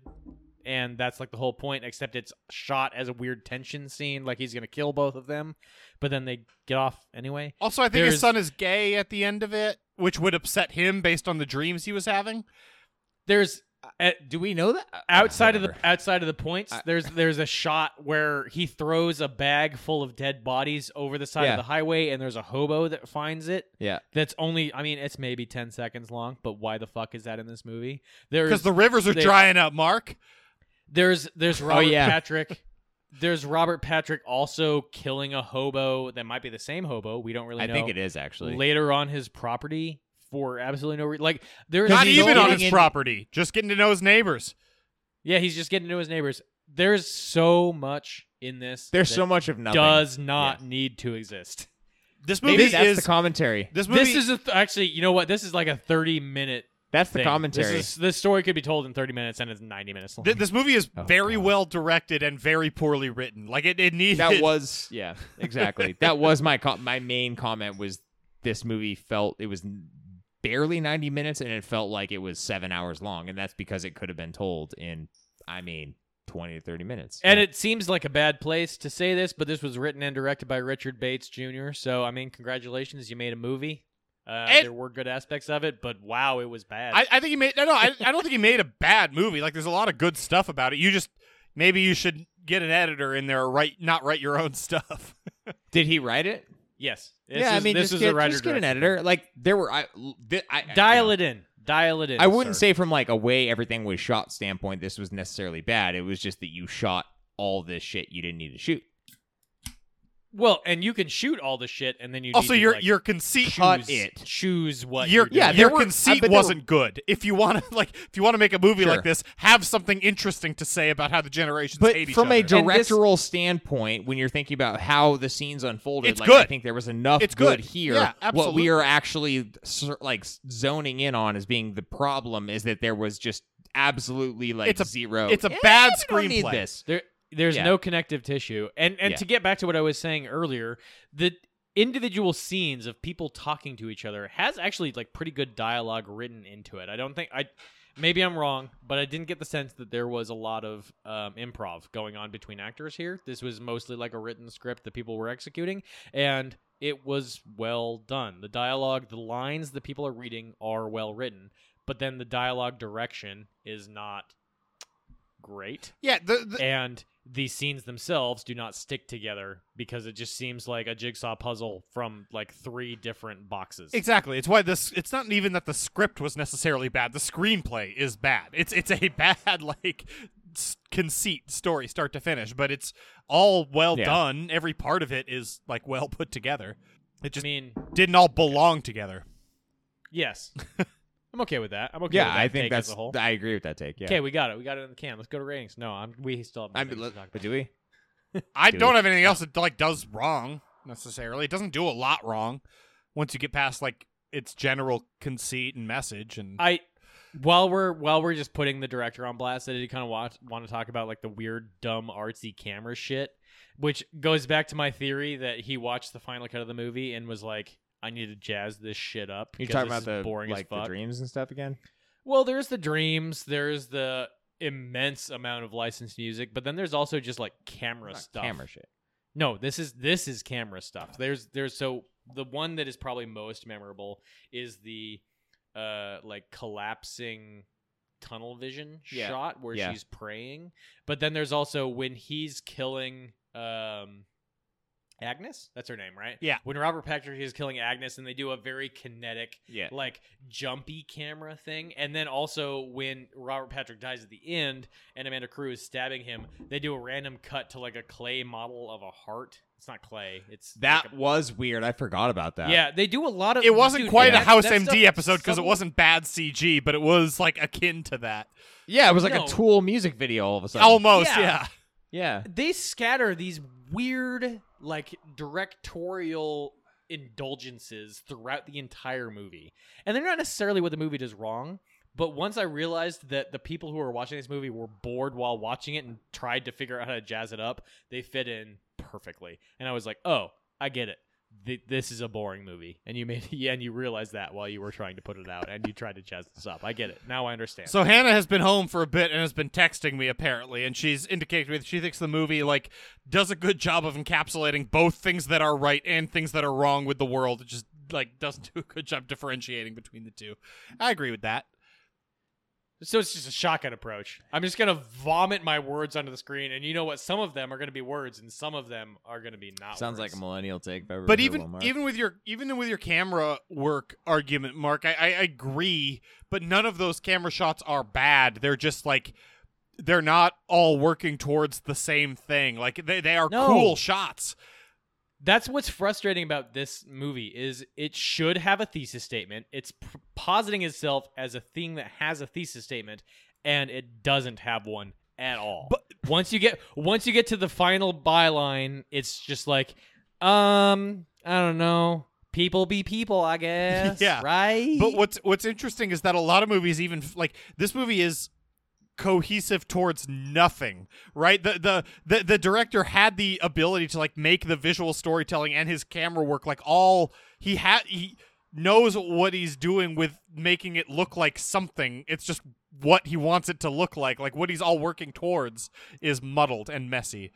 Speaker 1: and that's like the whole point except it's shot as a weird tension scene like he's going to kill both of them but then they get off anyway.
Speaker 2: Also, I think
Speaker 1: There's-
Speaker 2: his son is gay at the end of it, which would upset him based on the dreams he was having.
Speaker 1: There's uh,
Speaker 3: Do we know that?
Speaker 1: outside of the
Speaker 3: Whatever.
Speaker 1: outside of the points
Speaker 3: I-
Speaker 1: there's there's a shot where he throws a bag full of dead bodies over the side
Speaker 3: Yeah.
Speaker 1: of the highway and there's a hobo that finds it
Speaker 3: Yeah.
Speaker 1: that's only i mean it's maybe 10 seconds long but why the fuck is that in this movie there's
Speaker 2: Because the rivers are
Speaker 1: they-
Speaker 2: drying up, Mark.
Speaker 1: there's there's robert
Speaker 3: Oh, yeah.
Speaker 1: patrick there's robert patrick also killing a hobo that might be the same hobo we don't really
Speaker 3: I
Speaker 1: know
Speaker 3: think it is actually.
Speaker 1: later on his property for absolutely no reason like there's
Speaker 2: Not
Speaker 3: he's
Speaker 2: even on
Speaker 3: getting
Speaker 2: his
Speaker 3: in-
Speaker 2: property, just getting to know his neighbors.
Speaker 1: yeah he's just getting to know his neighbors there's so much in this
Speaker 3: There's
Speaker 1: that
Speaker 3: so much of nothing.
Speaker 1: does not need to exist.
Speaker 2: This movie
Speaker 3: Maybe that's
Speaker 2: is
Speaker 3: the commentary.
Speaker 2: this movie
Speaker 1: this is a th- actually, you know what? This is like a thirty-minute.
Speaker 3: That's the commentary.
Speaker 1: <laughs> This, is, this story could be told in thirty minutes, and it's ninety minutes long.
Speaker 2: Th- this movie is
Speaker 3: Oh,
Speaker 2: very
Speaker 3: God.
Speaker 2: well directed and very poorly written. Like it, it needed
Speaker 3: that was yeah, <laughs> exactly. that was my com- my main comment was this movie felt it was n- barely 90 minutes and it felt like it was 7 hours long and that's because it could have been told in I mean 20 to 30 minutes.
Speaker 1: and it seems like a bad place to say this, but this was written and directed by Richard Bates Jr. So, I mean, congratulations, you made a movie. Uh,
Speaker 2: And-
Speaker 1: there were good aspects of it, but wow, it was bad.
Speaker 2: <laughs> I, I think he made no, no. I, I don't think he made a bad movie. Like there's a lot of good stuff about it. You just maybe you should get an editor in there, or write not write your own stuff.
Speaker 3: Did he write it?
Speaker 1: yes, this
Speaker 3: yeah,
Speaker 1: is,
Speaker 3: I mean,
Speaker 1: this
Speaker 3: just
Speaker 1: is
Speaker 3: get,
Speaker 1: a writer
Speaker 3: just get an
Speaker 1: director.
Speaker 3: editor. Like there were, I, l- thi- I
Speaker 1: Dial
Speaker 3: you know,
Speaker 1: it in, dial it in.
Speaker 3: I wouldn't
Speaker 1: sir.
Speaker 3: say from like a way everything was shot standpoint, this was necessarily bad. It was just that you shot all this shit you didn't need to shoot.
Speaker 1: Well, and you can shoot all the shit, and then you
Speaker 2: also,
Speaker 1: need to,
Speaker 2: your
Speaker 1: like,
Speaker 2: your conceit,
Speaker 3: Cut
Speaker 1: choose-
Speaker 3: it.
Speaker 1: Choose what
Speaker 2: your
Speaker 1: you're
Speaker 2: yeah,
Speaker 3: yeah,
Speaker 1: doing.
Speaker 2: your
Speaker 3: there were-
Speaker 2: conceit
Speaker 3: but there were-
Speaker 2: wasn't good. If you want to <laughs> like, if you want to make a movie
Speaker 3: Sure.
Speaker 2: like this, have something interesting to say about how the generations hate
Speaker 3: But
Speaker 2: each
Speaker 3: from a
Speaker 2: other.
Speaker 1: And this-
Speaker 3: directoral standpoint, when you're thinking about how the scenes unfolded,
Speaker 2: It's
Speaker 3: like I
Speaker 2: good.
Speaker 3: think there was enough
Speaker 2: It's
Speaker 3: good,
Speaker 2: good.
Speaker 3: here.
Speaker 2: Yeah,
Speaker 3: what we
Speaker 2: absolutely.
Speaker 3: are actually cer- like s- zoning in on as being the problem is that there was just absolutely like
Speaker 2: It's a-
Speaker 3: zero.
Speaker 2: it's a
Speaker 3: "Eh,
Speaker 2: bad
Speaker 3: we don't need
Speaker 2: screenplay.
Speaker 3: this.
Speaker 1: There, there's
Speaker 3: Yeah.
Speaker 1: no connective tissue. And and
Speaker 3: Yeah.
Speaker 1: to get back to what I was saying earlier, the individual scenes of people talking to each other has actually like pretty good dialogue written into it. I don't think I. Maybe I'm wrong, but I didn't get the sense that there was a lot of um, improv going on between actors here. This was mostly like a written script that people were executing, and it was well done. The dialogue, the lines that people are reading are well written, but then the dialogue direction is not great
Speaker 2: yeah, the, the,
Speaker 1: and the scenes themselves do not stick together because it just seems like a jigsaw puzzle from like three different boxes.
Speaker 2: Exactly. It's why this. It's not even that the script was necessarily bad. The screenplay is bad. It's it's a <laughs> bad like s- conceit story, start to finish. But it's all well
Speaker 3: Yeah.
Speaker 2: done. Every part of it is like well put together. It
Speaker 1: I
Speaker 2: just
Speaker 1: mean,
Speaker 2: didn't all belong together.
Speaker 3: <laughs>
Speaker 1: yes. I'm okay with that. I'm okay
Speaker 3: Yeah,
Speaker 1: with that
Speaker 3: I
Speaker 1: take
Speaker 3: think
Speaker 1: as
Speaker 3: that's.
Speaker 1: a whole.
Speaker 3: I agree with that take. Yeah.
Speaker 1: Okay, we got it. We got it in the can. Let's go to ratings. No, I'm, we still have more
Speaker 3: I
Speaker 1: things
Speaker 3: mean,
Speaker 1: to
Speaker 3: let-
Speaker 1: talk about.
Speaker 3: but do we?
Speaker 2: I
Speaker 3: Do
Speaker 2: don't have anything else that like does wrong necessarily. It doesn't do a lot wrong once you get past like its general conceit and message. And
Speaker 1: I while we're while we're just putting the director on blast, I did kind of watch, want to talk about like the weird, dumb, artsy camera shit which goes back to my theory that he watched the final cut of the movie and was like, "I need to jazz this shit up."
Speaker 3: You
Speaker 1: because
Speaker 3: talking
Speaker 1: this
Speaker 3: about
Speaker 1: is
Speaker 3: the
Speaker 1: boring as
Speaker 3: like the
Speaker 1: fuck."
Speaker 3: dreams and stuff again?
Speaker 1: Well, there's the dreams, there's the immense amount of licensed music, but then there's also just like camera
Speaker 3: Not
Speaker 1: stuff.
Speaker 3: Camera shit.
Speaker 1: No, this is this is camera stuff. There's there's so the one that is probably most memorable is the uh like collapsing tunnel vision
Speaker 3: Yeah.
Speaker 1: shot where
Speaker 3: Yeah.
Speaker 1: she's praying. But then there's also when he's killing um Agnes? That's her name, right?
Speaker 2: Yeah.
Speaker 1: When Robert Patrick is killing Agnes and they do a very kinetic
Speaker 3: Yeah.
Speaker 1: like jumpy camera thing. And then also when Robert Patrick dies at the end and Amanda Crew is stabbing him, they do a random cut to like a clay model of a heart. It's not clay. It's
Speaker 3: That
Speaker 1: like a- was
Speaker 3: was weird. I forgot about that.
Speaker 1: yeah. They do a lot of.
Speaker 2: It wasn't
Speaker 1: dude,
Speaker 2: quite a
Speaker 1: that-
Speaker 2: House
Speaker 1: that
Speaker 2: MD
Speaker 1: stuff-
Speaker 2: episode because it
Speaker 1: some-
Speaker 2: wasn't bad CG, but it was like akin to that.
Speaker 3: Yeah, it was like
Speaker 1: No.
Speaker 3: a Tool music video all of a sudden.
Speaker 2: Almost,
Speaker 1: Yeah.
Speaker 2: yeah.
Speaker 3: yeah.
Speaker 1: They scatter these weird like directorial indulgences throughout the entire movie, and they're not necessarily what the movie does wrong. But once I realized that the people who were watching this movie were bored while watching it and tried to figure out how to jazz it up, they fit in perfectly. And I was like, "Oh, I get it. Th- this is a boring movie." And you made <laughs> yeah, and you realized that while you were trying to put it out and you tried to jazz this up. I get it. Now I understand.
Speaker 2: So Hannah has been home for a bit and has been texting me apparently, and she's indicated to me that she thinks the movie like does a good job of encapsulating both things that are right and things that are wrong with the world. It just like doesn't do a good job differentiating between the two. I agree with that.
Speaker 1: So it's just a shotgun approach. I'm just gonna vomit my words onto the screen, and you know what? Some of them are gonna be words, and some of them are gonna be not.
Speaker 3: Sounds
Speaker 1: words.
Speaker 3: like a millennial take, if I
Speaker 2: But
Speaker 3: remember
Speaker 2: even
Speaker 3: well, Mark.
Speaker 2: even with your even with your camera work argument, Mark, I, I agree. But none of those camera shots are bad. They're just like they're not all working towards the same thing. Like they they are
Speaker 1: No.
Speaker 2: cool shots.
Speaker 1: That's what's frustrating about this movie is it should have a thesis statement. It's p- positing itself as a thing that has a thesis statement, and it doesn't have one at all.
Speaker 2: But-
Speaker 1: once you get once you get to the final byline, it's just like, um, I don't know. People be people, I guess.
Speaker 2: <laughs> Yeah.
Speaker 1: Right.
Speaker 2: But what's what's interesting is that a lot of movies, even f- like this movie, is cohesive towards nothing. Right? The, the the the director had the ability to like make the visual storytelling and his camera work like all he had. He knows what he's doing with making it look like something. It's just what he wants it to look like. Like what he's all working towards is muddled and messy.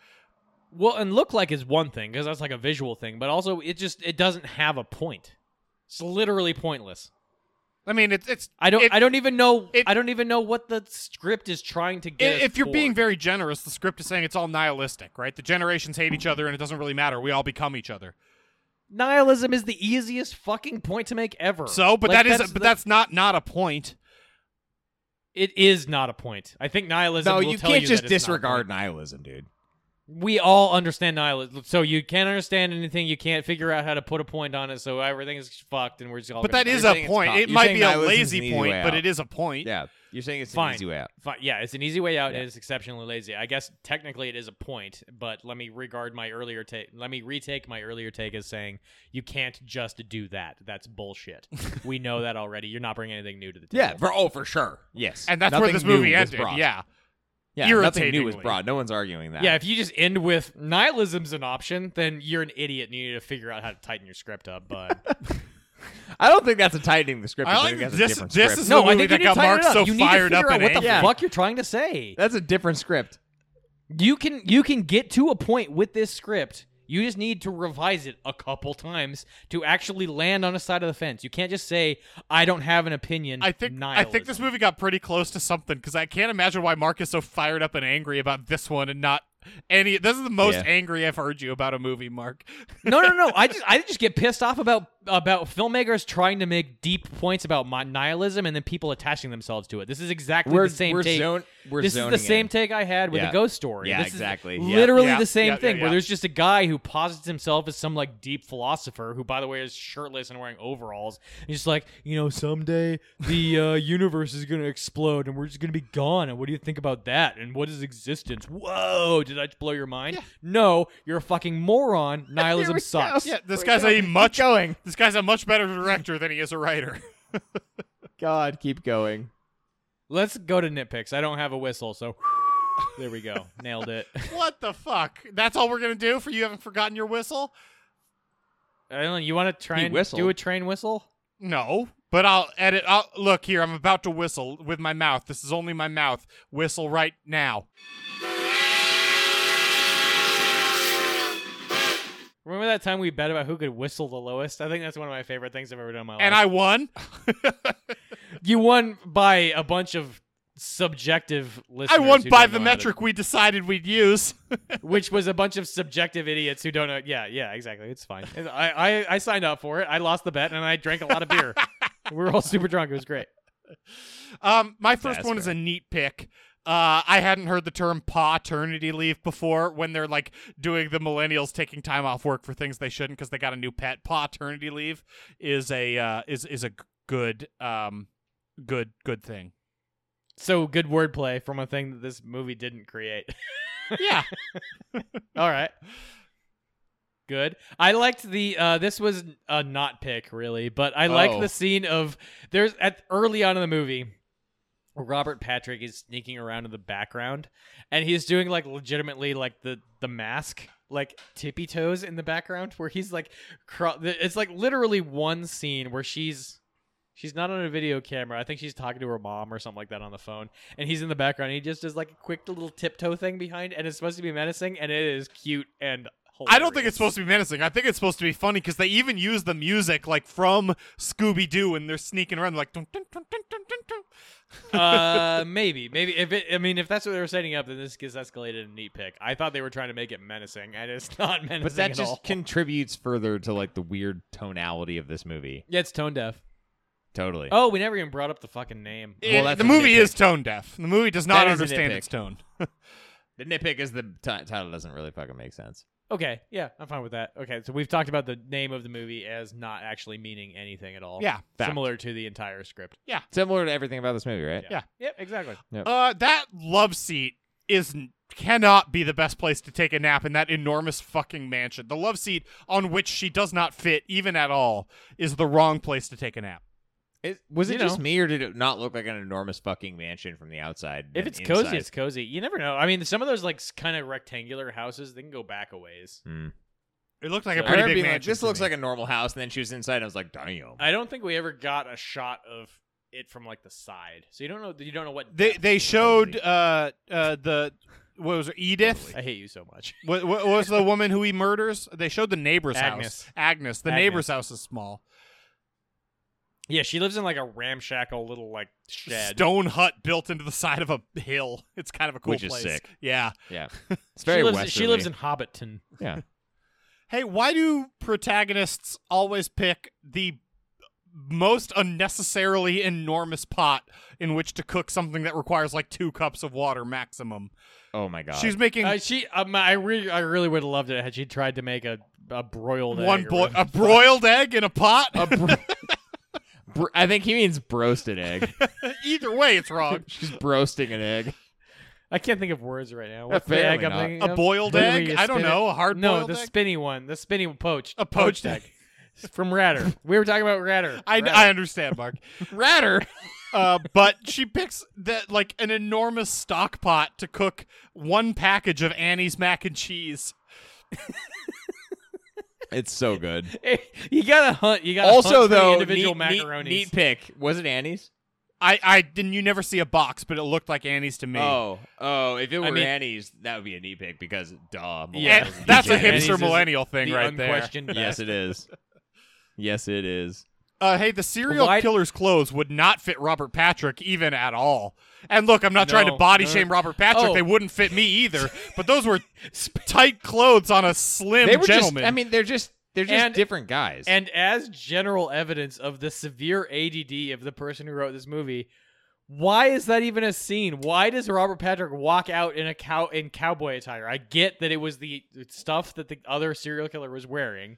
Speaker 1: Well, and look like is one thing because that's like a visual thing, but also it just it doesn't have a point. It's literally pointless.
Speaker 2: I mean, it's it's
Speaker 1: I don't
Speaker 2: it-
Speaker 1: I don't even know
Speaker 2: it-
Speaker 1: I don't even know what the script is trying to
Speaker 2: I-
Speaker 1: get. us
Speaker 2: if you're being
Speaker 1: for.
Speaker 2: very generous, the script is saying it's all nihilistic, right? The generations hate each other, and it doesn't really matter. We all become each other.
Speaker 1: nihilism is the easiest fucking point to make ever.
Speaker 2: So, but
Speaker 1: Like,
Speaker 2: that is,
Speaker 1: that's
Speaker 2: but
Speaker 1: the-
Speaker 2: that's not not a point.
Speaker 1: it is not a point. I think nihilism.
Speaker 3: no,
Speaker 1: will
Speaker 3: you
Speaker 1: tell
Speaker 3: can't
Speaker 1: you
Speaker 3: just
Speaker 1: that it's not a
Speaker 3: disregard
Speaker 1: point.
Speaker 3: nihilism, dude.
Speaker 1: We all understand nihilism, so you can't understand anything. You can't figure out how to put a point on it, so everything is fucked, and we're just all.
Speaker 2: But
Speaker 1: gonna
Speaker 2: that is
Speaker 1: die.
Speaker 2: a
Speaker 3: saying it's
Speaker 2: point.
Speaker 3: not-
Speaker 2: It
Speaker 3: Oh, you're
Speaker 2: might
Speaker 3: saying
Speaker 2: be a
Speaker 3: nihilism is an
Speaker 2: lazy
Speaker 3: easy way
Speaker 2: point, but
Speaker 3: out.
Speaker 2: it is a point.
Speaker 3: Yeah, you're saying it's
Speaker 1: Fine.
Speaker 3: an easy way out.
Speaker 1: Fi- yeah, it's an easy way out,
Speaker 3: Yeah.
Speaker 1: and it's exceptionally lazy. I guess technically it is a point, but let me regard my earlier take. Let me retake my earlier take as saying you can't just do that. That's bullshit. <laughs> we know that already. You're not bringing anything new to the table.
Speaker 3: Yeah, for oh for sure. Yes,
Speaker 2: And that's where
Speaker 3: Nothing
Speaker 2: this
Speaker 3: new
Speaker 2: movie
Speaker 3: was
Speaker 2: ended.
Speaker 3: brought.
Speaker 2: Yeah,
Speaker 3: yeah, nothing new was
Speaker 2: irritatingly.
Speaker 3: brought. No one's arguing that.
Speaker 1: yeah. If you just end with nihilism's an option, then you're an idiot, and you need to figure out how to tighten your script up. But
Speaker 3: I don't think that's a tightening the script.
Speaker 2: I
Speaker 3: I
Speaker 2: like
Speaker 3: think that's
Speaker 2: this-
Speaker 3: a different
Speaker 2: this
Speaker 3: script.
Speaker 1: <laughs>
Speaker 2: is-
Speaker 1: no,
Speaker 2: movie
Speaker 1: I think
Speaker 2: that
Speaker 1: you need to
Speaker 2: got
Speaker 1: tighten
Speaker 2: Mark
Speaker 1: it up.
Speaker 2: so
Speaker 1: you need to
Speaker 2: fired up
Speaker 1: figure out
Speaker 2: and
Speaker 1: what the
Speaker 3: angry.
Speaker 1: fuck you're trying to say.
Speaker 3: that's a different script.
Speaker 1: you can you can get to a point with this script you just need to revise it a couple times to actually land on a side of the fence you can't just say i don't have an opinion
Speaker 2: I think I think this
Speaker 1: nihilism."
Speaker 2: movie got pretty close to something because I can't imagine why Mark is so fired up and angry about this one and not any. This is the most
Speaker 3: Yeah.
Speaker 2: angry I've heard you about a movie, Mark. <laughs>
Speaker 1: no no no i just i just get pissed off about about filmmakers trying to make deep points about my nihilism and then people attaching themselves to it this is exactly
Speaker 3: We're
Speaker 1: the same
Speaker 3: we're
Speaker 1: take
Speaker 3: zone- we're
Speaker 1: this is
Speaker 3: zoning
Speaker 1: the same
Speaker 3: in.
Speaker 1: take I had with
Speaker 3: Yeah.
Speaker 1: a ghost story.
Speaker 3: Yeah,
Speaker 1: This is
Speaker 3: exactly. Yeah.
Speaker 1: Literally
Speaker 2: Yeah.
Speaker 1: the same
Speaker 2: Yeah, yeah,
Speaker 1: thing
Speaker 2: yeah.
Speaker 1: where there's just a guy who posits himself as some like deep philosopher who, by the way, is shirtless and wearing overalls. He's just like, you know, someday the uh, <laughs> universe is gonna explode and we're just gonna be gone. And what do you think about that? And what is existence? Whoa! Did I just blow your mind? No, you're a fucking
Speaker 3: <laughs>
Speaker 1: moron. Nihilism sucks.
Speaker 2: Yeah, this guy's a much going. This guy's a much better director than he is a writer. <laughs>
Speaker 3: God, keep going.
Speaker 1: Let's go to nitpicks. I don't have a whistle, so <laughs> There we go. Nailed it. <laughs>
Speaker 2: What the fuck? That's all we're gonna do for you. Haven't forgotten your whistle?
Speaker 1: I don't know. You want to try
Speaker 3: He
Speaker 1: and
Speaker 3: whistled.
Speaker 1: do a train whistle?
Speaker 2: No, but I'll edit. I'll, look here, I'm about to whistle with my mouth. This is only my mouth. Whistle right now.
Speaker 1: Remember that time we bet about who could whistle the lowest? I think that's one of my favorite things I've ever done in my life.
Speaker 2: And I won.
Speaker 1: you won by a bunch of subjective listeners.
Speaker 2: I won
Speaker 1: who
Speaker 2: by
Speaker 1: don't
Speaker 2: the
Speaker 1: know how to-
Speaker 2: metric we decided we'd use.
Speaker 1: <laughs> which was a bunch of subjective idiots who don't know. Yeah, yeah, exactly. It's fine. And I, I, I signed up for it. I lost the bet, and I drank a lot of
Speaker 2: <laughs>
Speaker 1: beer. we were all super drunk. It was great.
Speaker 2: Um, my first
Speaker 3: that's
Speaker 2: one is a neat pick. Uh, I hadn't heard the term paternity leave before when they're like doing the millennials taking time off work for things they shouldn't because they got a new pet. Paternity leave is a uh, is is a g- good um good
Speaker 1: <laughs>
Speaker 2: good thing.
Speaker 1: So good wordplay from a thing that this movie didn't create. <laughs>
Speaker 2: Yeah,
Speaker 1: all right. Good. I liked the uh this was a not pick really, but I liked
Speaker 3: Oh.
Speaker 1: the scene of there's at early on in the movie Robert Patrick is sneaking around in the background and he's doing like legitimately like the the mask like tippy toes in the background where he's like cro- it's like literally one scene where she's she's not on a video camera. I think she's talking to her mom or something like that on the phone and he's in the background. He just does like a quick little tiptoe thing behind, and it's supposed to be menacing, and it is cute and. Hilarious.
Speaker 2: I don't think it's supposed to be menacing. I think it's supposed to be funny because they even use the music like from Scooby Doo and they're sneaking around like. Dun, dun, dun, dun, dun, dun, dun.
Speaker 1: uh, maybe, maybe if it. I mean, if that's what they were setting up, then this gets escalated a neat pick. I thought they were trying to make it menacing, and it's <laughs> not menacing
Speaker 3: But that
Speaker 1: at
Speaker 3: just
Speaker 1: all.
Speaker 3: contributes further to like the weird tonality of this movie.
Speaker 1: Yeah, it's tone deaf.
Speaker 3: Totally.
Speaker 1: Oh, we never even brought up the fucking name.
Speaker 2: It-
Speaker 3: that's
Speaker 2: the
Speaker 3: a
Speaker 2: movie
Speaker 3: nitpick.
Speaker 2: is tone deaf. The movie does not
Speaker 3: That is a
Speaker 2: understand
Speaker 3: nitpick.
Speaker 2: its tone.
Speaker 3: The nitpick is the t- title doesn't really fucking make sense.
Speaker 1: Okay, yeah, I'm fine with that. Okay, so we've talked about the name of the movie as not actually meaning anything at
Speaker 3: Oh,
Speaker 1: all.
Speaker 2: Yeah,
Speaker 3: fact.
Speaker 1: similar to the entire script.
Speaker 3: Similar to everything about this movie, right?
Speaker 2: Yeah.
Speaker 1: Yep, exactly.
Speaker 2: Uh, that love seat is cannot be the best place to take a nap in that enormous fucking mansion. The love seat on which she does not fit even at all is the wrong place to take a nap.
Speaker 3: It- was it
Speaker 1: You
Speaker 3: just
Speaker 1: know.
Speaker 3: me, or did it not look like an enormous fucking mansion from the outside?
Speaker 1: If
Speaker 3: and
Speaker 1: it's cozy,
Speaker 3: inside?
Speaker 1: it's cozy. You never know. I mean, some of those like kind of rectangular houses, they can go back a ways.
Speaker 3: Hmm.
Speaker 2: It looked like a
Speaker 1: So-
Speaker 3: I
Speaker 2: pretty
Speaker 3: remember
Speaker 2: big
Speaker 3: being like,
Speaker 2: mansion.
Speaker 3: this
Speaker 2: to
Speaker 3: looks
Speaker 2: me.
Speaker 3: like a normal house, and then she was inside. And I was like, damn.
Speaker 1: I don't think we ever got a shot of it from like the side, so you don't know. You don't know what
Speaker 2: they
Speaker 1: depth
Speaker 2: they
Speaker 1: it's
Speaker 2: showed
Speaker 1: supposed
Speaker 2: uh uh the what was her Edith.
Speaker 1: to be. I hate you so
Speaker 2: <laughs>
Speaker 1: much.
Speaker 2: What, what was the woman who he murders? They showed the neighbor's
Speaker 1: Agnes.
Speaker 2: house. Agnes. The
Speaker 1: Agnes.
Speaker 2: neighbor's house is small.
Speaker 1: Yeah, she lives in like a ramshackle little like shed.
Speaker 2: Stone hut built into the side of a hill. <laughs> It's kind of a cool
Speaker 3: Which is
Speaker 2: place.
Speaker 3: sick.
Speaker 2: Yeah.
Speaker 3: Yeah, it's
Speaker 1: she
Speaker 3: very
Speaker 1: lives.
Speaker 3: westerly.
Speaker 1: She lives in Hobbiton.
Speaker 3: yeah.
Speaker 2: Hey, why do protagonists always pick the most unnecessarily enormous pot in which to cook something that requires like two cups of water maximum?
Speaker 3: Oh my god. <laughs>
Speaker 2: She's making
Speaker 1: Uh, she, um, I really, I really would have loved it had she tried to make a a broiled
Speaker 2: one
Speaker 1: egg or
Speaker 2: bro- a
Speaker 1: whatever.
Speaker 2: broiled egg in a pot. <laughs>
Speaker 3: Br- I think he means
Speaker 1: <laughs>
Speaker 3: broasted egg.
Speaker 2: Either way, it's wrong.
Speaker 3: She's broasting an egg.
Speaker 1: I can't think of words right now. What's the
Speaker 3: Apparently
Speaker 1: egg I'm
Speaker 3: not.
Speaker 1: thinking
Speaker 2: A
Speaker 1: of?
Speaker 2: boiled
Speaker 1: Literally,
Speaker 2: egg?
Speaker 1: you
Speaker 2: I don't
Speaker 1: spin it-
Speaker 2: know. A hard
Speaker 1: No,
Speaker 2: boiled
Speaker 1: the
Speaker 2: egg?
Speaker 1: spinny one, the spinny one, poached.
Speaker 2: A poached egg.
Speaker 1: from Ratter. We were talking about Ratter.
Speaker 2: I,
Speaker 1: Ratter.
Speaker 2: I understand, Mark.
Speaker 3: <laughs> Ratter.
Speaker 2: <laughs> uh, but she picks that like an enormous stock pot to cook one package of Annie's mac and cheese.
Speaker 3: It's so good.
Speaker 1: <laughs> <laughs> you gotta hunt. You gotta
Speaker 3: also,
Speaker 1: hunt for the
Speaker 3: though,
Speaker 1: individual
Speaker 3: neat, neat-
Speaker 1: macaronis.
Speaker 3: neat pick. Was it Annie's?
Speaker 2: I, I didn't. You never see a box, but it looked like Annie's to me.
Speaker 3: Oh, oh! If it were
Speaker 1: I mean-
Speaker 3: Annie's, that would be a neat pick because duh.
Speaker 1: Yeah.
Speaker 2: And <laughs>
Speaker 3: millennials
Speaker 2: that's a
Speaker 3: eat
Speaker 1: Annie's
Speaker 2: hipster
Speaker 1: is
Speaker 2: millennial thing
Speaker 1: the
Speaker 2: right there.
Speaker 1: unquestioned
Speaker 3: yes,
Speaker 1: best.
Speaker 3: it is.
Speaker 1: <laughs>
Speaker 3: Yes, it is.
Speaker 2: Uh, hey, the serial
Speaker 1: Why-
Speaker 2: killer's clothes would not fit Robert Patrick even at all. And look, I'm not trying to
Speaker 1: No,
Speaker 2: body
Speaker 1: no.
Speaker 2: shame Robert Patrick;
Speaker 1: Oh.
Speaker 2: they wouldn't fit me either. But those
Speaker 3: <laughs>
Speaker 2: were tight clothes on a slim
Speaker 3: They were
Speaker 2: gentleman.
Speaker 3: just. I mean, they're just. They're just
Speaker 1: And-
Speaker 3: different guys.
Speaker 1: And as general evidence of the severe ADD of the person who wrote this movie, why is that even a scene? Why does Robert Patrick walk out in a cow in cowboy attire? I get that it was the stuff that the other serial killer was wearing.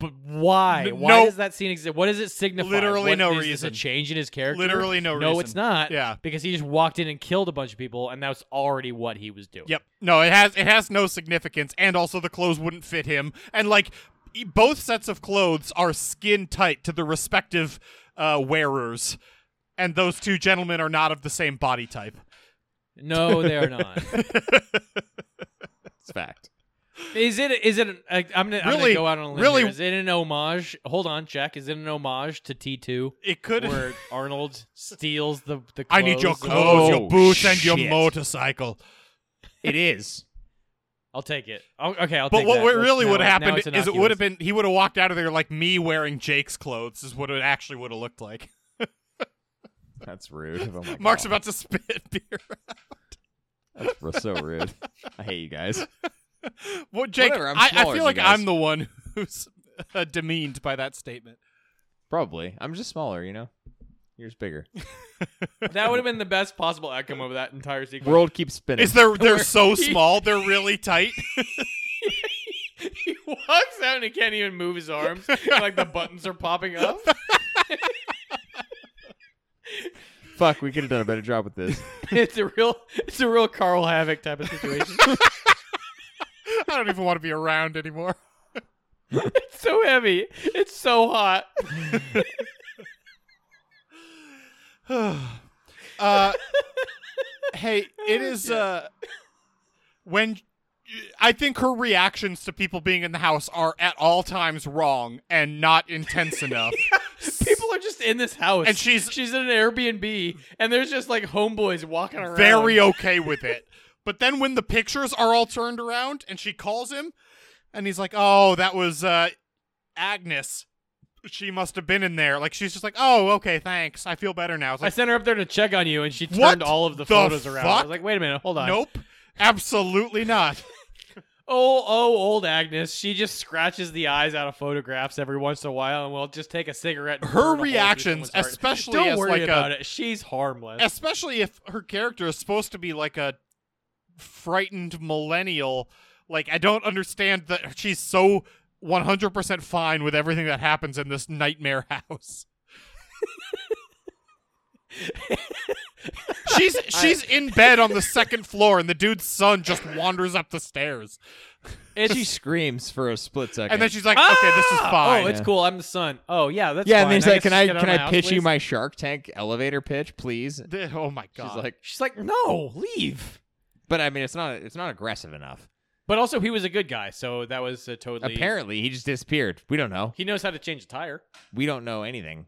Speaker 1: But why?
Speaker 2: N-
Speaker 1: why
Speaker 2: no-
Speaker 1: does that scene exist? What does it signify?
Speaker 2: Literally
Speaker 1: What-
Speaker 2: no
Speaker 1: is this
Speaker 2: reason.
Speaker 1: a change in his character?
Speaker 2: Literally no
Speaker 1: No,
Speaker 2: reason.
Speaker 1: it's not.
Speaker 2: Yeah.
Speaker 1: Because he just walked in and killed a bunch of people, and that's already what he was doing.
Speaker 2: Yep. No, it has it has no significance, and also the clothes wouldn't fit him. And like, e- both sets of clothes are skin tight to the respective uh, wearers, and those two gentlemen are not of the same body type.
Speaker 1: No,
Speaker 2: <laughs>
Speaker 1: they are not.
Speaker 3: It's fact.
Speaker 1: Is it? Is it? an- I- I'm gonna, I'm gonna
Speaker 2: Really-
Speaker 1: go out on a limb
Speaker 2: really-
Speaker 1: here. Is it an homage? Hold on, Jack. Is it an homage to
Speaker 2: <laughs>
Speaker 1: T2,
Speaker 2: It could.
Speaker 1: where Arnold steals the the? Clothes
Speaker 2: I need your
Speaker 1: of-
Speaker 2: clothes,
Speaker 3: Oh,
Speaker 2: your boots, and your
Speaker 3: shit.
Speaker 2: motorcycle.
Speaker 3: It is.
Speaker 1: I'll take it. I'll, okay, I'll
Speaker 2: But
Speaker 1: take
Speaker 2: what
Speaker 1: that.
Speaker 2: what
Speaker 1: That's-
Speaker 2: really
Speaker 1: now
Speaker 2: would
Speaker 1: it- now
Speaker 2: have happened
Speaker 1: it's
Speaker 2: is it would have
Speaker 1: innocuous.
Speaker 2: been he would have walked out of there like me wearing Jake's clothes is what it actually would have looked like.
Speaker 3: <laughs> That's rude. Oh my
Speaker 2: <laughs> Mark's
Speaker 3: God.
Speaker 2: about to spit <laughs> beer.
Speaker 3: That's r- so rude. I hate you guys.
Speaker 2: well, Jake,
Speaker 3: Whatever, I'm
Speaker 2: I, I
Speaker 3: smaller
Speaker 2: feel
Speaker 3: than
Speaker 2: like
Speaker 3: you guys.
Speaker 2: I'm the one <laughs> who's uh, demeaned by that statement.
Speaker 3: Probably. I'm just smaller, you know.
Speaker 1: <laughs>
Speaker 3: Yours bigger.
Speaker 1: that would have been the best possible outcome of that entire sequence.
Speaker 3: World keeps spinning.
Speaker 2: Is they're <laughs> they're so small, they're really tight.
Speaker 1: <laughs> he walks out and he can't even move his arms. like the buttons are popping
Speaker 2: <laughs>
Speaker 1: up.
Speaker 3: Fuck, we could have done a better job with this.
Speaker 1: It's a real, it's a real Carl Havoc type of
Speaker 2: <laughs>
Speaker 1: situation.
Speaker 2: I don't even want to be around anymore.
Speaker 1: it's so heavy. It's so hot.
Speaker 2: <sighs> Uh, hey, it is uh, when I think her reactions to people being in the house are at all times wrong and not <laughs> intense enough.
Speaker 1: People are just in this house,
Speaker 2: And she's-
Speaker 1: she's in an Airbnb, and there's just like homeboys walking around.
Speaker 2: Very okay with it. But then when the pictures are all turned around and she calls him, and he's like, "Oh, that was uh, Agnes. She must have been in there." Like she's just like, "Oh, okay, thanks. I feel better now." It's
Speaker 1: I
Speaker 2: like,
Speaker 1: sent her up there to check on you, and she turned
Speaker 2: What
Speaker 1: all of the,
Speaker 2: the
Speaker 1: photos around. I
Speaker 2: fuck?
Speaker 1: was like, wait a minute, hold on.
Speaker 2: "Nope, absolutely not."
Speaker 1: Oh, oh, old Agnes. She just scratches the eyes out of photographs every once in a while, and will just take a cigarette. and
Speaker 2: Her
Speaker 1: burn a hole through
Speaker 2: reactions,
Speaker 1: someone's heart.
Speaker 2: especially
Speaker 1: Don't
Speaker 2: as
Speaker 1: worry
Speaker 2: like a-
Speaker 1: about it. She's harmless.
Speaker 2: <laughs> especially if her character is supposed to be like a frightened millennial like i don't understand that she's so 100% fine with everything that happens in this nightmare
Speaker 1: <laughs>
Speaker 2: house she's she's in bed on the second floor and the dude's son just wanders up the stairs
Speaker 1: <laughs> It's
Speaker 3: she screams for a split second.
Speaker 2: and then she's like okay this is
Speaker 1: Ah!
Speaker 2: fine
Speaker 1: Oh, it's
Speaker 3: Yeah.
Speaker 1: cool. I'm the son. Oh yeah, that's
Speaker 3: yeah,
Speaker 1: Fine.
Speaker 3: and then she's like,
Speaker 1: guess
Speaker 3: "Can I
Speaker 1: get out
Speaker 3: can
Speaker 1: of
Speaker 3: I
Speaker 1: house,
Speaker 3: pitch you
Speaker 1: please?"
Speaker 3: my Shark Tank elevator pitch, please?"
Speaker 2: Th- oh my god
Speaker 3: She's like,
Speaker 1: She's like, no, leave.
Speaker 3: "But I mean, it's not it's not aggressive enough.
Speaker 1: But also, he was a good guy, so that was a totally.
Speaker 3: Apparently, he just disappeared. We don't know.
Speaker 1: he knows how to change a tire.
Speaker 3: We don't know anything.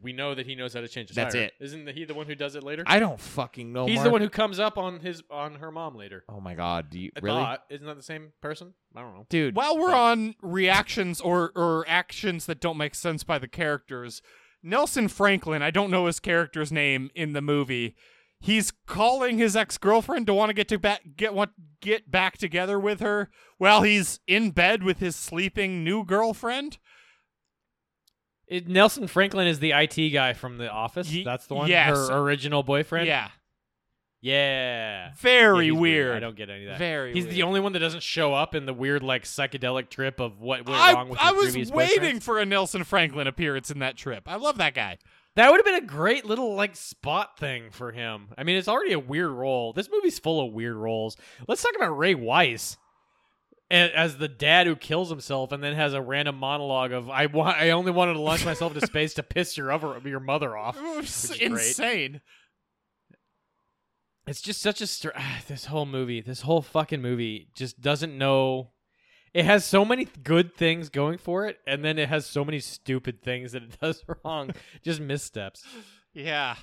Speaker 1: We know that he knows how to change a
Speaker 3: That's
Speaker 1: tire.
Speaker 3: it.
Speaker 1: Isn't he the one who does it later?
Speaker 3: I don't fucking know.
Speaker 1: He's the
Speaker 3: Mark.
Speaker 1: one who comes up on his on her mom later.
Speaker 3: Oh my god, do you
Speaker 1: I
Speaker 3: really,
Speaker 1: thought. isn't that the same person? I don't know.
Speaker 3: dude?
Speaker 2: While we're on reactions or or actions that don't make sense by the characters, Nelson Franklin, I don't know his character's name in the movie. He's calling his ex-girlfriend to want to get to back get want get back together with her while he's in bed with his sleeping new girlfriend.
Speaker 1: It, Nelson Franklin is the IT guy from The Office.
Speaker 2: Ye-
Speaker 1: That's the one.
Speaker 2: yes.
Speaker 1: Her original boyfriend.
Speaker 2: Yeah,
Speaker 1: Yeah.
Speaker 2: very
Speaker 1: Yeah, he's
Speaker 2: weird.
Speaker 1: I don't get any of that.
Speaker 2: Very.
Speaker 1: He's the
Speaker 2: weird.
Speaker 1: only one that doesn't show up in the weird, like psychedelic trip of what went
Speaker 2: I,
Speaker 1: wrong with.
Speaker 2: I
Speaker 1: his
Speaker 2: was
Speaker 1: previous
Speaker 2: waiting
Speaker 1: boyfriends.
Speaker 2: for a Nelson Franklin appearance in that trip. I love that guy.
Speaker 1: That would have been a great little like spot thing for him. I mean, it's already a weird role. This movie's full of weird roles. Let's talk about Ray Weiss a- as the dad who kills himself and then has a random monologue of "I want, I only wanted to launch myself into space to piss your other, your mother <laughs> off."
Speaker 2: It was
Speaker 1: Oh, Which is great.
Speaker 2: insane.
Speaker 1: It's just such a str- ah, this whole movie, this whole fucking movie just doesn't know. It has so many good things going for it, and then it has so many stupid things that it <laughs> does wrong, just missteps.
Speaker 2: Yeah.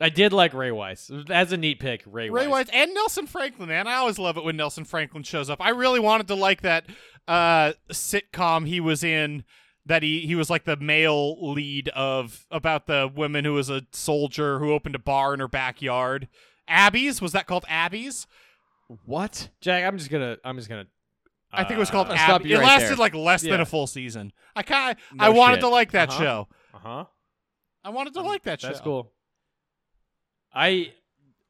Speaker 1: I did like Ray Weiss. That's a neat pick, Ray,
Speaker 2: Ray
Speaker 1: Weiss.
Speaker 2: Wise and Nelson Franklin, man. I always love it when Nelson Franklin shows up. I really wanted to like that uh, sitcom he was in that he, he was like the male lead of about the woman who was a soldier who opened a bar in her backyard. Abby's was that called Abby's?
Speaker 3: what?
Speaker 1: Jack, I'm just gonna, I'm just gonna.
Speaker 2: I think it was called
Speaker 1: Uh
Speaker 3: stop
Speaker 2: Abby.
Speaker 3: you
Speaker 2: It
Speaker 3: right
Speaker 2: lasted
Speaker 3: there.
Speaker 2: like less than
Speaker 1: Yeah.
Speaker 2: a full season. I kind
Speaker 3: No
Speaker 2: I wanted
Speaker 3: shit. Mm,
Speaker 2: to like that
Speaker 1: Uh-huh.
Speaker 2: show.
Speaker 1: huh.
Speaker 2: I wanted to like that show.
Speaker 1: That's cool. I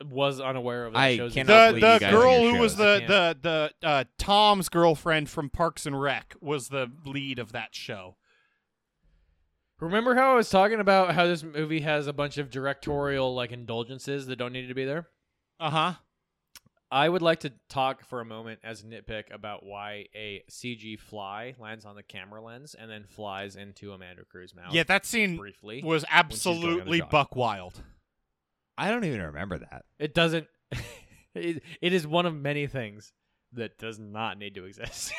Speaker 1: was unaware of that
Speaker 3: I
Speaker 1: show's
Speaker 3: cannot
Speaker 2: The
Speaker 3: believe
Speaker 2: the
Speaker 3: you guys
Speaker 2: girl
Speaker 3: on your
Speaker 2: who was
Speaker 3: shows.
Speaker 1: I
Speaker 2: the the the uh, Tom's girlfriend from Parks and Rec was the lead of that show.
Speaker 1: Remember how I was talking about how this movie has a bunch of directorial like indulgences that don't need to be there?
Speaker 2: Uh huh.
Speaker 1: I would like to talk for a moment as a nitpick about why a CG fly lands on the camera lens and then flies into Amanda Cruz's mouth.
Speaker 2: Yeah, that scene
Speaker 1: briefly.
Speaker 2: was
Speaker 1: she's going on a
Speaker 2: absolutely
Speaker 1: jog.
Speaker 2: buck wild.
Speaker 1: <laughs>
Speaker 3: I don't even remember that.
Speaker 1: It doesn't. It, it is one of many things that does not need to exist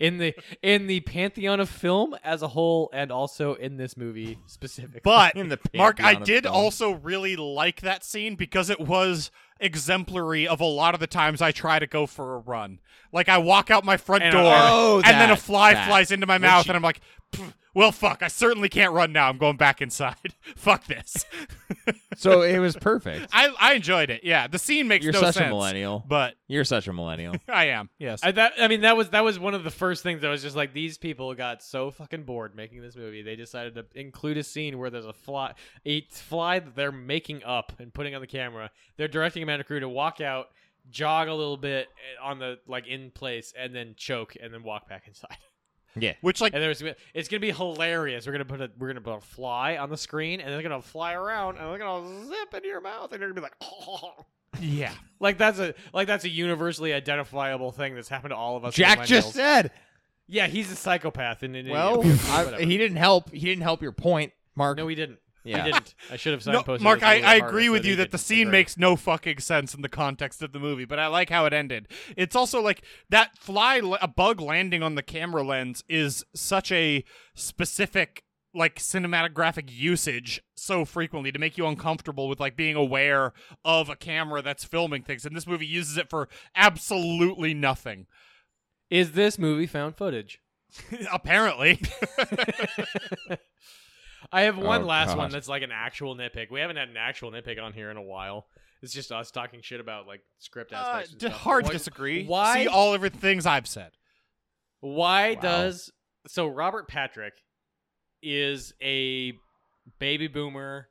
Speaker 1: in the in the pantheon of film as a whole, and also in this movie specifically.
Speaker 2: But
Speaker 1: <laughs>
Speaker 3: In the
Speaker 2: Mark, I
Speaker 3: pantheon of
Speaker 2: did
Speaker 3: films.
Speaker 2: also really like that scene because it was exemplary of a lot of the times I try to go for a run. Like I walk out my front
Speaker 1: And-
Speaker 2: door
Speaker 3: Oh,
Speaker 2: and then a
Speaker 3: that-
Speaker 2: fly
Speaker 3: that.
Speaker 2: flies into my mouth and I'm like, "Pff, well, fuck, I certainly can't run now. I'm going back inside. <laughs> fuck this.
Speaker 3: So it was
Speaker 1: <laughs>
Speaker 3: perfect.
Speaker 2: I, I enjoyed it. Yeah, the scene makes
Speaker 3: You're
Speaker 2: no
Speaker 3: such
Speaker 2: sense.
Speaker 3: a millennial.
Speaker 2: But
Speaker 3: You're such a millennial.
Speaker 1: <laughs>
Speaker 2: I am. Yes.
Speaker 1: I, that, I mean, that was that was one of the first things I was just like, these people got so fucking bored making this movie. They decided to include a scene where there's a fly, a fly that they're making up and putting on the camera. They're directing Amanda Crew to walk out, jog a little bit eh, on the like in place, and then choke, and then walk back inside.
Speaker 2: Which
Speaker 1: <laughs>
Speaker 2: like
Speaker 1: And there's it's gonna be hilarious. We're gonna put a we're gonna put a fly on the screen, and they're gonna fly around, and they're gonna zip into your mouth, and you're gonna be like, <laughs>
Speaker 2: yeah.
Speaker 1: like that's a like that's a universally identifiable thing that's happened to all of us.
Speaker 3: Jack
Speaker 1: millennials.
Speaker 3: just said.
Speaker 1: Yeah, he's a psychopath. And an
Speaker 3: Well,
Speaker 1: idiot.
Speaker 3: I,
Speaker 1: Whatever.
Speaker 3: he didn't help. He didn't help your point, Mark.
Speaker 1: no, he didn't.
Speaker 3: Yeah.
Speaker 1: He didn't. I should have
Speaker 2: No,
Speaker 1: signposted.
Speaker 2: Mark,
Speaker 1: this a
Speaker 2: I,
Speaker 1: little
Speaker 2: I
Speaker 1: harder
Speaker 2: agree
Speaker 1: so
Speaker 2: with you
Speaker 1: he
Speaker 2: that
Speaker 1: didn't
Speaker 2: the scene
Speaker 1: agree.
Speaker 2: makes no fucking sense in the context of the movie, but I like how it ended. It's also like that fly, l- a bug landing on the camera lens is such a specific like cinematographic usage so frequently to make you uncomfortable with like being aware of a camera that's filming things and this movie uses it for absolutely nothing <laughs>
Speaker 1: Is this movie found footage?
Speaker 2: apparently
Speaker 1: I have one
Speaker 3: Oh,
Speaker 1: last one
Speaker 3: God.
Speaker 1: that's like an actual nitpick. We haven't had an actual nitpick on here in a while. It's just us talking shit about like script
Speaker 2: uh,
Speaker 1: aspects. and
Speaker 2: d-
Speaker 1: stuff.
Speaker 2: hard to
Speaker 1: Why-
Speaker 2: disagree
Speaker 1: why-
Speaker 2: see all of the things i've said
Speaker 1: Why
Speaker 3: Wow.
Speaker 1: does so Robert Patrick is a baby boomer,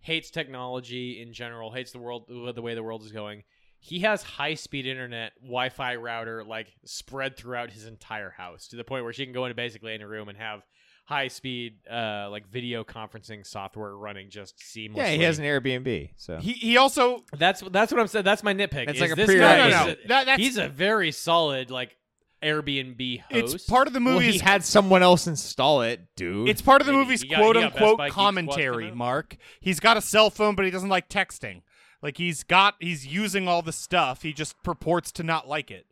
Speaker 1: hates technology in general, hates the world the way the world is going. He has high speed internet, Wi Fi router like spread throughout his entire house to the point where she can go into basically any room and have high speed uh like video conferencing software running just seamlessly.
Speaker 3: yeah, he has an Airbnb. So
Speaker 2: he he also
Speaker 1: That's that's what I'm saying. That's my nitpick.
Speaker 3: That's
Speaker 1: Is
Speaker 3: like a
Speaker 1: this guy
Speaker 3: prerequisite. No,
Speaker 1: is
Speaker 3: no,
Speaker 2: no.
Speaker 1: a-
Speaker 2: That- that's-
Speaker 1: he's a very solid like Airbnb host.
Speaker 2: it's part of the
Speaker 3: well,
Speaker 2: movie
Speaker 3: he had someone else install it, dude.
Speaker 2: It's part of the
Speaker 1: Maybe.
Speaker 2: movie's
Speaker 1: You got- you
Speaker 2: quote
Speaker 1: got Best
Speaker 2: unquote
Speaker 1: Buy Geek Squad
Speaker 2: commentary,
Speaker 1: coming up.
Speaker 2: Mark. He's got a cell phone, but he doesn't like texting. Like he's got he's using all the stuff. He just purports to not like it.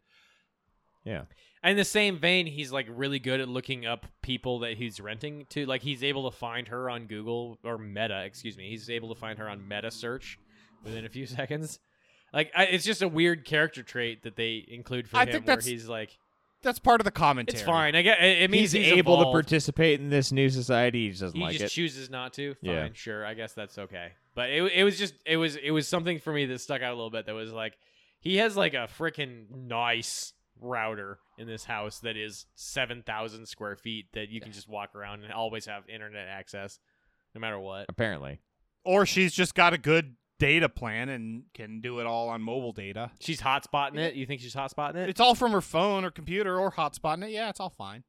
Speaker 3: yeah.
Speaker 1: In the same vein, he's like really good at looking up people that he's renting to. Like he's able to find her on Google or Meta, excuse me. He's able to find her on Meta search within a few <laughs> seconds. Like I, it's just a weird character trait that they include for
Speaker 2: I
Speaker 1: him,
Speaker 2: think
Speaker 1: where
Speaker 2: that's
Speaker 1: he's like,
Speaker 2: That's part of the commentary.
Speaker 1: "It's fine." I get it, it means
Speaker 3: he's, able to
Speaker 1: evolved.
Speaker 3: participate in this new society. He just doesn't
Speaker 1: He
Speaker 3: like
Speaker 1: just
Speaker 3: it.
Speaker 1: chooses not to. Fine,
Speaker 3: Yeah.
Speaker 1: sure. I guess that's okay. But it, it was just it was it was something for me that stuck out a little bit. That was like he has like a freaking nice router in this house that is seven thousand square feet that you can just walk around and always have internet access, no matter what.
Speaker 3: Apparently,
Speaker 2: Or she's just got a good data plan and can do it all on mobile data.
Speaker 1: She's hotspotting it. You think she's hotspotting it?
Speaker 2: It's all from her phone or computer or hotspotting it. Yeah, it's all fine.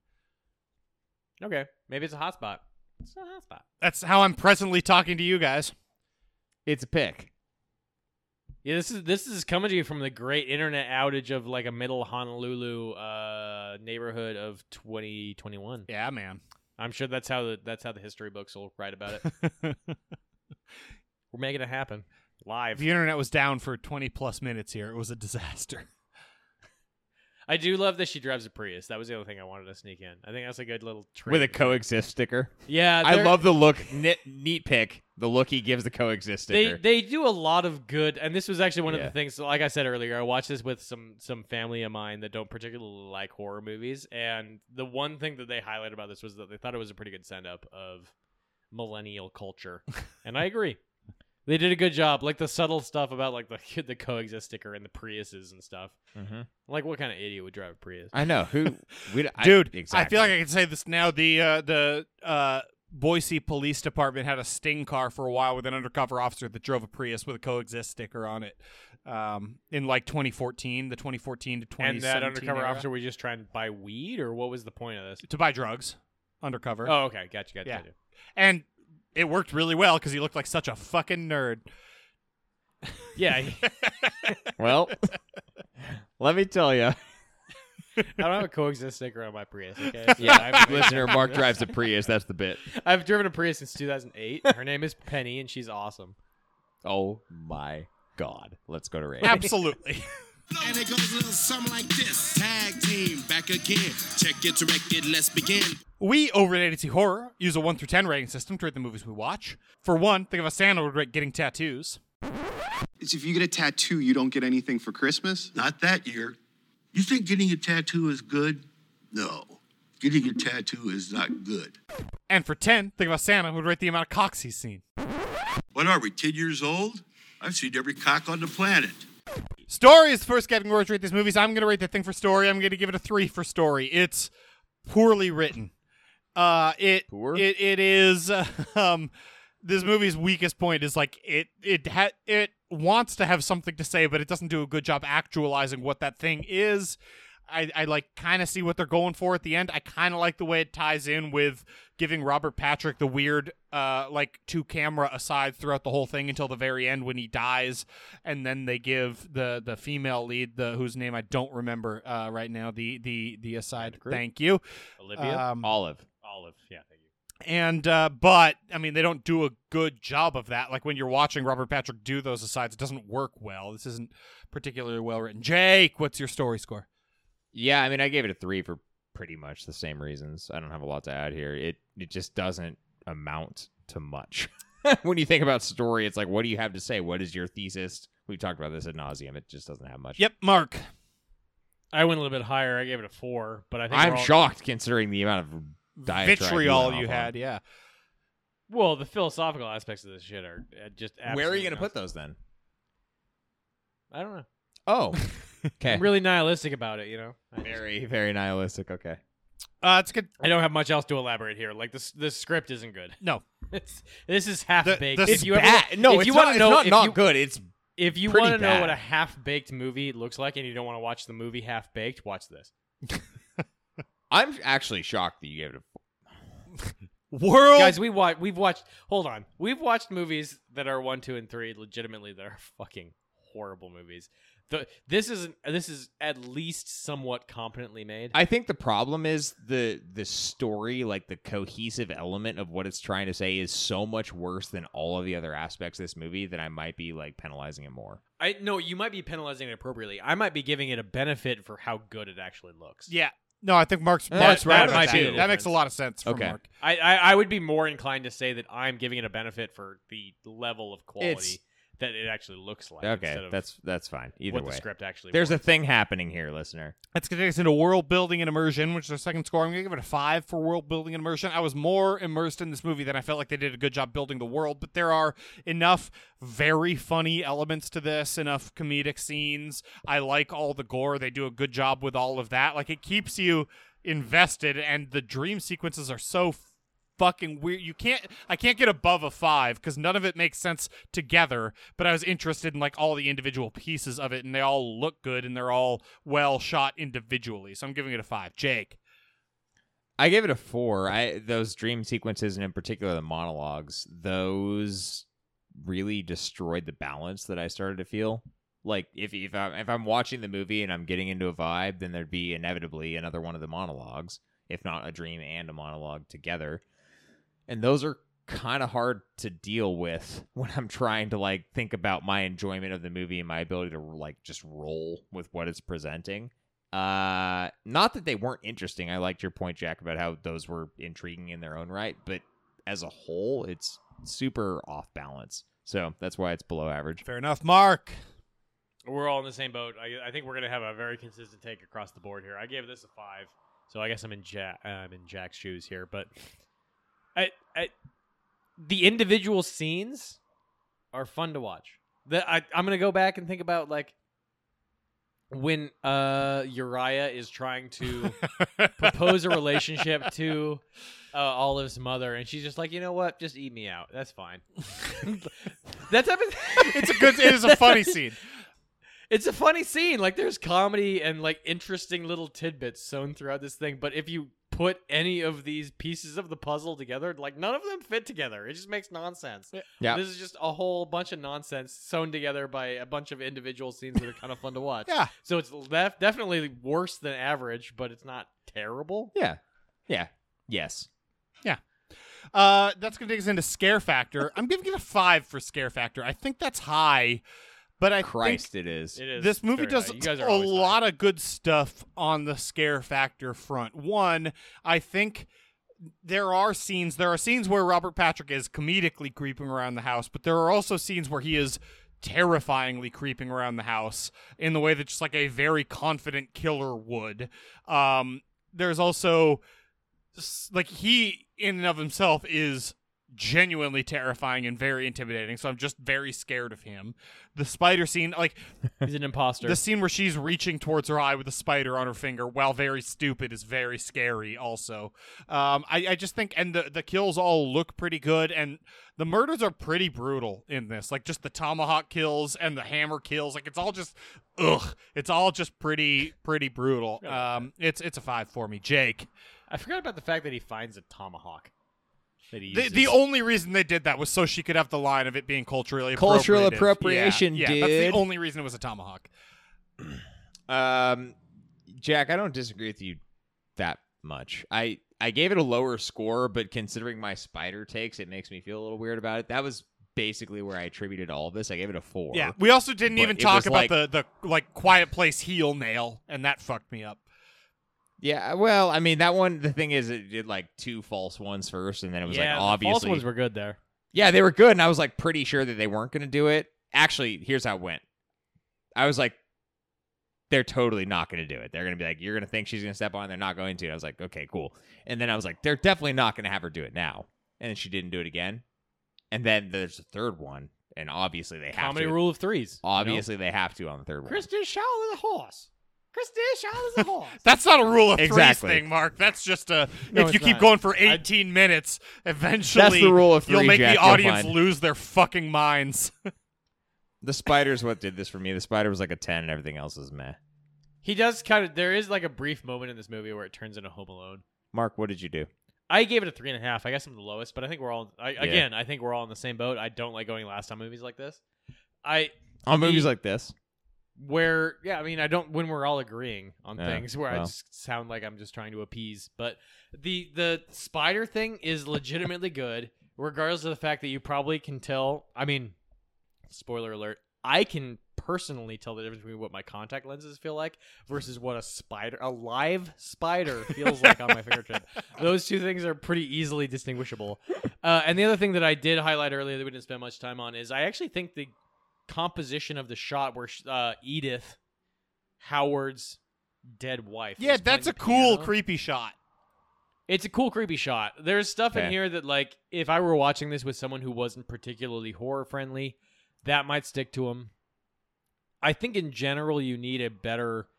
Speaker 1: Okay, maybe it's a hotspot. It's not a hotspot.
Speaker 2: That's how I'm presently talking to you guys.
Speaker 3: it's
Speaker 1: <laughs>
Speaker 3: a pick.
Speaker 1: Yeah, this is this is coming to you from the great internet outage of like a middle Honolulu uh, neighborhood of 2021.
Speaker 2: Yeah, man.
Speaker 1: I'm sure that's how the that's how the history books will write about it.
Speaker 3: <laughs>
Speaker 1: We're making it happen live.
Speaker 2: the internet was down for 20 plus minutes here. It was a disaster.
Speaker 1: I do love that she drives a Prius. That was the other thing I wanted to sneak in. I think that's a good little trick.
Speaker 3: With a coexist sticker.
Speaker 1: yeah,
Speaker 3: I
Speaker 1: they're-
Speaker 3: love the look. Knit, neat pick. The look he gives the coexist
Speaker 1: They
Speaker 3: sticker.
Speaker 1: they do a lot of good, and this was actually one of
Speaker 3: Yeah.
Speaker 1: the things. Like I said earlier, I watched this with some some family of mine that don't particularly like horror movies, and the one thing that they highlighted about this was that they thought it was a pretty good send up of millennial
Speaker 3: <laughs>
Speaker 1: culture, and I agree. They did a good job, like the subtle stuff about like the <laughs> the coexist sticker and the Priuses and stuff.
Speaker 3: Mhm.
Speaker 1: Like, what kind of idiot would drive a Prius?
Speaker 3: I know who. We, I-
Speaker 2: dude i
Speaker 3: exactly.
Speaker 2: feel like i can say this now the uh, the uh, boise police department had a sting car for a while with an undercover officer that drove a prius with a coexist sticker on it um, in like 2014 the 2014 to 2017
Speaker 1: And that undercover
Speaker 2: era.
Speaker 1: officer was just trying to buy weed, or what was the point of this?
Speaker 2: to buy drugs undercover
Speaker 1: Oh, okay, gotcha, gotcha.
Speaker 2: Yeah.
Speaker 1: gotcha.
Speaker 2: and it worked really well because he looked like such a fucking nerd
Speaker 1: <laughs> yeah. I
Speaker 3: <laughs> well, let me tell you.
Speaker 1: I don't have a coexist sticker on my Prius. Okay,
Speaker 3: <laughs> <laughs> Yeah,
Speaker 1: I've,
Speaker 3: listener Mark drives a Prius. That's the bit.
Speaker 1: I've driven a Prius since 2008. Her name is Penny, and she's awesome.
Speaker 3: Oh my God. Let's go to Ray. <laughs>
Speaker 2: Absolutely.
Speaker 8: And it goes a little something like this. Tag team back again. Check it, direct it, let's begin.
Speaker 2: We over at ADT Horror use a 1 through 10 rating system to rate the movies we watch. For one, think of a Santa would rate getting tattoos.
Speaker 9: It's if you get a tattoo, you don't get anything for Christmas.
Speaker 10: Not that year. You think getting a tattoo is good? No. Getting a tattoo is not good.
Speaker 2: And for 10, think of a Santa would rate the amount of cocks he's seen.
Speaker 10: What are we, 10 years old? I've seen every cock on the planet.
Speaker 2: Story is the first category to rate these movies. I'm going to rate the thing for story. I'm going to give it a three for story. It's poorly written. Uh, it
Speaker 3: Poor?
Speaker 2: it it is. <laughs> Um, this movie's weakest point is like it it ha- it wants to have something to say, but it doesn't do a good job actualizing what that thing is. I, I like kind of see what they're going for at the end. I kind of like the way it ties in with giving Robert Patrick the weird, uh, like two camera aside throughout the whole thing until the very end when he dies, and then they give the the female lead, the whose name I don't remember uh, right now, the the the aside.
Speaker 3: Group?
Speaker 2: Thank you.
Speaker 1: Olivia,
Speaker 2: Um,
Speaker 3: Olive.
Speaker 1: Olive. Yeah, thank you.
Speaker 2: and uh, but I mean, they don't do a good job of that. Like when you're watching Robert Patrick do those asides, it doesn't work well. This isn't particularly well written. Jake, what's your story score?
Speaker 3: Yeah, I mean, I gave it a three for pretty much the same reasons. I don't have a lot to add here. It it just doesn't amount to much. <laughs> when you think about story, it's like, what do you have to say? What is your thesis? We've talked about this ad nauseum. It just doesn't have much.
Speaker 2: Yep, Mark.
Speaker 1: I went a little bit higher. I gave it a four, but I think
Speaker 3: I'm
Speaker 1: we're all-
Speaker 3: shocked considering the amount of diatribe
Speaker 2: Vitriol
Speaker 3: went
Speaker 2: you
Speaker 3: off
Speaker 2: had,
Speaker 3: on.
Speaker 2: yeah.
Speaker 1: Well, the philosophical aspects of this shit are uh, just.
Speaker 3: Where are
Speaker 1: absolutely
Speaker 3: you going to
Speaker 1: nuts.
Speaker 3: put those then?
Speaker 1: I don't know.
Speaker 3: <laughs> Oh, okay.
Speaker 1: I'm really nihilistic about it. You know, I, just-
Speaker 3: very, very nihilistic. Okay.
Speaker 2: Uh, it's good.
Speaker 1: I don't have much else to elaborate here. Like this, this script isn't good.
Speaker 2: No,
Speaker 1: <laughs> It's, this is half baked.
Speaker 2: the
Speaker 1: If you ever,
Speaker 3: Bad. No,
Speaker 1: if
Speaker 3: it's
Speaker 1: you
Speaker 3: not,
Speaker 1: wanna
Speaker 3: it's
Speaker 1: know-
Speaker 3: not,
Speaker 1: if
Speaker 3: not
Speaker 1: you-
Speaker 3: good. It's
Speaker 1: if you
Speaker 3: pretty
Speaker 1: want to know what
Speaker 3: bad.
Speaker 1: a half baked movie looks like, and you don't want to watch the movie half baked, watch this.
Speaker 3: I'm actually shocked that you gave it a four.
Speaker 2: world.
Speaker 1: Guys, we watch. We've watched. Hold on, we've watched movies that are one, two, and three. Legitimately, that are fucking horrible movies. The, this is this is at least somewhat competently made.
Speaker 3: I think the problem is the the story, like the cohesive element of what it's trying to say, is so much worse than all of the other aspects of this movie that I might be like penalizing it more.
Speaker 1: I no, you might be penalizing it appropriately. I might be giving it a benefit for how good it actually looks.
Speaker 2: yeah. No, I think Mark's,
Speaker 3: That-
Speaker 2: Mark's right
Speaker 1: that
Speaker 2: about
Speaker 1: might
Speaker 2: that.
Speaker 1: be the
Speaker 2: That makes
Speaker 1: difference.
Speaker 2: a lot of sense for
Speaker 3: Okay.
Speaker 2: Mark.
Speaker 1: I, I I would be more inclined to say that I'm giving it a benefit for the level of quality
Speaker 3: It's-
Speaker 1: that it actually looks like. instead
Speaker 3: Okay,
Speaker 1: of
Speaker 3: that's that's fine. Either
Speaker 1: what
Speaker 3: way,
Speaker 1: the script actually.
Speaker 3: there's a
Speaker 1: was.
Speaker 3: thing happening here, listener.
Speaker 2: Let's get us into world building and immersion, which is our second score. I'm going to give it a five for world building and immersion. I was more immersed in this movie than I felt like they did a good job building the world, but there are enough very funny elements to this, enough comedic scenes. I like all the gore. They do a good job with all of that. Like, it keeps you invested, and the dream sequences are so fucking weird. You can't I can't get above a 5 cuz none of it makes sense together, but I was interested in like all the individual pieces of it and they all look good and they're all well shot individually. So I'm giving it a 5. Jake.
Speaker 3: I gave it a four. I those dream sequences and in particular the monologues, those really destroyed the balance that I started to feel. Like if if I'm if I'm watching the movie and I'm getting into a vibe, then there'd be inevitably another one of the monologues, if not a dream and a monologue together. And those are kind of hard to deal with <laughs> when I'm trying to like think about my enjoyment of the movie and my ability to like just roll with what it's presenting. Uh, not that they weren't interesting. I liked your point, Jack, about how those were intriguing in their own right, but as a whole, it's super off balance. So that's why it's below average.
Speaker 2: Fair enough, <laughs> Mark.
Speaker 1: We're all in the same boat. I, I think we're gonna have a very consistent take across the board here. I gave this a five, so I guess I'm in Jack. Uh, I'm in Jack's shoes here, but I, I, the individual scenes are fun to watch. The, I, I'm gonna go back and think about like when uh Uriah is trying
Speaker 2: <laughs>
Speaker 1: to propose a relationship to uh, Olive's mother, and she's just like, you know what, just eat me out. That's
Speaker 2: <laughs>
Speaker 1: fine. That's
Speaker 2: It's a good it is
Speaker 1: <laughs>
Speaker 2: a funny scene.
Speaker 1: it's a funny scene. Like there's comedy and like interesting little tidbits sewn throughout this thing. But if you put any of these pieces of the puzzle together, like none of them fit together. It just makes nonsense.
Speaker 3: Yeah.
Speaker 1: This is just a whole bunch of nonsense sewn together by a bunch of individual scenes that are kind of fun to watch.
Speaker 2: Yeah.
Speaker 1: So it's def- definitely worse than average, but it's not terrible.
Speaker 3: Yeah. Yeah. Yes.
Speaker 2: Uh, that's going to take us into scare factor. I'm giving it a five for scare factor. I think that's high. But I
Speaker 3: Christ,
Speaker 2: think
Speaker 3: it is.
Speaker 1: It is
Speaker 2: this movie
Speaker 1: very
Speaker 2: does
Speaker 1: high. You guys are
Speaker 2: a
Speaker 1: always high.
Speaker 2: lot of good stuff on the scare factor front. One, I think there are scenes there are scenes where Robert Patrick is comedically creeping around the house, but there are also scenes where he is terrifyingly creeping around the house in the way that just like a very confident killer would. Um there's also s- like he in and of himself is genuinely terrifying and very intimidating, so I'm just very scared of him. The spider scene like
Speaker 1: He's an imposter.
Speaker 2: the scene where she's reaching towards her eye with a spider on her finger, while very stupid, is very scary. Also, um, I, I just think, and the the kills all look pretty good, and the murders are pretty brutal in this. Like just the tomahawk kills and the hammer kills, like it's all just, ugh, it's all just pretty pretty brutal. Um, it's it's a five for me, Jake.
Speaker 1: I forgot about the fact that he finds a tomahawk. That he
Speaker 2: The,
Speaker 1: uses.
Speaker 2: the only reason they did that was so she could have the line of it being culturally
Speaker 3: Cultural
Speaker 2: appropriative.
Speaker 3: appropriation,
Speaker 2: yeah, yeah, that's
Speaker 3: dude.
Speaker 2: the only reason it was a tomahawk.
Speaker 3: Um, Jack, I don't disagree with you that much. I I gave it a lower score, but considering my spider takes, it makes me feel a little weird about it. That was basically where I attributed all of this. I gave it a four.
Speaker 2: Yeah, we also didn't
Speaker 3: but
Speaker 2: even
Speaker 3: it
Speaker 2: talk
Speaker 3: was
Speaker 2: about
Speaker 3: like-
Speaker 2: the the like Quiet Place heel nail, and that fucked me up.
Speaker 3: Yeah, well, I mean that one. The thing is, it did like two false ones first, and then it was
Speaker 1: yeah,
Speaker 3: like
Speaker 1: the
Speaker 3: obviously
Speaker 1: false ones were good there.
Speaker 3: Yeah, they were good, and I was like pretty sure that they weren't going to do it. Actually, here's how it went. I was like, they're totally not going to do it. They're going to be like, you're going to think she's going to step on. They're not going to. I was like, okay, cool. And then I was like, they're definitely not going to have her do it now. And then she didn't do it again. And then there's a third one, and obviously they have
Speaker 1: Comedy
Speaker 3: to.
Speaker 1: rule of threes. you know?
Speaker 3: Obviously, they have to on the third one.
Speaker 1: Shaw is a horse. Kristen Shaw <laughs> is a horse.
Speaker 2: That's not a rule of
Speaker 3: Exactly.
Speaker 2: threes thing, Mark. That's just a
Speaker 1: No,
Speaker 2: if
Speaker 1: it's
Speaker 2: you keep
Speaker 1: not.
Speaker 2: going for 18 minutes, eventually
Speaker 3: rule of
Speaker 2: you'll
Speaker 3: three,
Speaker 2: make
Speaker 3: Jack,
Speaker 2: the
Speaker 3: you'll
Speaker 2: audience
Speaker 3: find.
Speaker 2: lose their fucking minds.
Speaker 3: The spider's what did this for me. The spider was like a ten, and everything else is meh.
Speaker 1: He does kind of. There is like a brief moment in this movie where it turns into Home Alone.
Speaker 3: Mark, what did you do?
Speaker 1: I gave it a three and a half. I guess I'm the lowest, but I think we're all. I, Again, I think we're all in the same boat. I don't like going last on movies like this. I
Speaker 3: On
Speaker 1: The-
Speaker 3: movies like this,
Speaker 1: where yeah i mean i don't when we're all agreeing on
Speaker 3: Yeah,
Speaker 1: things where i
Speaker 3: well.
Speaker 1: just sound like i'm just trying to appease but the the spider thing is legitimately good regardless of the fact that you probably can tell i mean spoiler alert i can personally tell the difference between what my contact lenses feel like versus what a spider a live spider feels like on my fingertip
Speaker 2: <laughs>
Speaker 1: those two things are pretty easily distinguishable uh, and the other thing that i did highlight earlier that we didn't spend much time on is i actually think the composition of the shot where sh- uh, Edith Howard's dead wife.
Speaker 2: yeah,
Speaker 1: is
Speaker 2: that's a
Speaker 1: playing the
Speaker 2: cool,
Speaker 1: piano.
Speaker 2: creepy shot.
Speaker 1: It's a cool, creepy shot. There's stuff
Speaker 3: Yeah.
Speaker 1: in here that, like, if I were watching this with someone who wasn't particularly horror friendly, that might stick to them. I think in general, you need a better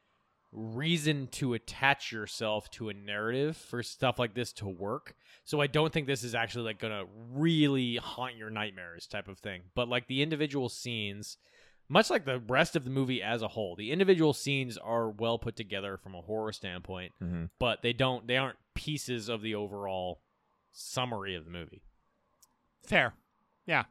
Speaker 1: reason to attach yourself to a narrative for stuff like this to work. So I don't think this is actually like gonna really haunt your nightmares type of thing. But like the individual scenes, much like the rest of the movie as a whole, the individual scenes are well put together from a horror standpoint,
Speaker 3: Mhm.
Speaker 1: but they don't they aren't pieces of the overall summary of the movie.
Speaker 2: Fair. Yeah.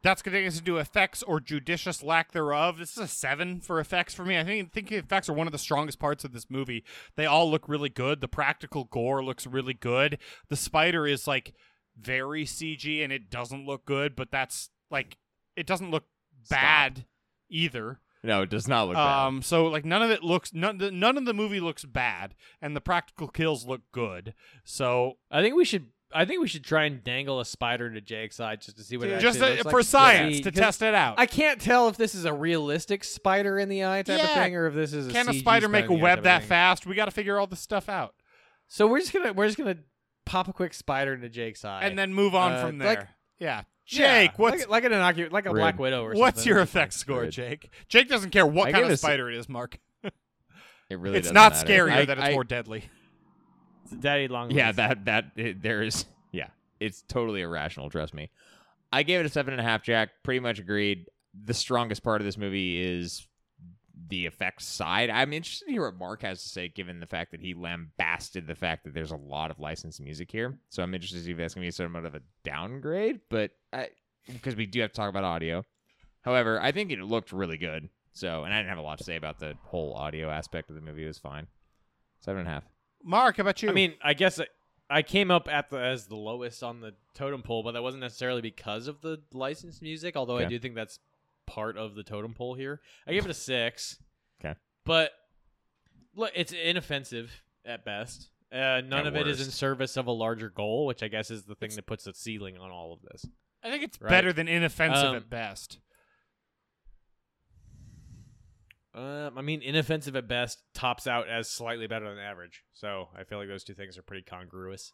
Speaker 2: That's going to take us into effects or judicious lack thereof. This is a seven for effects for me. I think, think effects are one of the strongest parts of this movie. They all look really good. The practical gore looks really good. The spider is like very CG and it doesn't look good, but that's like, it doesn't look
Speaker 3: Stop.
Speaker 2: bad either.
Speaker 3: no, it does not look bad.
Speaker 2: Um, so like none of it looks none the- none of the movie looks bad, and the practical kills look good. So
Speaker 1: I think we should I think we should try and dangle a spider to Jake's eye just to see what it
Speaker 2: just
Speaker 1: actually
Speaker 2: uh,
Speaker 1: looks like.
Speaker 2: for science
Speaker 1: Yeah.
Speaker 2: to
Speaker 1: Because
Speaker 2: test it out.
Speaker 1: I can't tell if this is a realistic spider in the eye type
Speaker 2: Yeah.
Speaker 1: of thing or if this is a
Speaker 2: Can a
Speaker 1: CG
Speaker 2: spider make
Speaker 1: in
Speaker 2: a
Speaker 1: the eye type
Speaker 2: web
Speaker 1: of
Speaker 2: that
Speaker 1: thing.
Speaker 2: fast? We got to figure all this stuff out
Speaker 1: So we're just gonna we're just gonna pop a quick spider into Jake's eye
Speaker 2: and then move on
Speaker 1: Uh,
Speaker 2: from there.
Speaker 1: like-
Speaker 2: yeah,
Speaker 1: Yeah,
Speaker 2: Jake, what's
Speaker 1: like, like an innocu- like a
Speaker 3: Rid.
Speaker 1: Black Widow or
Speaker 2: what's
Speaker 1: something.
Speaker 2: your effects score,
Speaker 3: Good.
Speaker 2: Jake? Jake doesn't care what
Speaker 3: I
Speaker 2: kind
Speaker 3: gave
Speaker 2: of
Speaker 3: this a-
Speaker 2: spider it is, Mark.
Speaker 3: it really
Speaker 2: it's
Speaker 3: doesn't
Speaker 2: not
Speaker 3: matter.
Speaker 2: scarier
Speaker 3: I-
Speaker 2: that it's
Speaker 3: I-
Speaker 2: more deadly.
Speaker 1: Daddy Long.
Speaker 3: Yeah, that that it, there is. <laughs> Yeah, it's totally irrational. Trust me. I gave it a seven and a half. Jack pretty much agreed. The strongest part of this movie is the effects side. I'm interested to hear what Mark has to say, given the fact that he lambasted the fact that there's a lot of licensed music here. So I'm interested to see if that's going to be somewhat of a downgrade, but because we do have to talk about audio. However, I think it looked really good. So, and I didn't have a lot to say about the whole audio aspect of the movie. It was fine. Seven and a half.
Speaker 2: Mark, how about you?
Speaker 1: I mean, I guess I, I came up at the as the lowest on the totem pole, but that wasn't necessarily because of the licensed music. Although I
Speaker 3: Okay.
Speaker 1: do think that's part of the totem pole here. I give it a six.
Speaker 3: 'Kay.
Speaker 1: But look, it's inoffensive at best. Uh, none
Speaker 3: At
Speaker 1: of it is
Speaker 3: worst.
Speaker 1: in service of a larger goal, which I guess is the thing that puts a ceiling on all of this.
Speaker 2: I think it's
Speaker 1: Right.
Speaker 2: better than inoffensive
Speaker 1: Um,
Speaker 2: at best.
Speaker 1: Um, I mean, inoffensive at best, tops out as slightly better than average. So I feel like those two things are pretty congruous.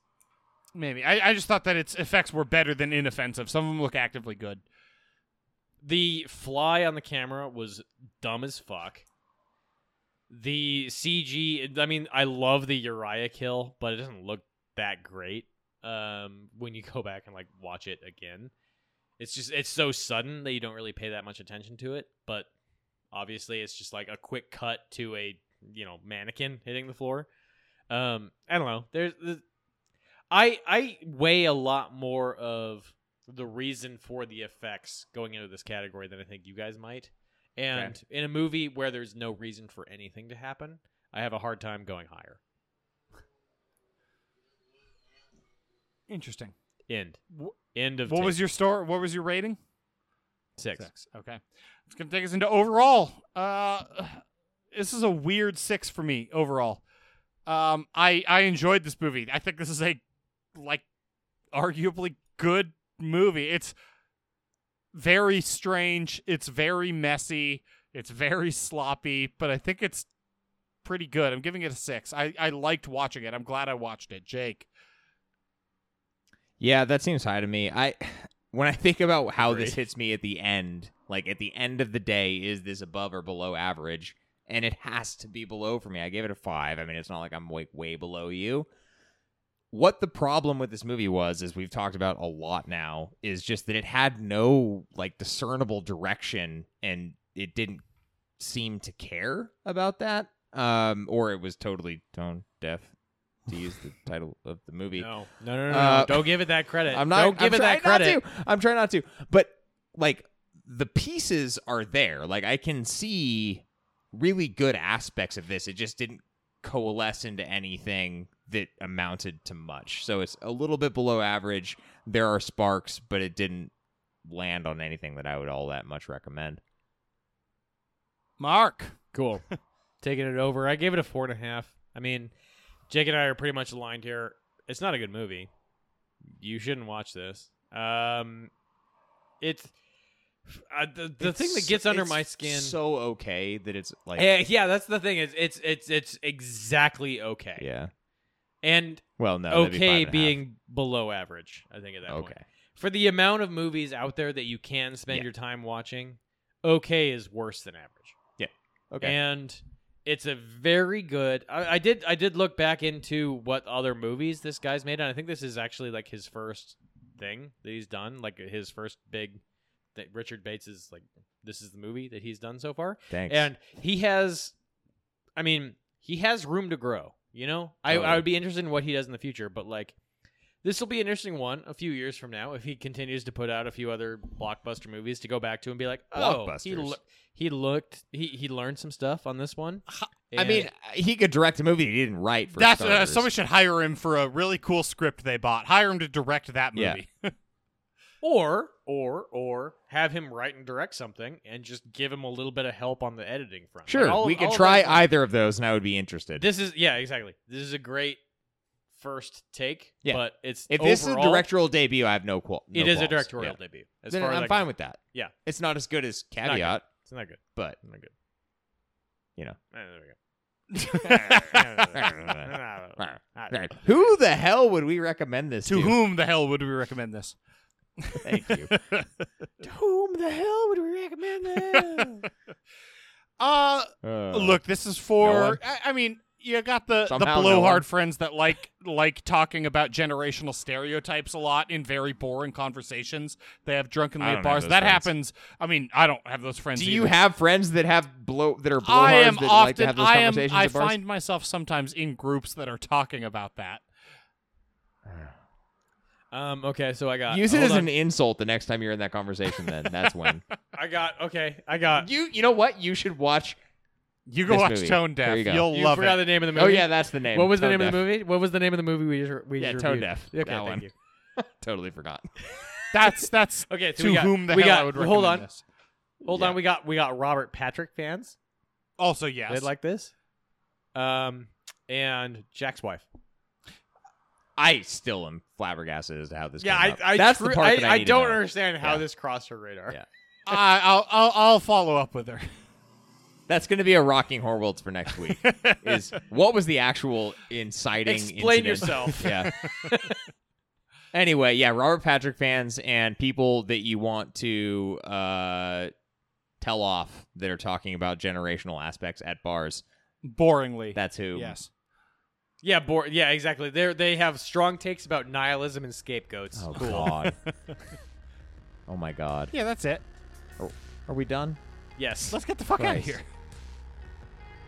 Speaker 2: Maybe I, I just thought that its effects were better than inoffensive. Some of them look actively good.
Speaker 1: The fly on the camera was dumb as fuck. The CG, I mean, I love the Uriah kill, but it doesn't look that great um, when you go back and like watch it again. It's just it's so sudden that you don't really pay that much attention to it. But obviously, it's just like a quick cut to a you know mannequin hitting the floor. Um, I don't know. There's, there's I I weigh a lot more of the reason for the effects going into this category than I think you guys might. And in a movie where there's no reason for anything to happen, I have a hard time going higher.
Speaker 2: Interesting.
Speaker 1: End.
Speaker 2: Wh-
Speaker 1: End of.
Speaker 2: What was
Speaker 1: tape.
Speaker 2: your store? What was your rating?
Speaker 1: six?
Speaker 2: Okay. It's gonna take us into overall. Uh, this is a weird six for me overall. Um, I I enjoyed this movie. I think this is a like arguably good movie. It's very strange. It's very messy. It's very sloppy, but I think it's pretty good. I'm giving it a six. I, I liked watching it. I'm glad I watched it. Jake.
Speaker 3: Yeah, that seems high to me. I <sighs> when I think about how this hits me at the end, like at the end of the day, is this above or below average? And it has to be below for me. I gave it a five. I mean, it's not like I'm like way below you. What the problem with this movie was, as we've talked about a lot now, is just that it had no like discernible direction and it didn't seem to care about that. Um, or it was totally tone deaf to use the title of the movie.
Speaker 1: No, no, no, no. no.
Speaker 3: Uh,
Speaker 1: Don't give it that credit.
Speaker 3: I'm not.
Speaker 1: Don't give
Speaker 3: I'm
Speaker 1: it that
Speaker 3: trying
Speaker 1: credit.
Speaker 3: Not to. I'm trying not to. But like the pieces are there. Like I can see really good aspects of this. It just didn't coalesce into anything that amounted to much. So it's a little bit below average. There are sparks, but it didn't land on anything that I would all that much recommend.
Speaker 2: Mark.
Speaker 1: Cool.
Speaker 3: <laughs>
Speaker 1: Taking it over. I gave it a four and a half. I mean, Jake and I are pretty much aligned here. It's not a good movie. You shouldn't watch this. Um, it's uh, the, the thing that
Speaker 3: It's-
Speaker 1: gets under
Speaker 3: it's
Speaker 1: my skin.
Speaker 3: So okay that it's like
Speaker 1: yeah, Eh, yeah, that's the thing. It's it's it's it's exactly okay.
Speaker 3: yeah.
Speaker 1: And
Speaker 3: Well, no. that'd be five
Speaker 1: okay
Speaker 3: and a half.
Speaker 1: being below average, I think at that point.
Speaker 3: okay.
Speaker 1: For the amount of movies out there that you can spend
Speaker 3: Yeah.
Speaker 1: your time watching, okay is worse than average.
Speaker 3: Okay.
Speaker 1: and it's a very good I, I did i did look back into what other movies this guy's made and i think this is actually like his first thing that he's done like his first big that richard bates is like this is the movie that he's done so far
Speaker 3: Thanks.
Speaker 1: and he has i mean he has room to grow you know I, I
Speaker 3: Oh.
Speaker 1: would be interested in what he does in the future but like this will be an interesting one a few years from now if he continues to put out a few other blockbuster movies to go back to and be like oh he,
Speaker 3: Blockbusters.
Speaker 1: lo- he looked he, he learned some stuff on this one
Speaker 3: I mean, he could direct a movie he didn't write. For
Speaker 2: That's uh,
Speaker 3: starters.
Speaker 2: somebody should hire him for a really cool script they bought. Hire him to direct that movie.
Speaker 3: Yeah.
Speaker 1: or or or have him write and direct something and just give him a little bit of help on the editing front Like,
Speaker 3: Sure,
Speaker 1: all-
Speaker 3: we could
Speaker 1: all of
Speaker 3: try
Speaker 1: those-
Speaker 3: either of those, and I would be interested.
Speaker 1: this is yeah exactly this is a great first take
Speaker 3: Yeah.
Speaker 1: but it's
Speaker 3: if this is a
Speaker 1: overall-
Speaker 3: directorial debut, I have no qual. no
Speaker 1: it is a
Speaker 3: qualms.
Speaker 1: directorial
Speaker 3: Yeah.
Speaker 1: debut as
Speaker 3: Then
Speaker 1: far as
Speaker 3: I'm
Speaker 1: I can
Speaker 3: fine
Speaker 1: tell.
Speaker 3: with that.
Speaker 1: Yeah.
Speaker 3: it's not as good as
Speaker 1: not good.
Speaker 3: caveat,
Speaker 1: it's not good
Speaker 3: but
Speaker 1: it's not good
Speaker 3: You know.
Speaker 1: Eh, <laughs> there we go. <laughs>
Speaker 3: <laughs> Right. who the hell would we recommend this to?
Speaker 2: to whom the hell would we recommend this?
Speaker 1: <laughs>
Speaker 3: Thank you. to whom the hell would we recommend this?
Speaker 1: <laughs>
Speaker 2: Uh,
Speaker 3: Uh,
Speaker 2: look, this is for.
Speaker 3: no one?
Speaker 2: I, I mean, you got the
Speaker 3: Somehow
Speaker 2: the
Speaker 3: no
Speaker 2: blowhard
Speaker 3: one.
Speaker 2: friends that like like talking about generational stereotypes a lot in very boring conversations. They have drunken
Speaker 3: I
Speaker 2: late
Speaker 3: don't have
Speaker 2: bars.
Speaker 3: those
Speaker 2: That
Speaker 3: friends.
Speaker 2: happens. I mean, I don't have those friends.
Speaker 3: do you
Speaker 2: either.
Speaker 3: have friends that have blow that are blowhards
Speaker 2: I am
Speaker 3: that
Speaker 2: often.
Speaker 3: like to have those
Speaker 2: I am.
Speaker 3: conversations
Speaker 2: I
Speaker 3: at bars?
Speaker 2: find myself sometimes in groups that are talking about that.
Speaker 1: um okay so i got
Speaker 3: Use it
Speaker 1: hold
Speaker 3: as
Speaker 1: on.
Speaker 3: an insult the next time you're in that conversation. Then that's when
Speaker 1: i got okay i got
Speaker 3: you. You know what? You should watch.
Speaker 2: You go
Speaker 3: This
Speaker 2: watch
Speaker 3: movie.
Speaker 2: Tone
Speaker 3: There
Speaker 2: Deaf.
Speaker 3: you go.
Speaker 2: will
Speaker 1: you
Speaker 2: love
Speaker 1: forgot
Speaker 2: it.
Speaker 1: the name of the movie
Speaker 3: Oh yeah, that's the name.
Speaker 1: what was the
Speaker 3: Tone
Speaker 1: name
Speaker 3: Deaf.
Speaker 1: of the movie? What was the name of the movie we just we
Speaker 3: Yeah,
Speaker 1: just
Speaker 3: Tone
Speaker 1: reviewed?
Speaker 3: Deaf.
Speaker 1: Okay,
Speaker 3: That
Speaker 1: thank
Speaker 3: one.
Speaker 1: you.
Speaker 3: Totally forgot.
Speaker 2: That's that's
Speaker 1: Okay, so
Speaker 2: to
Speaker 1: we got, <laughs>
Speaker 2: whom the
Speaker 1: we
Speaker 2: hell
Speaker 1: got,
Speaker 2: I would recommend
Speaker 1: hold on.
Speaker 2: this.
Speaker 1: Hold on, we got we got Robert Patrick fans.
Speaker 2: Also, yes.
Speaker 1: They'd like this. Um, and Jack's wife.
Speaker 3: I still am flabbergasted as to how this.
Speaker 1: Yeah,
Speaker 3: came
Speaker 1: I,
Speaker 3: up.
Speaker 1: I
Speaker 3: that's
Speaker 1: tru-
Speaker 3: the part
Speaker 1: I,
Speaker 3: that I,
Speaker 1: I
Speaker 3: need to
Speaker 1: don't
Speaker 3: know.
Speaker 1: understand how
Speaker 3: Yeah.
Speaker 1: this crossed her radar.
Speaker 3: Yeah.
Speaker 2: I, I'll, I'll I'll follow up with her.
Speaker 3: That's going to be a rocking Horworlds for
Speaker 1: <laughs>
Speaker 3: next week. is what was the actual inciting?
Speaker 1: Explain
Speaker 3: incident?
Speaker 1: yourself. <laughs>
Speaker 3: <laughs> yeah. anyway, yeah, Robert Patrick fans and people that you want to uh, tell off that are talking about generational aspects at bars.
Speaker 2: Boringly.
Speaker 3: That's who.
Speaker 2: yes.
Speaker 1: Yeah, bor- yeah, exactly. They they have strong takes about nihilism and scapegoats.
Speaker 3: Oh
Speaker 1: cool. <laughs>
Speaker 3: God. oh my God.
Speaker 2: Yeah, that's it.
Speaker 3: Are we done?
Speaker 1: Yes.
Speaker 2: Let's get the fuck out of
Speaker 3: Christ.
Speaker 2: here.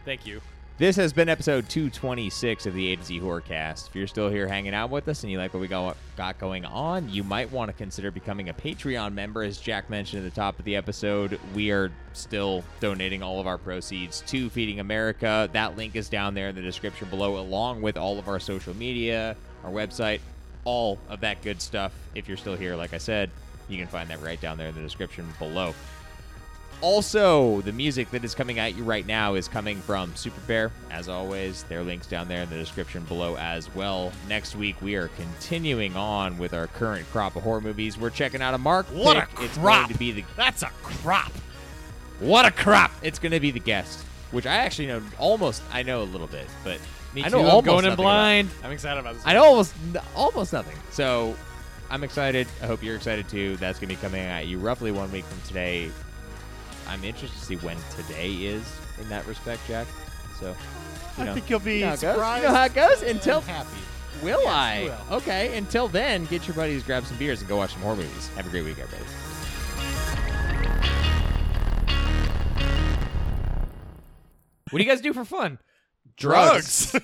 Speaker 1: Thank you.
Speaker 3: This has been episode 226 of the A to Z Horrorcast. If you're still here hanging out with us and you like what we got, got going on, you might want to consider becoming a Patreon member. As Jack mentioned at the top of the episode, we are still donating all of our proceeds to Feeding America. That link is down there in the description below, along with all of our social media, our website, all of that good stuff. If you're still here, like I said, you can find that right down there in the description below. Also, the music that is coming at you right now is coming from Super Bear. As always, their links down there in the description below as well. Next week, we are continuing on with our current crop of horror movies. We're checking out a Mark
Speaker 2: What a
Speaker 3: pick. It's
Speaker 2: crop.
Speaker 3: going to be the
Speaker 2: That's a crop.
Speaker 3: what a crop! It's going to be the guest, which I actually know almost. I know a little bit, but
Speaker 1: Me
Speaker 3: I
Speaker 1: too.
Speaker 3: know
Speaker 1: I'm
Speaker 3: almost
Speaker 1: going in
Speaker 3: nothing about-
Speaker 1: blind. I'm excited about this.
Speaker 3: I know almost almost nothing. So I'm excited. I hope you're excited too. That's gonna be coming at you roughly one week from today. I'm interested to see when today is in that respect, Jack. So you know,
Speaker 2: I think you'll be
Speaker 3: you know how it goes.
Speaker 2: surprised.
Speaker 3: You know how it goes.
Speaker 2: and
Speaker 3: Until
Speaker 2: happy.
Speaker 3: will
Speaker 2: Yes,
Speaker 3: I?
Speaker 2: you will.
Speaker 3: Okay. Until then, get your buddies, grab some beers, and go watch some horror movies. Have a great week, everybody.
Speaker 1: What do you guys do for fun?
Speaker 2: Drugs.